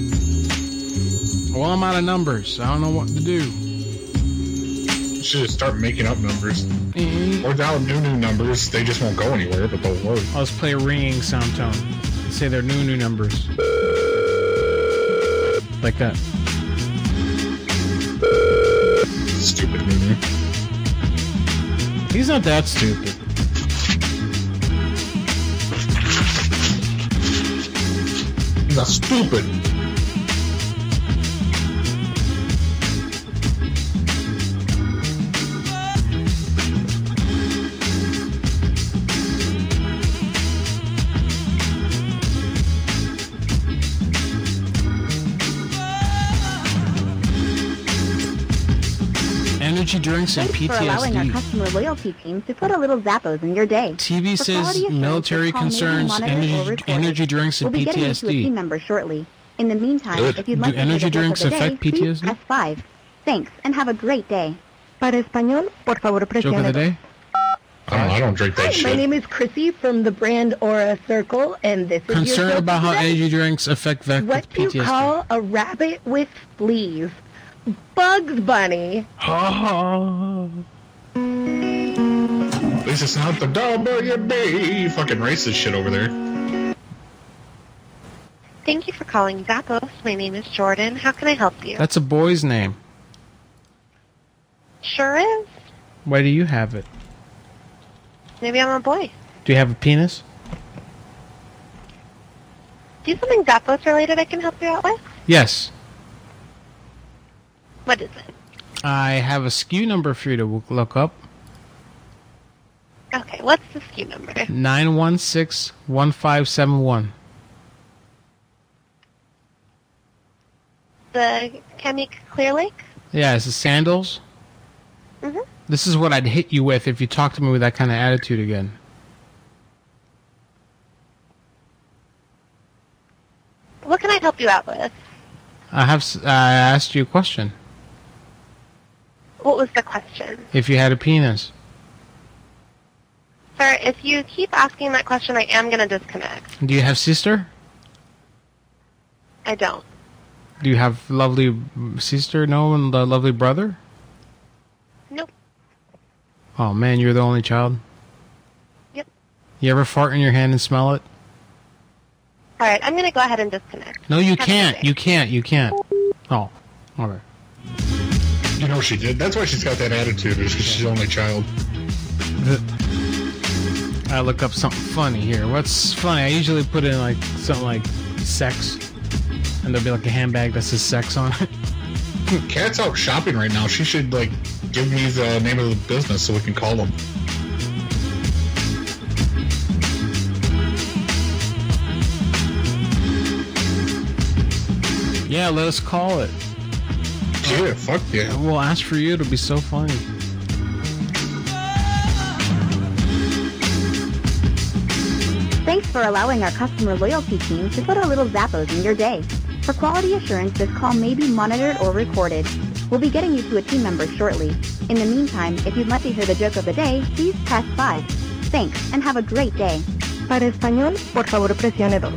[SPEAKER 2] Well, I'm out of numbers. I don't know what to do.
[SPEAKER 5] You should just start making up numbers.
[SPEAKER 2] Mm-hmm.
[SPEAKER 5] Or dial new, new numbers. They just won't go anywhere, but they'll work.
[SPEAKER 2] I'll just play a ringing sound tone. Say their new new numbers. Like that.
[SPEAKER 5] Stupid new new.
[SPEAKER 2] He's not that stupid.
[SPEAKER 5] That's stupid.
[SPEAKER 2] Energy drinks and
[SPEAKER 16] Thanks for allowing our
[SPEAKER 2] PTSD.
[SPEAKER 16] customer loyalty team to put a little Zappos in your day.
[SPEAKER 2] TV
[SPEAKER 16] For
[SPEAKER 2] says
[SPEAKER 16] quality assurance,
[SPEAKER 2] military
[SPEAKER 16] this call may be
[SPEAKER 2] concerns,
[SPEAKER 16] monitored or
[SPEAKER 2] energy,
[SPEAKER 16] recorded.
[SPEAKER 2] energy drinks,
[SPEAKER 16] We'll
[SPEAKER 2] and
[SPEAKER 16] be getting you to a team
[SPEAKER 2] PTSD.
[SPEAKER 16] member shortly. In the meantime,
[SPEAKER 2] Good.
[SPEAKER 16] if you'd
[SPEAKER 2] Do
[SPEAKER 16] like to hear
[SPEAKER 2] energy
[SPEAKER 16] the tip
[SPEAKER 2] drinks
[SPEAKER 16] of the day,
[SPEAKER 2] affect
[SPEAKER 16] please
[SPEAKER 2] PTSD?
[SPEAKER 16] press 5. Thanks, and have a great day.
[SPEAKER 7] Para español, por favor,
[SPEAKER 2] Joke of the
[SPEAKER 7] presione.
[SPEAKER 2] day.
[SPEAKER 5] I don't, know, I don't drink that
[SPEAKER 7] Hi, my
[SPEAKER 5] shit.
[SPEAKER 7] name is Chrissy from the brand Aura Circle, and this is your
[SPEAKER 2] Concerned
[SPEAKER 7] joke
[SPEAKER 2] about how
[SPEAKER 7] of the day.
[SPEAKER 2] energy drinks affect vec-
[SPEAKER 7] What do you
[SPEAKER 2] PTSD.
[SPEAKER 7] call a rabbit with fleas? Bugs Bunny.
[SPEAKER 2] Ha ha.
[SPEAKER 5] least it's not the WB fucking racist shit over there.
[SPEAKER 21] Thank you for calling Zappos. My name is Jordan. How can I help you?
[SPEAKER 2] That's a boy's name.
[SPEAKER 21] Sure is.
[SPEAKER 2] Why do you have it?
[SPEAKER 21] Maybe I'm a boy.
[SPEAKER 2] Do you have a penis?
[SPEAKER 21] Do you have something Zappos related I can help you out with?
[SPEAKER 2] Yes.
[SPEAKER 21] What is it?
[SPEAKER 2] I have a SKU number for you to w- look up.
[SPEAKER 21] Okay, what's the SKU number?
[SPEAKER 2] 916-1571.
[SPEAKER 21] The Chemic Clear Lake?
[SPEAKER 2] Yeah, it's the sandals.
[SPEAKER 21] hmm
[SPEAKER 2] This is what I'd hit you with if you talked to me with that kind of attitude again.
[SPEAKER 21] What can I help you out with?
[SPEAKER 2] I have s- I asked you a question.
[SPEAKER 21] What was the question?
[SPEAKER 2] If you had a penis.
[SPEAKER 21] Sir, if you keep asking that question, I am going to disconnect.
[SPEAKER 2] Do you have sister?
[SPEAKER 21] I don't.
[SPEAKER 2] Do you have lovely sister? No, and a lovely brother?
[SPEAKER 21] Nope.
[SPEAKER 2] Oh man, you're the only child.
[SPEAKER 21] Yep.
[SPEAKER 2] You ever fart in your hand and smell it?
[SPEAKER 21] All right, I'm going to go ahead and disconnect.
[SPEAKER 2] No, you can't. You can't. You can't. Oh, all right.
[SPEAKER 5] You know what she did? That's why she's got that attitude, is 'cause she's the only child.
[SPEAKER 2] [LAUGHS] I look up something funny here. What's funny? I usually put in like something like sex, and there'll be like a handbag that says sex on it. [LAUGHS]
[SPEAKER 5] Cat's out shopping right now. She should, like, give me the name of the business so we can call them.
[SPEAKER 2] Yeah, let us call it.
[SPEAKER 5] Yeah, fuck yeah.
[SPEAKER 2] We'll ask for you. It'll be so funny.
[SPEAKER 16] Thanks for allowing our customer loyalty team to put a little Zappos in your day. For quality assurance, this call may be monitored or recorded. We'll be getting you to a team member shortly. In the meantime, if you'd like to hear the joke of the day, please press 5. Thanks, and have a great day.
[SPEAKER 41] Para español, por favor, presione 2.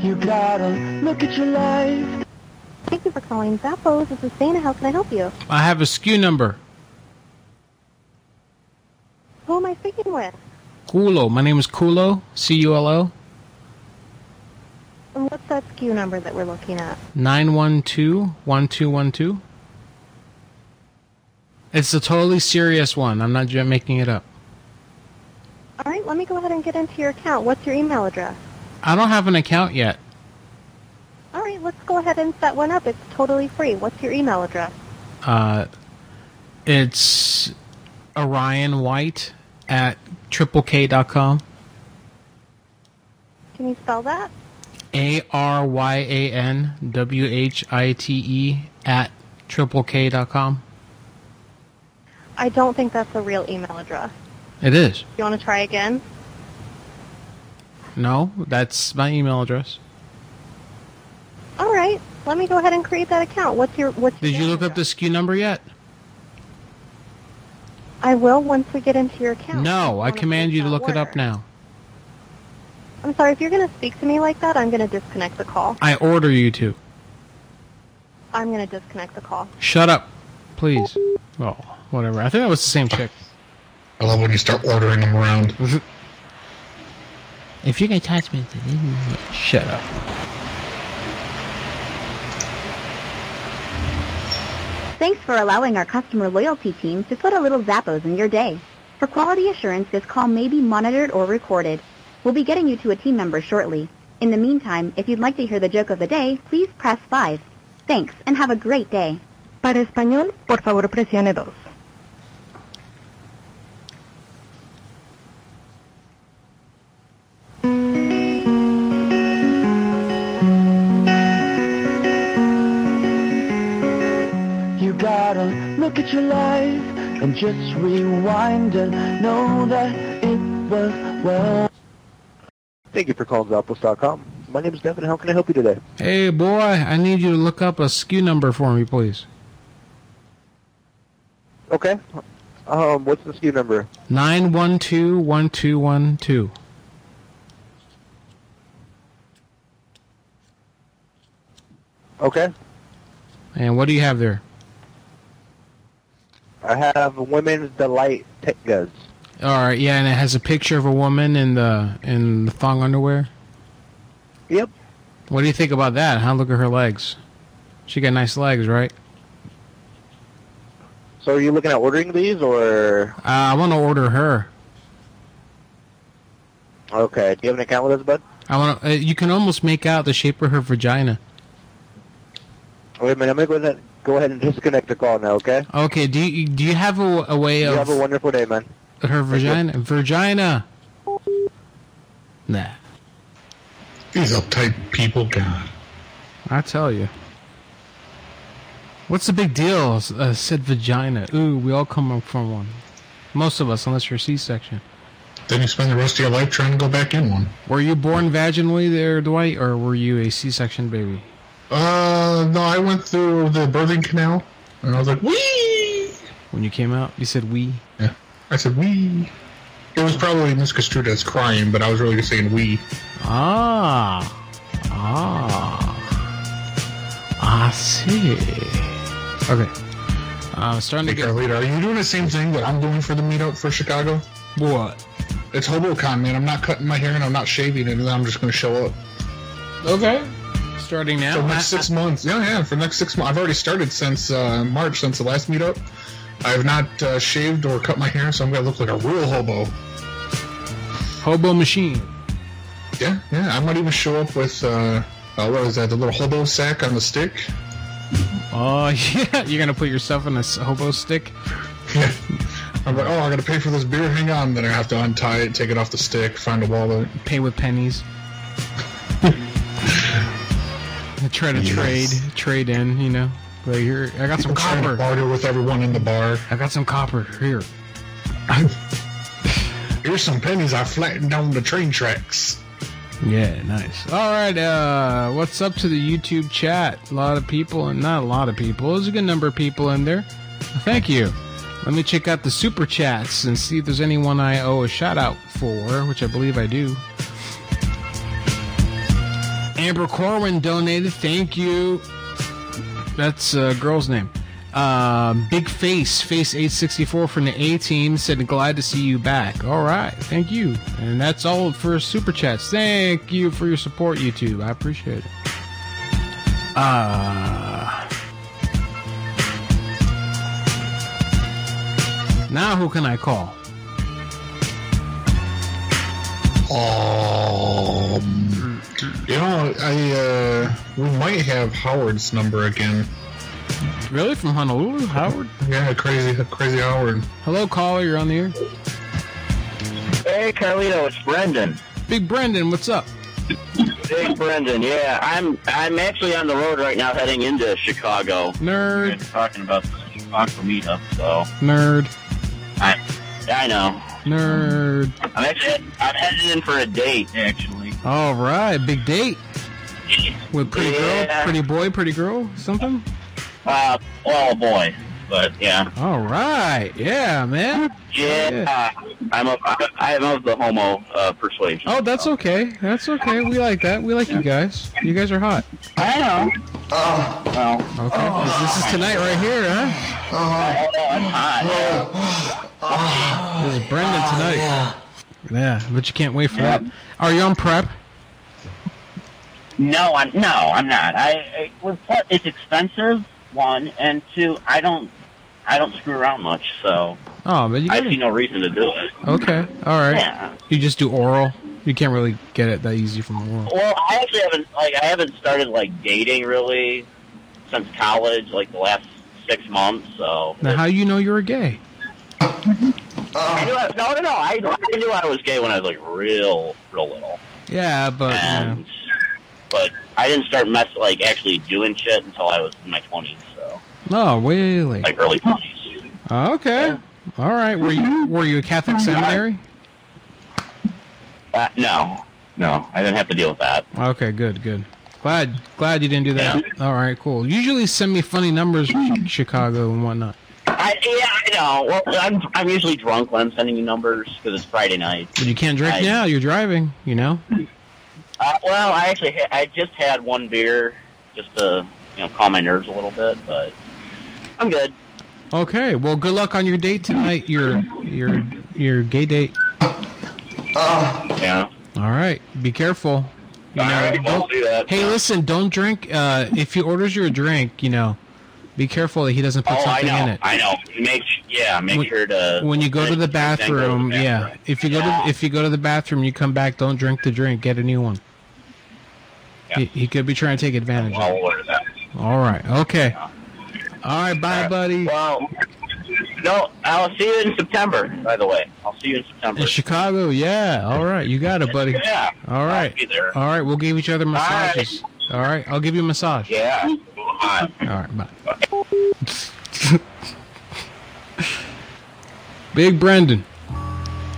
[SPEAKER 9] You gotta look at your life.
[SPEAKER 21] Thank you for calling Zappos. This is Dana. How can I help you?
[SPEAKER 2] I have a SKU number.
[SPEAKER 21] Who am I speaking with?
[SPEAKER 2] Kulo. My name is Kulo. C U L O.
[SPEAKER 21] And what's that SKU number that we're looking at?
[SPEAKER 2] Nine one two one two one two. It's a totally serious one. I'm not j- making it up.
[SPEAKER 21] All right, let me go ahead and get into your account. What's your email address?
[SPEAKER 2] I don't have an account yet.
[SPEAKER 21] All right, let's go ahead and set one up. It's totally free. What's your email address?
[SPEAKER 2] Uh, it's Orion White at triplek.com.
[SPEAKER 21] Can you spell that?
[SPEAKER 2] A R Y A N W H I T E at triplek.com.
[SPEAKER 21] I don't think that's a real email address.
[SPEAKER 2] It is.
[SPEAKER 21] You want to try again?
[SPEAKER 2] No, that's my email address.
[SPEAKER 21] All right, let me go ahead and create that account. What's your what's?
[SPEAKER 2] Did you look up the SKU number yet?
[SPEAKER 21] I will once we get into your account.
[SPEAKER 2] No, I command you to look it up now.
[SPEAKER 21] I'm sorry if you're going to speak to me like that. I'm going to disconnect the call.
[SPEAKER 2] I order you to.
[SPEAKER 21] I'm going to disconnect the call.
[SPEAKER 2] Shut up, please. Oh, whatever. I think that was the same chick.
[SPEAKER 5] I love when you start ordering them around.
[SPEAKER 2] [LAUGHS] If you can touch me, shut up.
[SPEAKER 16] Thanks for allowing our customer loyalty team to put a little Zappos in your day. For quality assurance, this call may be monitored or recorded. We'll be getting you to a team member shortly. In the meantime, if you'd like to hear the joke of the day, please press 5. Thanks, and have a great day.
[SPEAKER 41] Para español, por favor, presione 2.
[SPEAKER 9] You gotta look at your life and just rewind and know that it was well.
[SPEAKER 42] Thank you for calling Zappos.com. My name is Devin. How can I help you today?
[SPEAKER 2] Hey, boy, I need you to look up a SKU number for me, please.
[SPEAKER 42] Okay. Um, what's the SKU number?
[SPEAKER 2] 9121212.
[SPEAKER 9] Okay.
[SPEAKER 2] And what do you have there?
[SPEAKER 9] I have Women's Delight Tech Guns.
[SPEAKER 2] All right, yeah, and it has a picture of a woman in the in the thong underwear.
[SPEAKER 9] Yep.
[SPEAKER 2] What do you think about that? Huh? Look at her legs. She got nice legs, right?
[SPEAKER 9] So are you looking at ordering these or?
[SPEAKER 2] Uh, I want to order her.
[SPEAKER 9] Okay. Do you have an account with us, bud?
[SPEAKER 2] I want. Uh, you can almost make out the shape of her vagina.
[SPEAKER 9] Wait a minute. I'm gonna go ahead and, go ahead and disconnect the call now. Okay.
[SPEAKER 2] Okay. Do you do you have a, a way
[SPEAKER 9] You
[SPEAKER 2] of
[SPEAKER 9] have a wonderful day, man.
[SPEAKER 2] uh, her vagina? Vagina. Nah.
[SPEAKER 5] These uptight people, God.
[SPEAKER 2] I tell you. What's the big deal? Uh, said vagina. Ooh, we all come from one. Most of us, unless you're C-section.
[SPEAKER 5] Then you spend the rest of your life trying to go back in one.
[SPEAKER 2] Were you born vaginally there, Dwight, or were you a C-section baby?
[SPEAKER 5] Uh, no, I went through the birthing canal, and I was like, wee!
[SPEAKER 2] When you came out, you said wee?
[SPEAKER 5] Yeah. I said wee. It was probably misconstrued as crying, but I was really just saying wee.
[SPEAKER 2] Ah. Ah. I see. Okay. Uh, starting
[SPEAKER 5] hey,
[SPEAKER 2] to get...
[SPEAKER 5] Carlita, are you doing the same thing that I'm doing for the meetup for Chicago?
[SPEAKER 2] What?
[SPEAKER 5] It's HoboCon, man. I'm not cutting my hair and I'm not shaving it, and I'm just going to show up.
[SPEAKER 2] Okay. Starting now.
[SPEAKER 5] So
[SPEAKER 2] I-
[SPEAKER 5] next six months. Yeah, yeah. For next six months, I've already started since uh, March, since the last meetup. I have not uh, shaved or cut my hair, so I'm gonna look like a real hobo.
[SPEAKER 2] Hobo machine.
[SPEAKER 5] Yeah, yeah. I might even show up with uh, uh, what is that? The little hobo sack on the stick.
[SPEAKER 2] Oh, [LAUGHS] yeah. [LAUGHS] You're going to put yourself in a s- hobo stick?
[SPEAKER 5] Yeah. I'm like, oh, I gotta pay for this beer. Hang on. Then I have to untie it, take it off the stick, find a wallet.
[SPEAKER 2] Pay with pennies. Try to
[SPEAKER 5] Yes.
[SPEAKER 2] trade, trade in, you know. But here, I got some
[SPEAKER 5] I'm trying to
[SPEAKER 2] copper.
[SPEAKER 5] barter with everyone in the bar.
[SPEAKER 2] I got some copper here.
[SPEAKER 5] [LAUGHS] Here's some pennies I flattened on the train tracks.
[SPEAKER 2] Yeah, nice. All right, uh, what's up to the YouTube chat? A lot of people, and not a lot of people. There's a good number of people in there. Thank you. Let me check out the super chats and see if there's anyone I owe a shout out for, which I believe I do. Amber Corwin donated. Thank you. That's a girl's name. Uh, Big Face, Face 864 from the A Team said, Glad to see you back. All right. Thank you. And that's all for Super Chats. Thank you for your support, YouTube. I appreciate it. Uh, now, who can I call?
[SPEAKER 5] Um, you know, I uh, we might have Howard's number again.
[SPEAKER 2] Really? From Honolulu? Howard?
[SPEAKER 5] Yeah, crazy, crazy Howard.
[SPEAKER 2] Hello, caller. You're on the air.
[SPEAKER 43] Hey, Carlito, it's Brendan.
[SPEAKER 2] Big Brendan, what's up?
[SPEAKER 43] Hey, Brendan. Yeah, I'm I'm actually on the road right now, heading into Chicago.
[SPEAKER 2] Nerd.
[SPEAKER 43] We're talking about the Chicago meetup, so
[SPEAKER 2] Nerd.
[SPEAKER 43] I I know.
[SPEAKER 2] Nerd.
[SPEAKER 43] I'm actually I'm headed in for a date actually.
[SPEAKER 2] All right. Big date. With pretty girl,
[SPEAKER 43] Yeah.
[SPEAKER 2] pretty boy, pretty girl, something?
[SPEAKER 43] Uh, well, boy, but yeah,
[SPEAKER 2] All right. Yeah, man.
[SPEAKER 43] yeah. I'm of I'm of the homo uh, persuasion.
[SPEAKER 2] Oh, that's okay. That's okay. We like that. We like you guys. You guys are hot.
[SPEAKER 43] I know. Oh, well.
[SPEAKER 2] Okay. This is tonight right here, huh?
[SPEAKER 43] I'm hot.
[SPEAKER 2] This is Brendan tonight. yeah. but you can't wait for that. Are you on prep?
[SPEAKER 43] No, I'm Uh, no, I'm not. I it was it's expensive one, and two, I don't I don't screw around much, so
[SPEAKER 2] Oh, but you
[SPEAKER 43] I
[SPEAKER 2] got
[SPEAKER 43] see no reason to do it.
[SPEAKER 2] Okay. All right.
[SPEAKER 43] Yeah.
[SPEAKER 2] You just do oral. You can't really get it that easy from oral.
[SPEAKER 43] Well, I actually haven't like I haven't started like dating really since college, like the last six months. So
[SPEAKER 2] Now, how you know you're gay?
[SPEAKER 43] Mm-hmm. I knew I, no, no, no. I, I knew I was gay when I was like real, real little,
[SPEAKER 2] Yeah, but
[SPEAKER 43] Um,
[SPEAKER 2] you know,
[SPEAKER 43] but I didn't start mess like actually doing shit until I was in my twenties, so
[SPEAKER 2] no, way late.
[SPEAKER 43] like early twenties. Mm-hmm.
[SPEAKER 2] Okay. All right. Were you were you a Catholic seminary?
[SPEAKER 43] Uh, no, no, I didn't have to deal with that.
[SPEAKER 2] Okay. Good. Good. Glad glad you didn't do that. All right. Cool. Usually send me funny numbers
[SPEAKER 43] Mm-hmm.
[SPEAKER 2] from Chicago and whatnot.
[SPEAKER 43] I, yeah, I know. Well, I'm I'm usually drunk when I'm sending you numbers because it's Friday night.
[SPEAKER 2] But you can't drink
[SPEAKER 43] I-
[SPEAKER 2] now. You're driving. You know.
[SPEAKER 43] Uh, well, I actually ha- I just had one beer just to
[SPEAKER 3] you know, calm my nerves a little bit, but I'm good.
[SPEAKER 2] Okay. Well, good luck on your date tonight. Your your your gay date.
[SPEAKER 3] Yeah.
[SPEAKER 2] All right. Be careful. You know, don't- Hey, listen. Don't drink. Uh, if he orders you a drink, you know, be careful that he doesn't put
[SPEAKER 3] oh, I
[SPEAKER 2] something
[SPEAKER 3] know.
[SPEAKER 2] in it.
[SPEAKER 3] I know. Make su- yeah, make
[SPEAKER 2] When-
[SPEAKER 3] sure to
[SPEAKER 2] when you go to the
[SPEAKER 3] then go to the
[SPEAKER 2] bathroom, yeah.
[SPEAKER 3] bathroom.
[SPEAKER 2] If you go to if you go to the bathroom, you come back. Don't drink the drink. Get a new one. He, he could be trying to take advantage. of
[SPEAKER 3] I'll
[SPEAKER 2] it.
[SPEAKER 3] order that.
[SPEAKER 2] All right. Okay. All right. Bye, buddy.
[SPEAKER 3] Uh, Well, no, I'll see you in September. By the way, I'll see you in September.
[SPEAKER 2] In Chicago, yeah. All right, you got it, buddy.
[SPEAKER 3] Yeah.
[SPEAKER 2] All right.
[SPEAKER 3] be there.
[SPEAKER 2] All right, we'll give each other massages. All right, I'll give you a massage.
[SPEAKER 3] Yeah.
[SPEAKER 2] All right, bye. Big Brendan.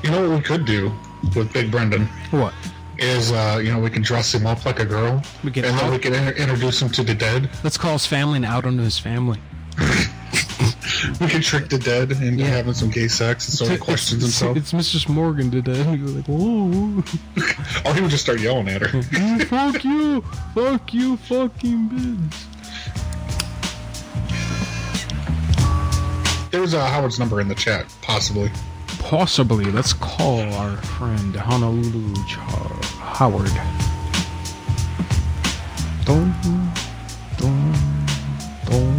[SPEAKER 5] You know what we could do with Big Brendan?
[SPEAKER 2] What?
[SPEAKER 5] Is, uh, you know, we can dress him up like a girl.
[SPEAKER 2] We can
[SPEAKER 5] and then
[SPEAKER 2] out-
[SPEAKER 5] we can inter- introduce him to the dead.
[SPEAKER 2] Let's call his family and out onto his family.
[SPEAKER 5] We can trick the dead into having some gay sex and so he
[SPEAKER 2] It's-
[SPEAKER 5] questions
[SPEAKER 2] it's-
[SPEAKER 5] himself.
[SPEAKER 2] It's Mrs. Morgan today. And you go like, whoa. [LAUGHS]
[SPEAKER 5] Or he would just start yelling at her.
[SPEAKER 2] You, fuck you. Fuck you, fucking bitch.
[SPEAKER 5] [LAUGHS] There's uh, Howard's number in the chat, possibly.
[SPEAKER 2] Possibly. Let's call our friend Honolulu Char- Howard. Dun, dun, dun.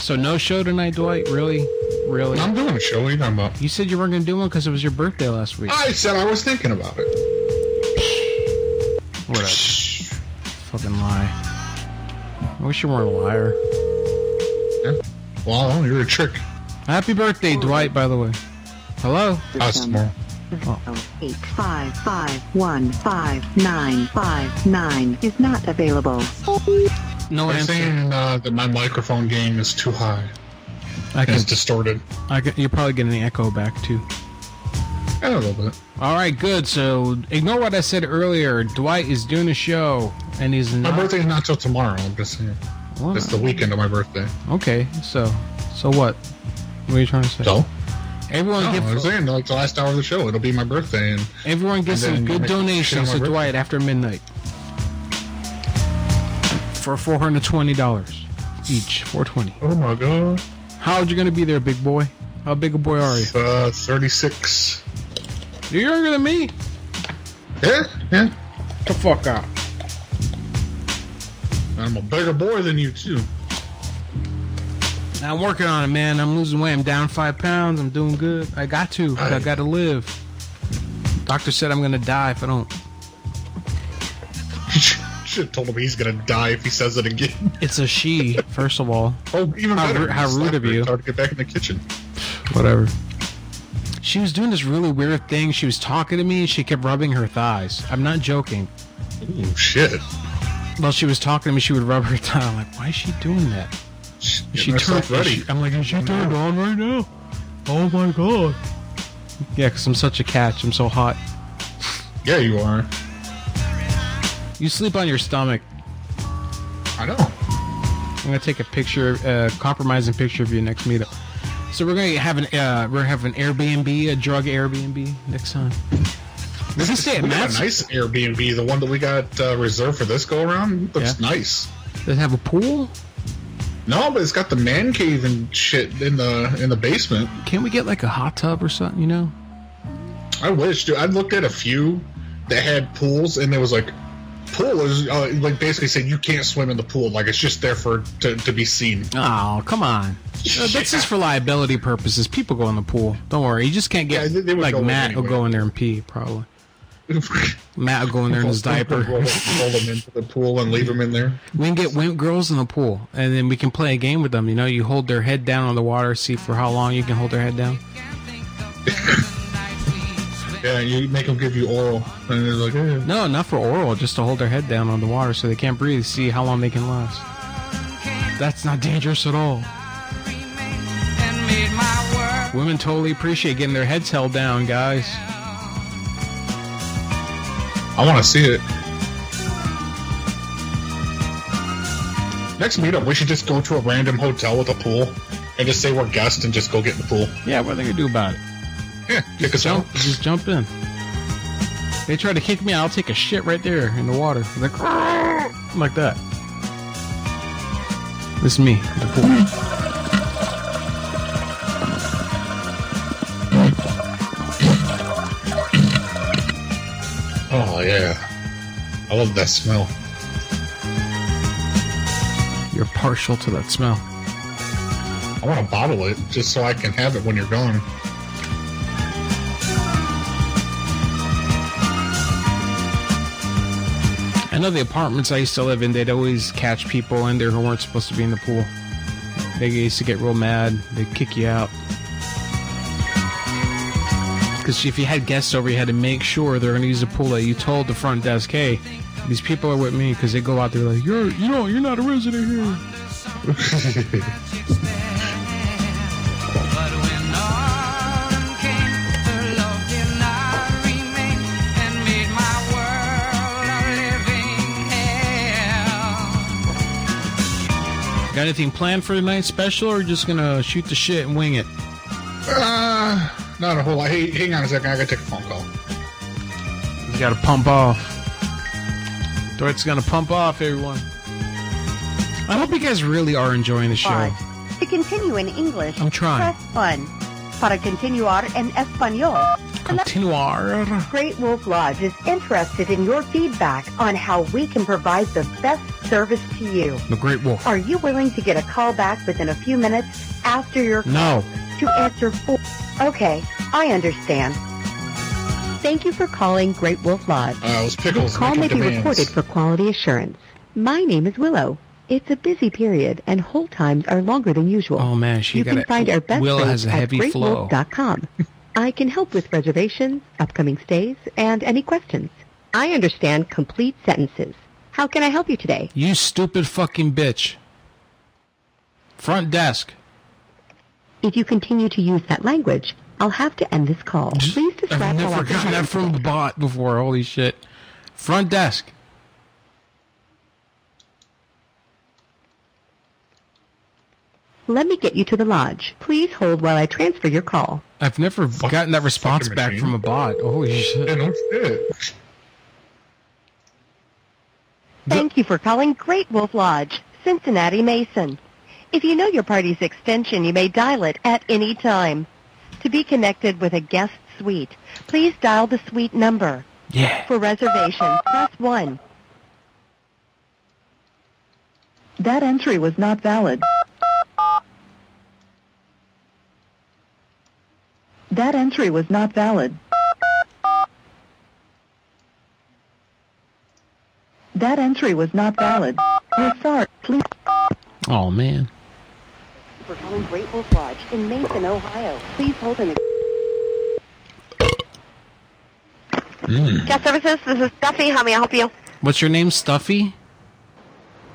[SPEAKER 2] So no show tonight, Dwight? Really? Really?
[SPEAKER 5] I'm doing a show. What are you talking about?
[SPEAKER 2] You said you weren't going to do one because it was your birthday last week.
[SPEAKER 5] I said I was thinking about it.
[SPEAKER 2] Whatever. Fucking lie. I wish you weren't a liar.
[SPEAKER 5] Well, you're a trick.
[SPEAKER 2] Happy birthday, Dwight, by the way. Hello? Oh.
[SPEAKER 5] Us more.
[SPEAKER 32] Eight five five one five nine five nine is not available.
[SPEAKER 2] No
[SPEAKER 5] They're
[SPEAKER 2] answer.
[SPEAKER 5] saying uh, that my microphone gain is too high.
[SPEAKER 2] I can,
[SPEAKER 5] It's distorted.
[SPEAKER 2] I can, you're probably getting the echo back, too.
[SPEAKER 5] A little bit.
[SPEAKER 2] All right, good. So ignore what I said earlier. Dwight is doing a show, and he's
[SPEAKER 5] My
[SPEAKER 2] not.
[SPEAKER 5] birthday's not till tomorrow. I'm just saying.
[SPEAKER 2] What?
[SPEAKER 5] It's the weekend of my birthday.
[SPEAKER 2] Okay, so so what? What are you trying to say?
[SPEAKER 5] So?
[SPEAKER 2] Everyone
[SPEAKER 5] No,
[SPEAKER 2] give-
[SPEAKER 5] I'm saying like the last hour of the show, it'll be my birthday, and
[SPEAKER 2] Everyone gets
[SPEAKER 5] And
[SPEAKER 2] some
[SPEAKER 5] then
[SPEAKER 2] good
[SPEAKER 5] make shit on my
[SPEAKER 2] donations to
[SPEAKER 5] birthday.
[SPEAKER 2] Dwight after midnight for four hundred twenty dollars each. Four twenty.
[SPEAKER 5] oh my god,
[SPEAKER 2] How old you gonna be there, big boy? How big a boy are you?
[SPEAKER 5] uh, 36.
[SPEAKER 2] You're younger than me.
[SPEAKER 5] Yeah, yeah.
[SPEAKER 2] The fuck out.
[SPEAKER 5] I'm a bigger boy than you too.
[SPEAKER 2] I'm working on it, man. I'm losing weight. I'm down five pounds. I'm doing good. I got to. I got to live. Doctor said I'm gonna die if I don't.
[SPEAKER 5] Should have told him he's gonna die if he says it again.
[SPEAKER 2] [LAUGHS] It's a she,
[SPEAKER 5] [LAUGHS]
[SPEAKER 2] first of all.
[SPEAKER 5] Oh, even
[SPEAKER 2] How
[SPEAKER 5] better.
[SPEAKER 2] ru- how rude of you.
[SPEAKER 5] It's hard to get back in the kitchen.
[SPEAKER 2] Whatever. She was doing this really weird thing. She was talking to me and she kept rubbing her thighs. I'm not joking.
[SPEAKER 5] Ooh, shit.
[SPEAKER 2] While she was talking to me, she would rub her [LAUGHS] thigh. I'm like, why is she doing that? Is she
[SPEAKER 5] Getting herself
[SPEAKER 2] turned
[SPEAKER 5] ready.
[SPEAKER 2] is she- I'm like, is she turned on right now? Oh my god. Yeah, because I'm such a catch. I'm so hot.
[SPEAKER 5] Yeah, you are.
[SPEAKER 2] You sleep on your stomach.
[SPEAKER 5] I know.
[SPEAKER 2] I'm gonna take a picture, uh, compromising picture of you next meetup. So we're gonna have an uh, we're gonna have an Airbnb, a drug Airbnb next time. We can stay at
[SPEAKER 5] We got
[SPEAKER 2] Matt's.
[SPEAKER 5] a nice Airbnb, the one that we got uh, reserved for this go around. Looks nice.
[SPEAKER 2] Does it have a pool?
[SPEAKER 5] No, but it's got the man cave and shit in the in the basement.
[SPEAKER 2] Can't we get like a hot tub or something? You know? Uh,
[SPEAKER 5] I wish, dude. I looked at a few that had pools, and it was like pool is uh, like basically saying you can't swim in the pool. Like it's just there for to, to be seen.
[SPEAKER 2] Oh, come on. Uh, That's just for liability purposes. People go in the pool. Don't worry. You just can't get
[SPEAKER 5] Yeah, they- they would
[SPEAKER 2] like
[SPEAKER 5] go in
[SPEAKER 2] Matt will
[SPEAKER 5] anyway.
[SPEAKER 2] go in there and pee
[SPEAKER 5] [LAUGHS]
[SPEAKER 2] probably. Matt will go in there in his
[SPEAKER 5] roll,
[SPEAKER 2] diaper.
[SPEAKER 5] roll them into the pool and leave them in there.
[SPEAKER 2] [LAUGHS] We can get wimp girls in the pool, and then we can play a game with them. You know, you hold their head down on the water, see for how long you can hold their head down.
[SPEAKER 5] Yeah, you make them give you oral, and they're like, eh.
[SPEAKER 2] No, not for oral, just to hold their head down on the water so they can't breathe, see how long they can last. That's not dangerous at all. Women totally appreciate getting their heads held down, guys.
[SPEAKER 5] I want to see it. Next meetup, we should just go to a random hotel with a pool and just say we're guests and just go get in the pool.
[SPEAKER 2] Yeah, what are they gonna do about it?
[SPEAKER 5] Yeah, kick us out.
[SPEAKER 2] Just jump in. They try to kick me out. I'll take a shit right there in the water. Like, [LAUGHS] like that. This is me. The pool.
[SPEAKER 5] Oh yeah, I love that smell.
[SPEAKER 2] You're partial to that smell.
[SPEAKER 5] I want to bottle it just so I can have it when you're gone.
[SPEAKER 2] I know the apartments I used to live in, they'd always catch people in there who weren't supposed to be in the pool. They used to get real mad. They'd kick you out. Because if you had guests over, you had to make sure they're going to use the pool that you told the front desk, hey, these people are with me because they go out there like, you're, you know, you're not a resident here. Got anything planned for tonight special, or just gonna shoot the shit and wing it?
[SPEAKER 5] Uh, not a whole lot. Hey, hang on a second. I gotta take a phone call.
[SPEAKER 2] You gotta pump off. Dort's gonna pump off, everyone. I hope you guys really are enjoying the show.
[SPEAKER 28] To continue in English,
[SPEAKER 2] I'm trying.
[SPEAKER 28] press one. Para continuar en español.
[SPEAKER 2] [LAUGHS] Continuar.
[SPEAKER 32] Great Wolf Lodge is interested in your feedback on how we can provide the best service to you.
[SPEAKER 2] The Great Wolf.
[SPEAKER 32] Are you willing to get a call back within a few minutes after your
[SPEAKER 2] No.
[SPEAKER 32] to answer four? Okay, I understand. Thank you for calling Great Wolf Lodge.
[SPEAKER 5] Uh, it was Pickles
[SPEAKER 32] This call making may be demands. recorded for quality assurance. My name is Willow. It's a busy period, and hold times are longer than usual.
[SPEAKER 2] Oh man, she
[SPEAKER 32] you
[SPEAKER 2] got
[SPEAKER 32] can
[SPEAKER 2] it.
[SPEAKER 32] find our best
[SPEAKER 2] Willow
[SPEAKER 32] rates
[SPEAKER 2] has a heavy
[SPEAKER 32] at
[SPEAKER 2] flow.
[SPEAKER 32] greatwolf.com.
[SPEAKER 2] [LAUGHS]
[SPEAKER 32] I can help with reservations, upcoming stays, and any questions. I understand complete sentences. How can I help you today?
[SPEAKER 2] You stupid fucking bitch. Front desk.
[SPEAKER 32] If you continue to use that language, I'll have to end this call. Please
[SPEAKER 2] I've
[SPEAKER 32] describe how I
[SPEAKER 2] never
[SPEAKER 32] can
[SPEAKER 2] gotten that from a bot before. Holy shit. Front desk.
[SPEAKER 32] Let me get you to the lodge. Please hold while I transfer your call.
[SPEAKER 2] I've never gotten that response back from a bot. Holy shit.
[SPEAKER 32] Thank you for calling Great Wolf Lodge, Cincinnati, Mason. If you know your party's extension, you may dial it at any time. To be connected with a guest suite, please dial the suite number.
[SPEAKER 2] Yeah.
[SPEAKER 32] For reservations, press 1.
[SPEAKER 1] That entry was not valid. That entry was not valid. That entry was not valid. We're sorry. Please.
[SPEAKER 2] Oh man.
[SPEAKER 32] For calling Great Wolf Lodge in Mason, Ohio, please hold an.
[SPEAKER 17] Guest services, this is Stephanie. How may I help you?
[SPEAKER 2] What's your name? Stuffy?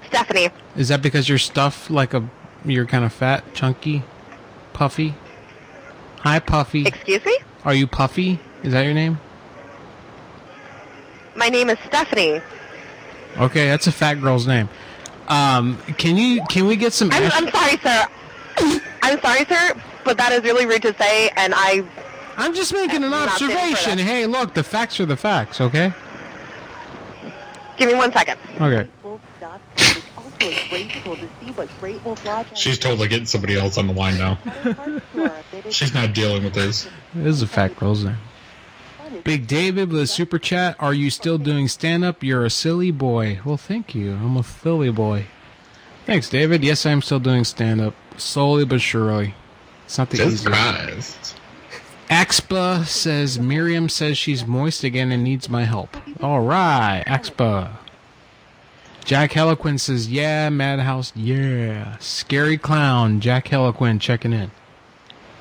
[SPEAKER 17] Stephanie.
[SPEAKER 2] Is that because you're stuffed like a you're kind of fat, chunky, puffy? Hi, Puffy.
[SPEAKER 17] Excuse me?
[SPEAKER 2] Are you Puffy? Is that your name?
[SPEAKER 17] My name is Stephanie.
[SPEAKER 2] Okay, that's a fat girl's name. Um, can you can we get some?
[SPEAKER 17] I'm,
[SPEAKER 2] ash-
[SPEAKER 17] I'm sorry, sir. I'm sorry, sir, but that is really rude to say, and I.
[SPEAKER 2] I'm just making an observation. Hey, look, the facts are the facts. Okay.
[SPEAKER 17] Give me one second.
[SPEAKER 2] Okay.
[SPEAKER 5] She's totally getting somebody else on the line now. She's not dealing with this.
[SPEAKER 2] This is a fat girl's name. Big David with a super chat. Are you still doing stand up? You're a silly boy. Well, thank you. I'm a silly boy. Thanks, David. Yes, I'm still doing stand up. Slowly but surely. It's not the easiest.
[SPEAKER 5] Surprised.
[SPEAKER 2] Axpa says Miriam says she's moist again and needs my help. All right, Axpa. Jack Heliquin says, yeah, Madhouse, yeah. Scary Clown, Jack Heliquin checking in.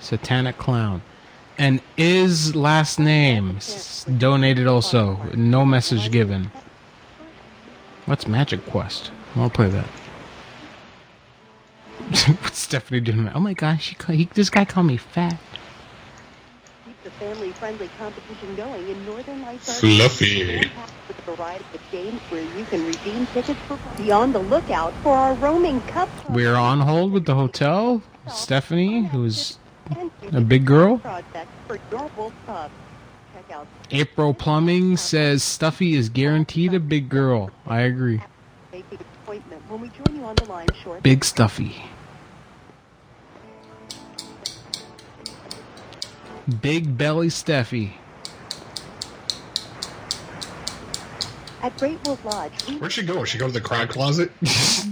[SPEAKER 2] Satanic Clown. And is last name s- donated also. No message given. What's Magic Quest? I'll play that. [LAUGHS] What's Stephanie doing? Oh my gosh, she, ca- he, this guy called me fat.
[SPEAKER 6] family-friendly competition going in Northern Lights Arcade.
[SPEAKER 5] Fluffy.
[SPEAKER 6] with a variety of games where you can redeem tickets for be on the lookout for our roaming cup
[SPEAKER 2] We're on hold with the hotel. Stephanie, who's a big girl.
[SPEAKER 6] project for your Wolf Pub. Check out
[SPEAKER 2] April Plumbing says Stuffy is guaranteed a big girl. I agree.
[SPEAKER 6] making an appointment when we join you on the line shortly.
[SPEAKER 2] Big Stuffy. Big Belly Steffi.
[SPEAKER 6] At Great Wolf Lodge, we
[SPEAKER 5] Where'd she go? She go to the cry closet?
[SPEAKER 2] [LAUGHS]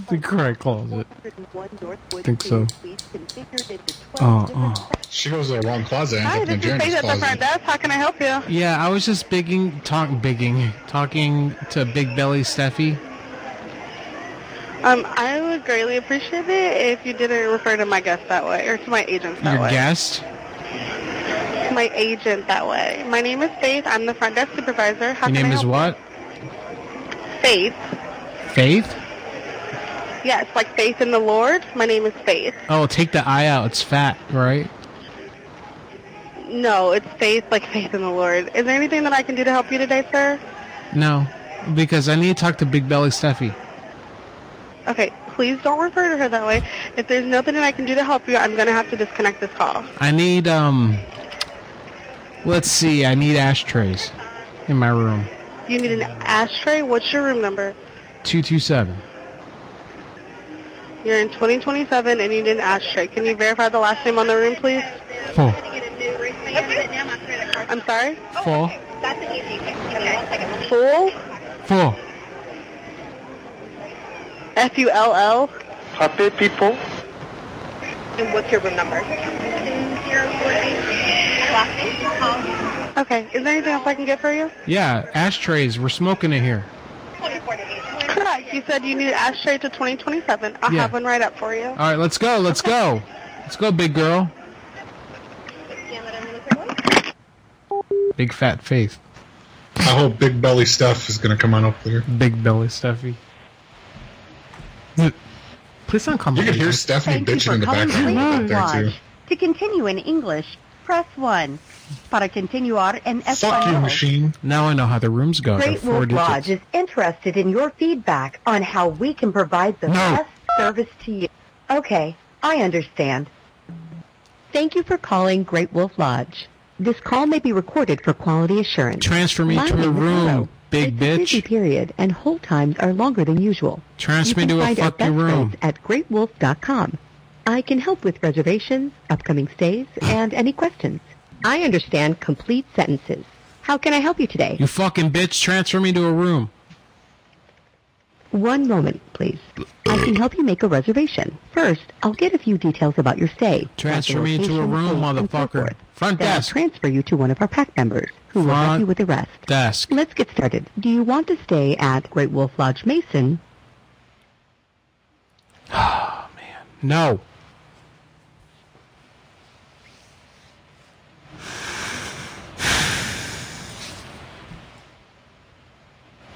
[SPEAKER 2] the cry closet.
[SPEAKER 6] 101 Northwood
[SPEAKER 5] Think so.
[SPEAKER 6] Suites configured into 12
[SPEAKER 2] Oh, oh.
[SPEAKER 5] [LAUGHS] She goes to the wrong closet. Ends
[SPEAKER 6] Hi,
[SPEAKER 5] up in
[SPEAKER 6] this is
[SPEAKER 5] Jeremy's
[SPEAKER 6] Faith at the
[SPEAKER 5] closet.
[SPEAKER 44] That's how can I help you?
[SPEAKER 2] Yeah, I was just bigging, talking, bigging, talking to Big Belly Steffi.
[SPEAKER 44] Um, I would greatly appreciate it if you didn't refer to my guest that way, or to my agent that
[SPEAKER 2] Your
[SPEAKER 44] way.
[SPEAKER 2] guest.
[SPEAKER 44] To my agent that way. My name is Faith. I'm the front desk supervisor. How
[SPEAKER 2] Your
[SPEAKER 44] can
[SPEAKER 2] name
[SPEAKER 44] I
[SPEAKER 2] is
[SPEAKER 44] help
[SPEAKER 2] what?
[SPEAKER 44] you? Faith.
[SPEAKER 2] Faith.
[SPEAKER 44] Yes, like faith in the Lord. My name is Faith.
[SPEAKER 2] Oh, take the eye out. It's fat, right?
[SPEAKER 44] No, it's faith, like faith in the Lord. Is there anything that I can do to help you today, sir?
[SPEAKER 2] No, because I need to talk to Big Belly Steffi.
[SPEAKER 44] Okay, please don't refer to her that way. If there's nothing that I can do to help you, I'm going to have to disconnect this call.
[SPEAKER 2] I need um. Let's see. I need ashtrays in my room.
[SPEAKER 44] You need an ashtray. What's your room number?
[SPEAKER 2] Two two seven.
[SPEAKER 44] You're in 2027 and you need an ashtray. Can you verify the last name on the room, please?
[SPEAKER 2] Four.
[SPEAKER 44] I'm sorry?
[SPEAKER 2] Four.
[SPEAKER 44] Full?
[SPEAKER 2] Four.
[SPEAKER 44] F-U-L-L?
[SPEAKER 25] Happy people.
[SPEAKER 44] And what's your room number? Okay, is there anything else I can get for you?
[SPEAKER 2] Yeah, ashtrays. We're smoking it here.
[SPEAKER 44] Correct. You said you need an ashtray to 2027. I'll
[SPEAKER 2] Yeah.
[SPEAKER 44] have one right up for you.
[SPEAKER 2] All right, let's go. Let's go. Let's go, big girl. Big fat Faith.
[SPEAKER 5] I hope Big Belly Steph is gonna come on up there.
[SPEAKER 2] Big Belly Steffi. Please don't come.
[SPEAKER 5] You can hear Stephanie
[SPEAKER 28] Thank you
[SPEAKER 5] bitching in the
[SPEAKER 28] for calling
[SPEAKER 5] background a
[SPEAKER 28] Sleep
[SPEAKER 5] little bit there too.
[SPEAKER 28] Lodge. To continue in English, press 1. Para continuar en español,
[SPEAKER 2] machine. Now I know how the rooms go. They're
[SPEAKER 32] Great
[SPEAKER 2] four
[SPEAKER 32] Wolf Lodge
[SPEAKER 2] digits.
[SPEAKER 32] is interested in your feedback on how we can provide the best service to you. Okay, I understand. Thank you for calling Great Wolf Lodge. This call may be recorded for quality assurance.
[SPEAKER 2] Transfer me to a room, big bitch.
[SPEAKER 32] Busy period and hold times are longer than usual.
[SPEAKER 2] Transfer
[SPEAKER 32] You
[SPEAKER 2] me
[SPEAKER 32] can
[SPEAKER 2] to a
[SPEAKER 32] find our
[SPEAKER 2] fucking
[SPEAKER 32] best
[SPEAKER 2] room.
[SPEAKER 32] rates at greatwolf.com. I can help with reservations, upcoming stays, and any questions. I understand complete sentences. How can I help you today?
[SPEAKER 2] You fucking bitch, transfer me to a room.
[SPEAKER 32] One moment, please. I can help you make a reservation. First, I'll get a few details about your stay.
[SPEAKER 2] Transfer
[SPEAKER 32] like
[SPEAKER 2] me
[SPEAKER 32] the
[SPEAKER 2] to a
[SPEAKER 32] location,
[SPEAKER 2] room,
[SPEAKER 32] date, and so
[SPEAKER 2] motherfucker.
[SPEAKER 32] forth.
[SPEAKER 2] Front
[SPEAKER 32] Then I'll
[SPEAKER 2] desk.
[SPEAKER 32] transfer you to one of our pack members, who will help
[SPEAKER 2] Front
[SPEAKER 32] you with the rest.
[SPEAKER 2] desk.
[SPEAKER 32] Let's get started. Do you want to stay at Great Wolf Lodge Mason?
[SPEAKER 2] [SIGHS] No.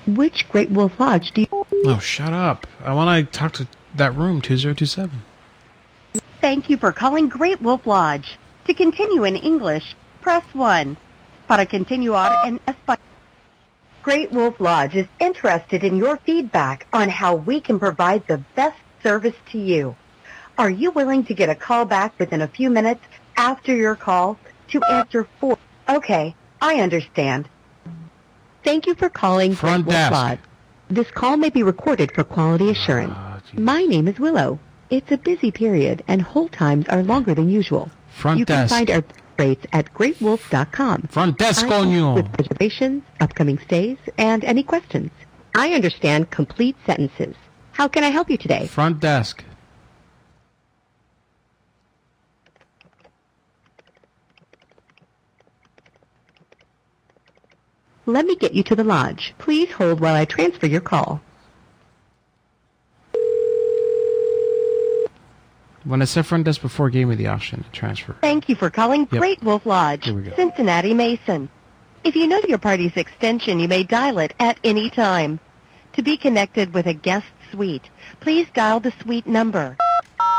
[SPEAKER 32] Which Great Wolf Lodge do you...
[SPEAKER 2] No, Oh, shut up. I want to talk to that room, 2027.
[SPEAKER 32] Thank you for calling Great Wolf Lodge. To continue in English, press 1. Para continuar en español. Great Wolf Lodge is interested in your feedback on how we can provide the best service to you. Are you willing to get a call back within a few minutes after your call to answer four? Okay, I understand. Thank you for calling
[SPEAKER 2] Front
[SPEAKER 32] Great
[SPEAKER 2] desk.
[SPEAKER 32] Wolf Lodge. This call may be recorded for quality assurance.
[SPEAKER 2] Ah,
[SPEAKER 32] My name is Willow. It's a busy period and hold times are longer than usual.
[SPEAKER 2] Front
[SPEAKER 32] you
[SPEAKER 2] desk.
[SPEAKER 32] can find our rates at greatwolf.com.
[SPEAKER 2] Front desk
[SPEAKER 32] I
[SPEAKER 2] on
[SPEAKER 32] help
[SPEAKER 2] you.
[SPEAKER 32] With reservations, upcoming stays, and any questions. I understand complete sentences. How can I help you today?
[SPEAKER 2] Front desk.
[SPEAKER 32] Let me get you to the lodge. Please hold while I transfer your call.
[SPEAKER 2] When I said front desk before, it gave me the option to transfer.
[SPEAKER 32] Thank you for calling
[SPEAKER 2] Yep.
[SPEAKER 32] Great Wolf Lodge,
[SPEAKER 2] Here we go.
[SPEAKER 32] Cincinnati Mason. If you know your party's extension, you may dial it at any time. To be connected with a guest suite, please dial the suite number.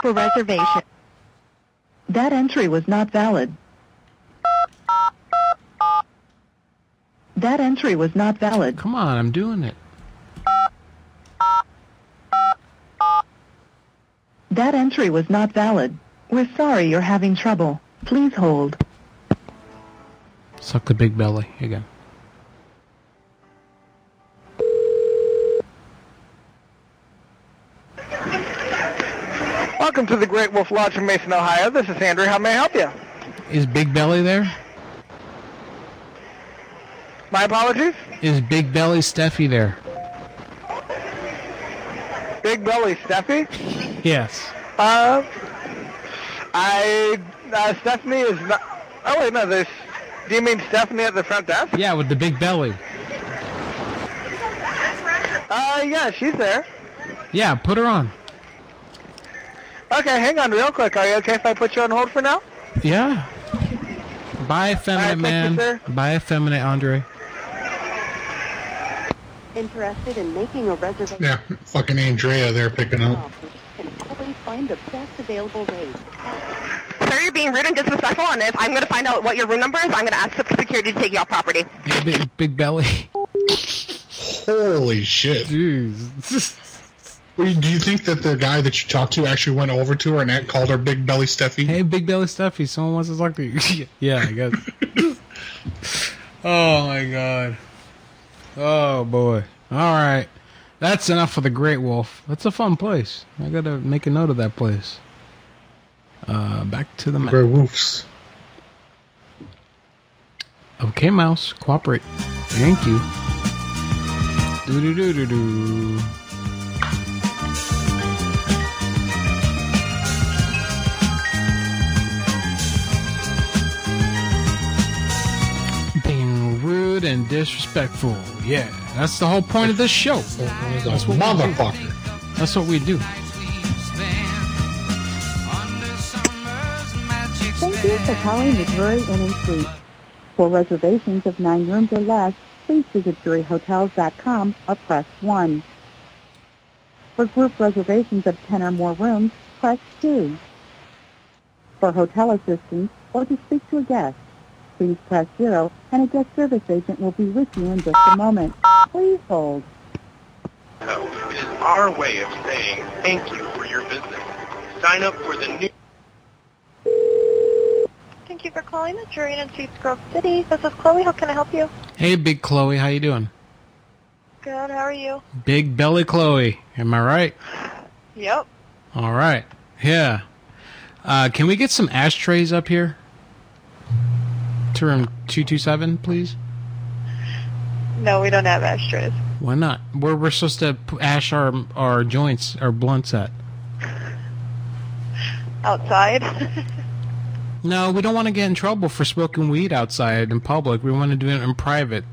[SPEAKER 32] For reservation,
[SPEAKER 1] That entry was not valid. That entry was not valid.
[SPEAKER 2] Come on, I'm doing it.
[SPEAKER 1] That entry was not valid. We're sorry you're having trouble. Please hold.
[SPEAKER 2] Suck the big belly again.
[SPEAKER 25] Welcome to the Great Wolf Lodge in Mason, Ohio. This is Andrew. How may I help you?
[SPEAKER 2] Is Big Belly there?
[SPEAKER 25] My apologies.
[SPEAKER 2] Is Big Belly Steffi there?
[SPEAKER 25] Big Belly Steffi.
[SPEAKER 2] Yes.
[SPEAKER 25] Uh, I uh, Stephanie is not. Oh wait, no. There's. Do you mean Stephanie at the front desk?
[SPEAKER 2] Yeah, with the big belly.
[SPEAKER 25] Uh, yeah, she's there.
[SPEAKER 2] Yeah, put her on.
[SPEAKER 25] Okay, hang on real quick. Are you okay if I put you on hold for now?
[SPEAKER 2] Yeah. Bye, effeminate
[SPEAKER 25] All right, thank
[SPEAKER 2] man.
[SPEAKER 25] you, sir.
[SPEAKER 2] Bye, effeminate Andre.
[SPEAKER 6] Interested in making a reservation?
[SPEAKER 5] Yeah, fucking Andrea there picking up.
[SPEAKER 6] Can always find the best available rate.
[SPEAKER 26] Sir, you're being rude and disrespectful, and if I'm going to find out what your room number is, I'm going to ask the security to take your property.
[SPEAKER 2] Yeah, big, big belly.
[SPEAKER 5] Holy shit. Wait, Do you think that the guy that you talked to actually went over to her and that called her Big Belly Steffi?
[SPEAKER 2] Hey, Big Belly Steffi, someone wants to talk to you. [LAUGHS] yeah, I guess. oh my god. Oh boy. All right. That's enough for the Great Wolf. That's a fun place. I gotta make a note of that place. Uh, back to the map.
[SPEAKER 5] Great Wolves.
[SPEAKER 2] Okay, mouse, cooperate. Thank you. Do do do do do. Being rude and disrespectful. Yeah, that's the whole point of this show. That's what we do. That's what we do.
[SPEAKER 6] Thank
[SPEAKER 1] Thank you for calling the Drury Inn and Suites. For reservations of nine rooms or less, please visit druryhotels.com or press 1. For group reservations of 10 or more rooms, press 2. For hotel assistance or to speak to a guest, please press 0 and a guest service agent will be with you in just a moment. Please hold.
[SPEAKER 13] This is our way of saying thank you for your visit. Sign up for the new...
[SPEAKER 30] Thank you for calling the Jurian and Suites Grove City. This is Chloe. How can I help you?
[SPEAKER 2] Hey, Big Chloe, how you doing?
[SPEAKER 30] Good. How are you?
[SPEAKER 2] Big Belly Chloe, am I right?
[SPEAKER 30] Yep.
[SPEAKER 2] All right. Yeah. Uh, can we get some ashtrays up here? To room 227, please?
[SPEAKER 30] No, we don't have ashtrays.
[SPEAKER 2] Why not? Where we're supposed to p- ash our our joints, our blunts at.
[SPEAKER 30] Outside.
[SPEAKER 2] No, we don't want to get in trouble for smoking weed outside in public. We want to do it in private.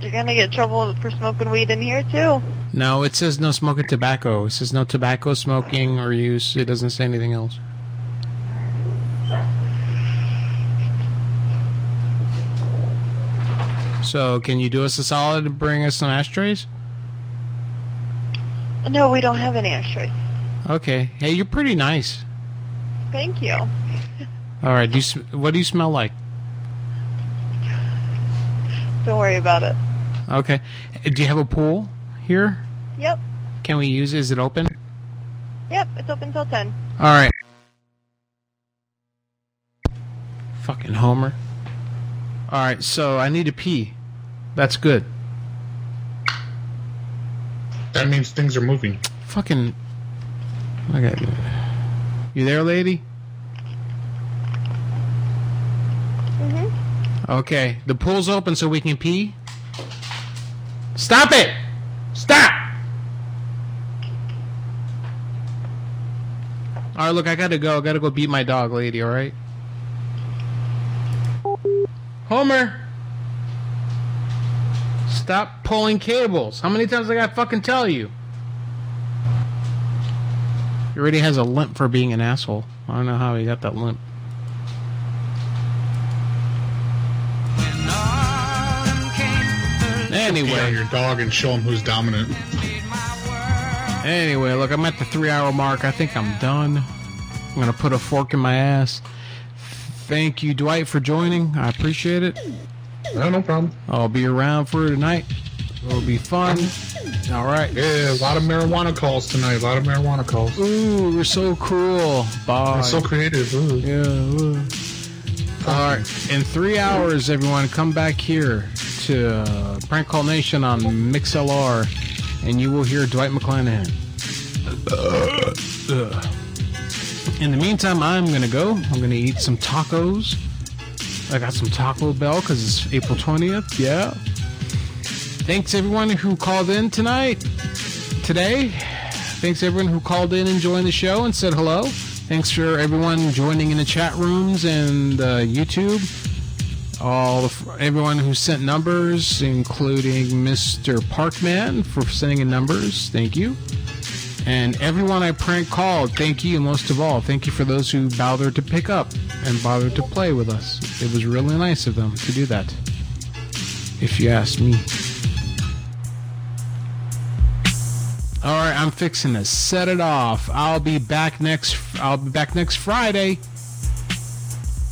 [SPEAKER 30] You're gonna get in trouble for smoking weed in here too.
[SPEAKER 2] No, it says no smoking tobacco. It says no tobacco smoking or use. It doesn't say anything else. So, can you do us a solid and bring us some ashtrays?
[SPEAKER 30] No, we don't have any ashtrays.
[SPEAKER 2] Okay. Hey, you're pretty nice.
[SPEAKER 30] Thank you.
[SPEAKER 2] All right. Do you, sm- what do you smell like?
[SPEAKER 30] Don't worry about it.
[SPEAKER 2] Okay. Do you have a pool here?
[SPEAKER 30] Yep.
[SPEAKER 2] Can we use? it? Is it open?
[SPEAKER 30] Yep. It's open till ten.
[SPEAKER 2] All right. Fucking Homer. All right, so I need to pee. That's good.
[SPEAKER 5] That means things are moving.
[SPEAKER 2] Fucking. Okay. You there, lady?
[SPEAKER 30] Mhm.
[SPEAKER 2] Okay. The pool's open so we can pee. Stop it! Stop! All right, look, I gotta go. I gotta go beat my dog, lady. All right. Homer, stop pulling cables. How many times I gotta fucking tell you? He already has a limp for being an asshole. I don't know how he got that limp. Anyway,
[SPEAKER 5] your dog and show him who's dominant.
[SPEAKER 2] Anyway, look, I'm at the three hour mark. I think I'm done. I'm going to put a fork in my ass. Thank you, Dwight, for joining. I appreciate it.
[SPEAKER 5] no problem.
[SPEAKER 2] I'll be around for tonight. It'll be fun. All right.
[SPEAKER 5] Yeah, a lot of marijuana calls tonight. A lot of marijuana calls.
[SPEAKER 2] Ooh, we're so cool. Bye.
[SPEAKER 5] We're so creative. Ooh.
[SPEAKER 2] Yeah. Ooh. All right. In three hours, everyone, come back here to uh, Prank Call Nation on MixLR, and you will hear Dwight McClanahan. In the meantime, I'm gonna go. I'm gonna eat some tacos. I got some Taco Bell because it's April 20th. Yeah. Thanks everyone who called in tonight. Today. Thanks everyone who called in and joined the show and said hello. Thanks for everyone joining in the chat rooms and uh, YouTube. All the, f- everyone who sent numbers, including Mr. Parkman for sending in numbers. Thank you. And everyone I prank called, thank you. And most of all, thank you for those who bothered to pick up and bothered to play with us. It was really nice of them to do that. If you ask me. All right, I'm fixing this. Set it off. I'll be back next. I'll be back next Friday,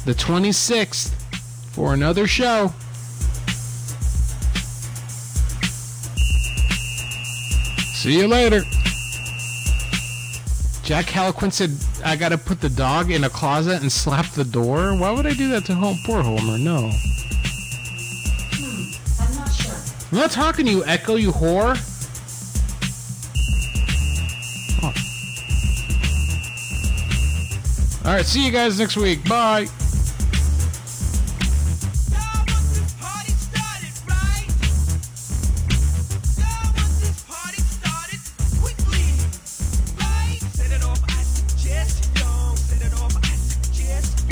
[SPEAKER 2] the 26th, for another show. See you later. Jack Haliquin said, "I gotta put the dog in a closet and [LAUGHS] slap the door." Why would I do that to home? Poor Homer. No.
[SPEAKER 43] Hmm, I'm not sure.
[SPEAKER 2] I'm not talking to you, Echo. You whore. All right, see you guys next week. Bye.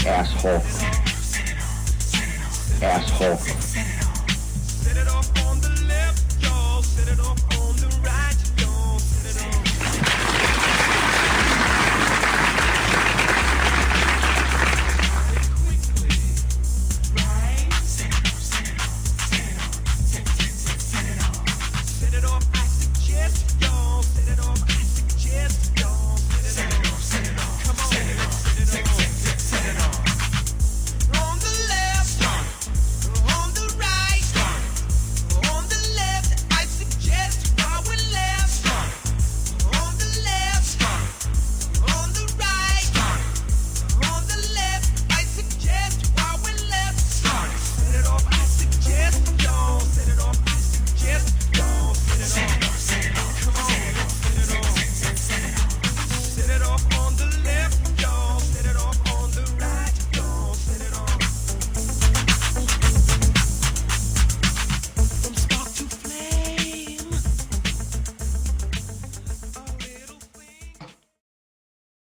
[SPEAKER 8] Asshole. Asshole.
[SPEAKER 9] Set it off on the left, y'all. Set it off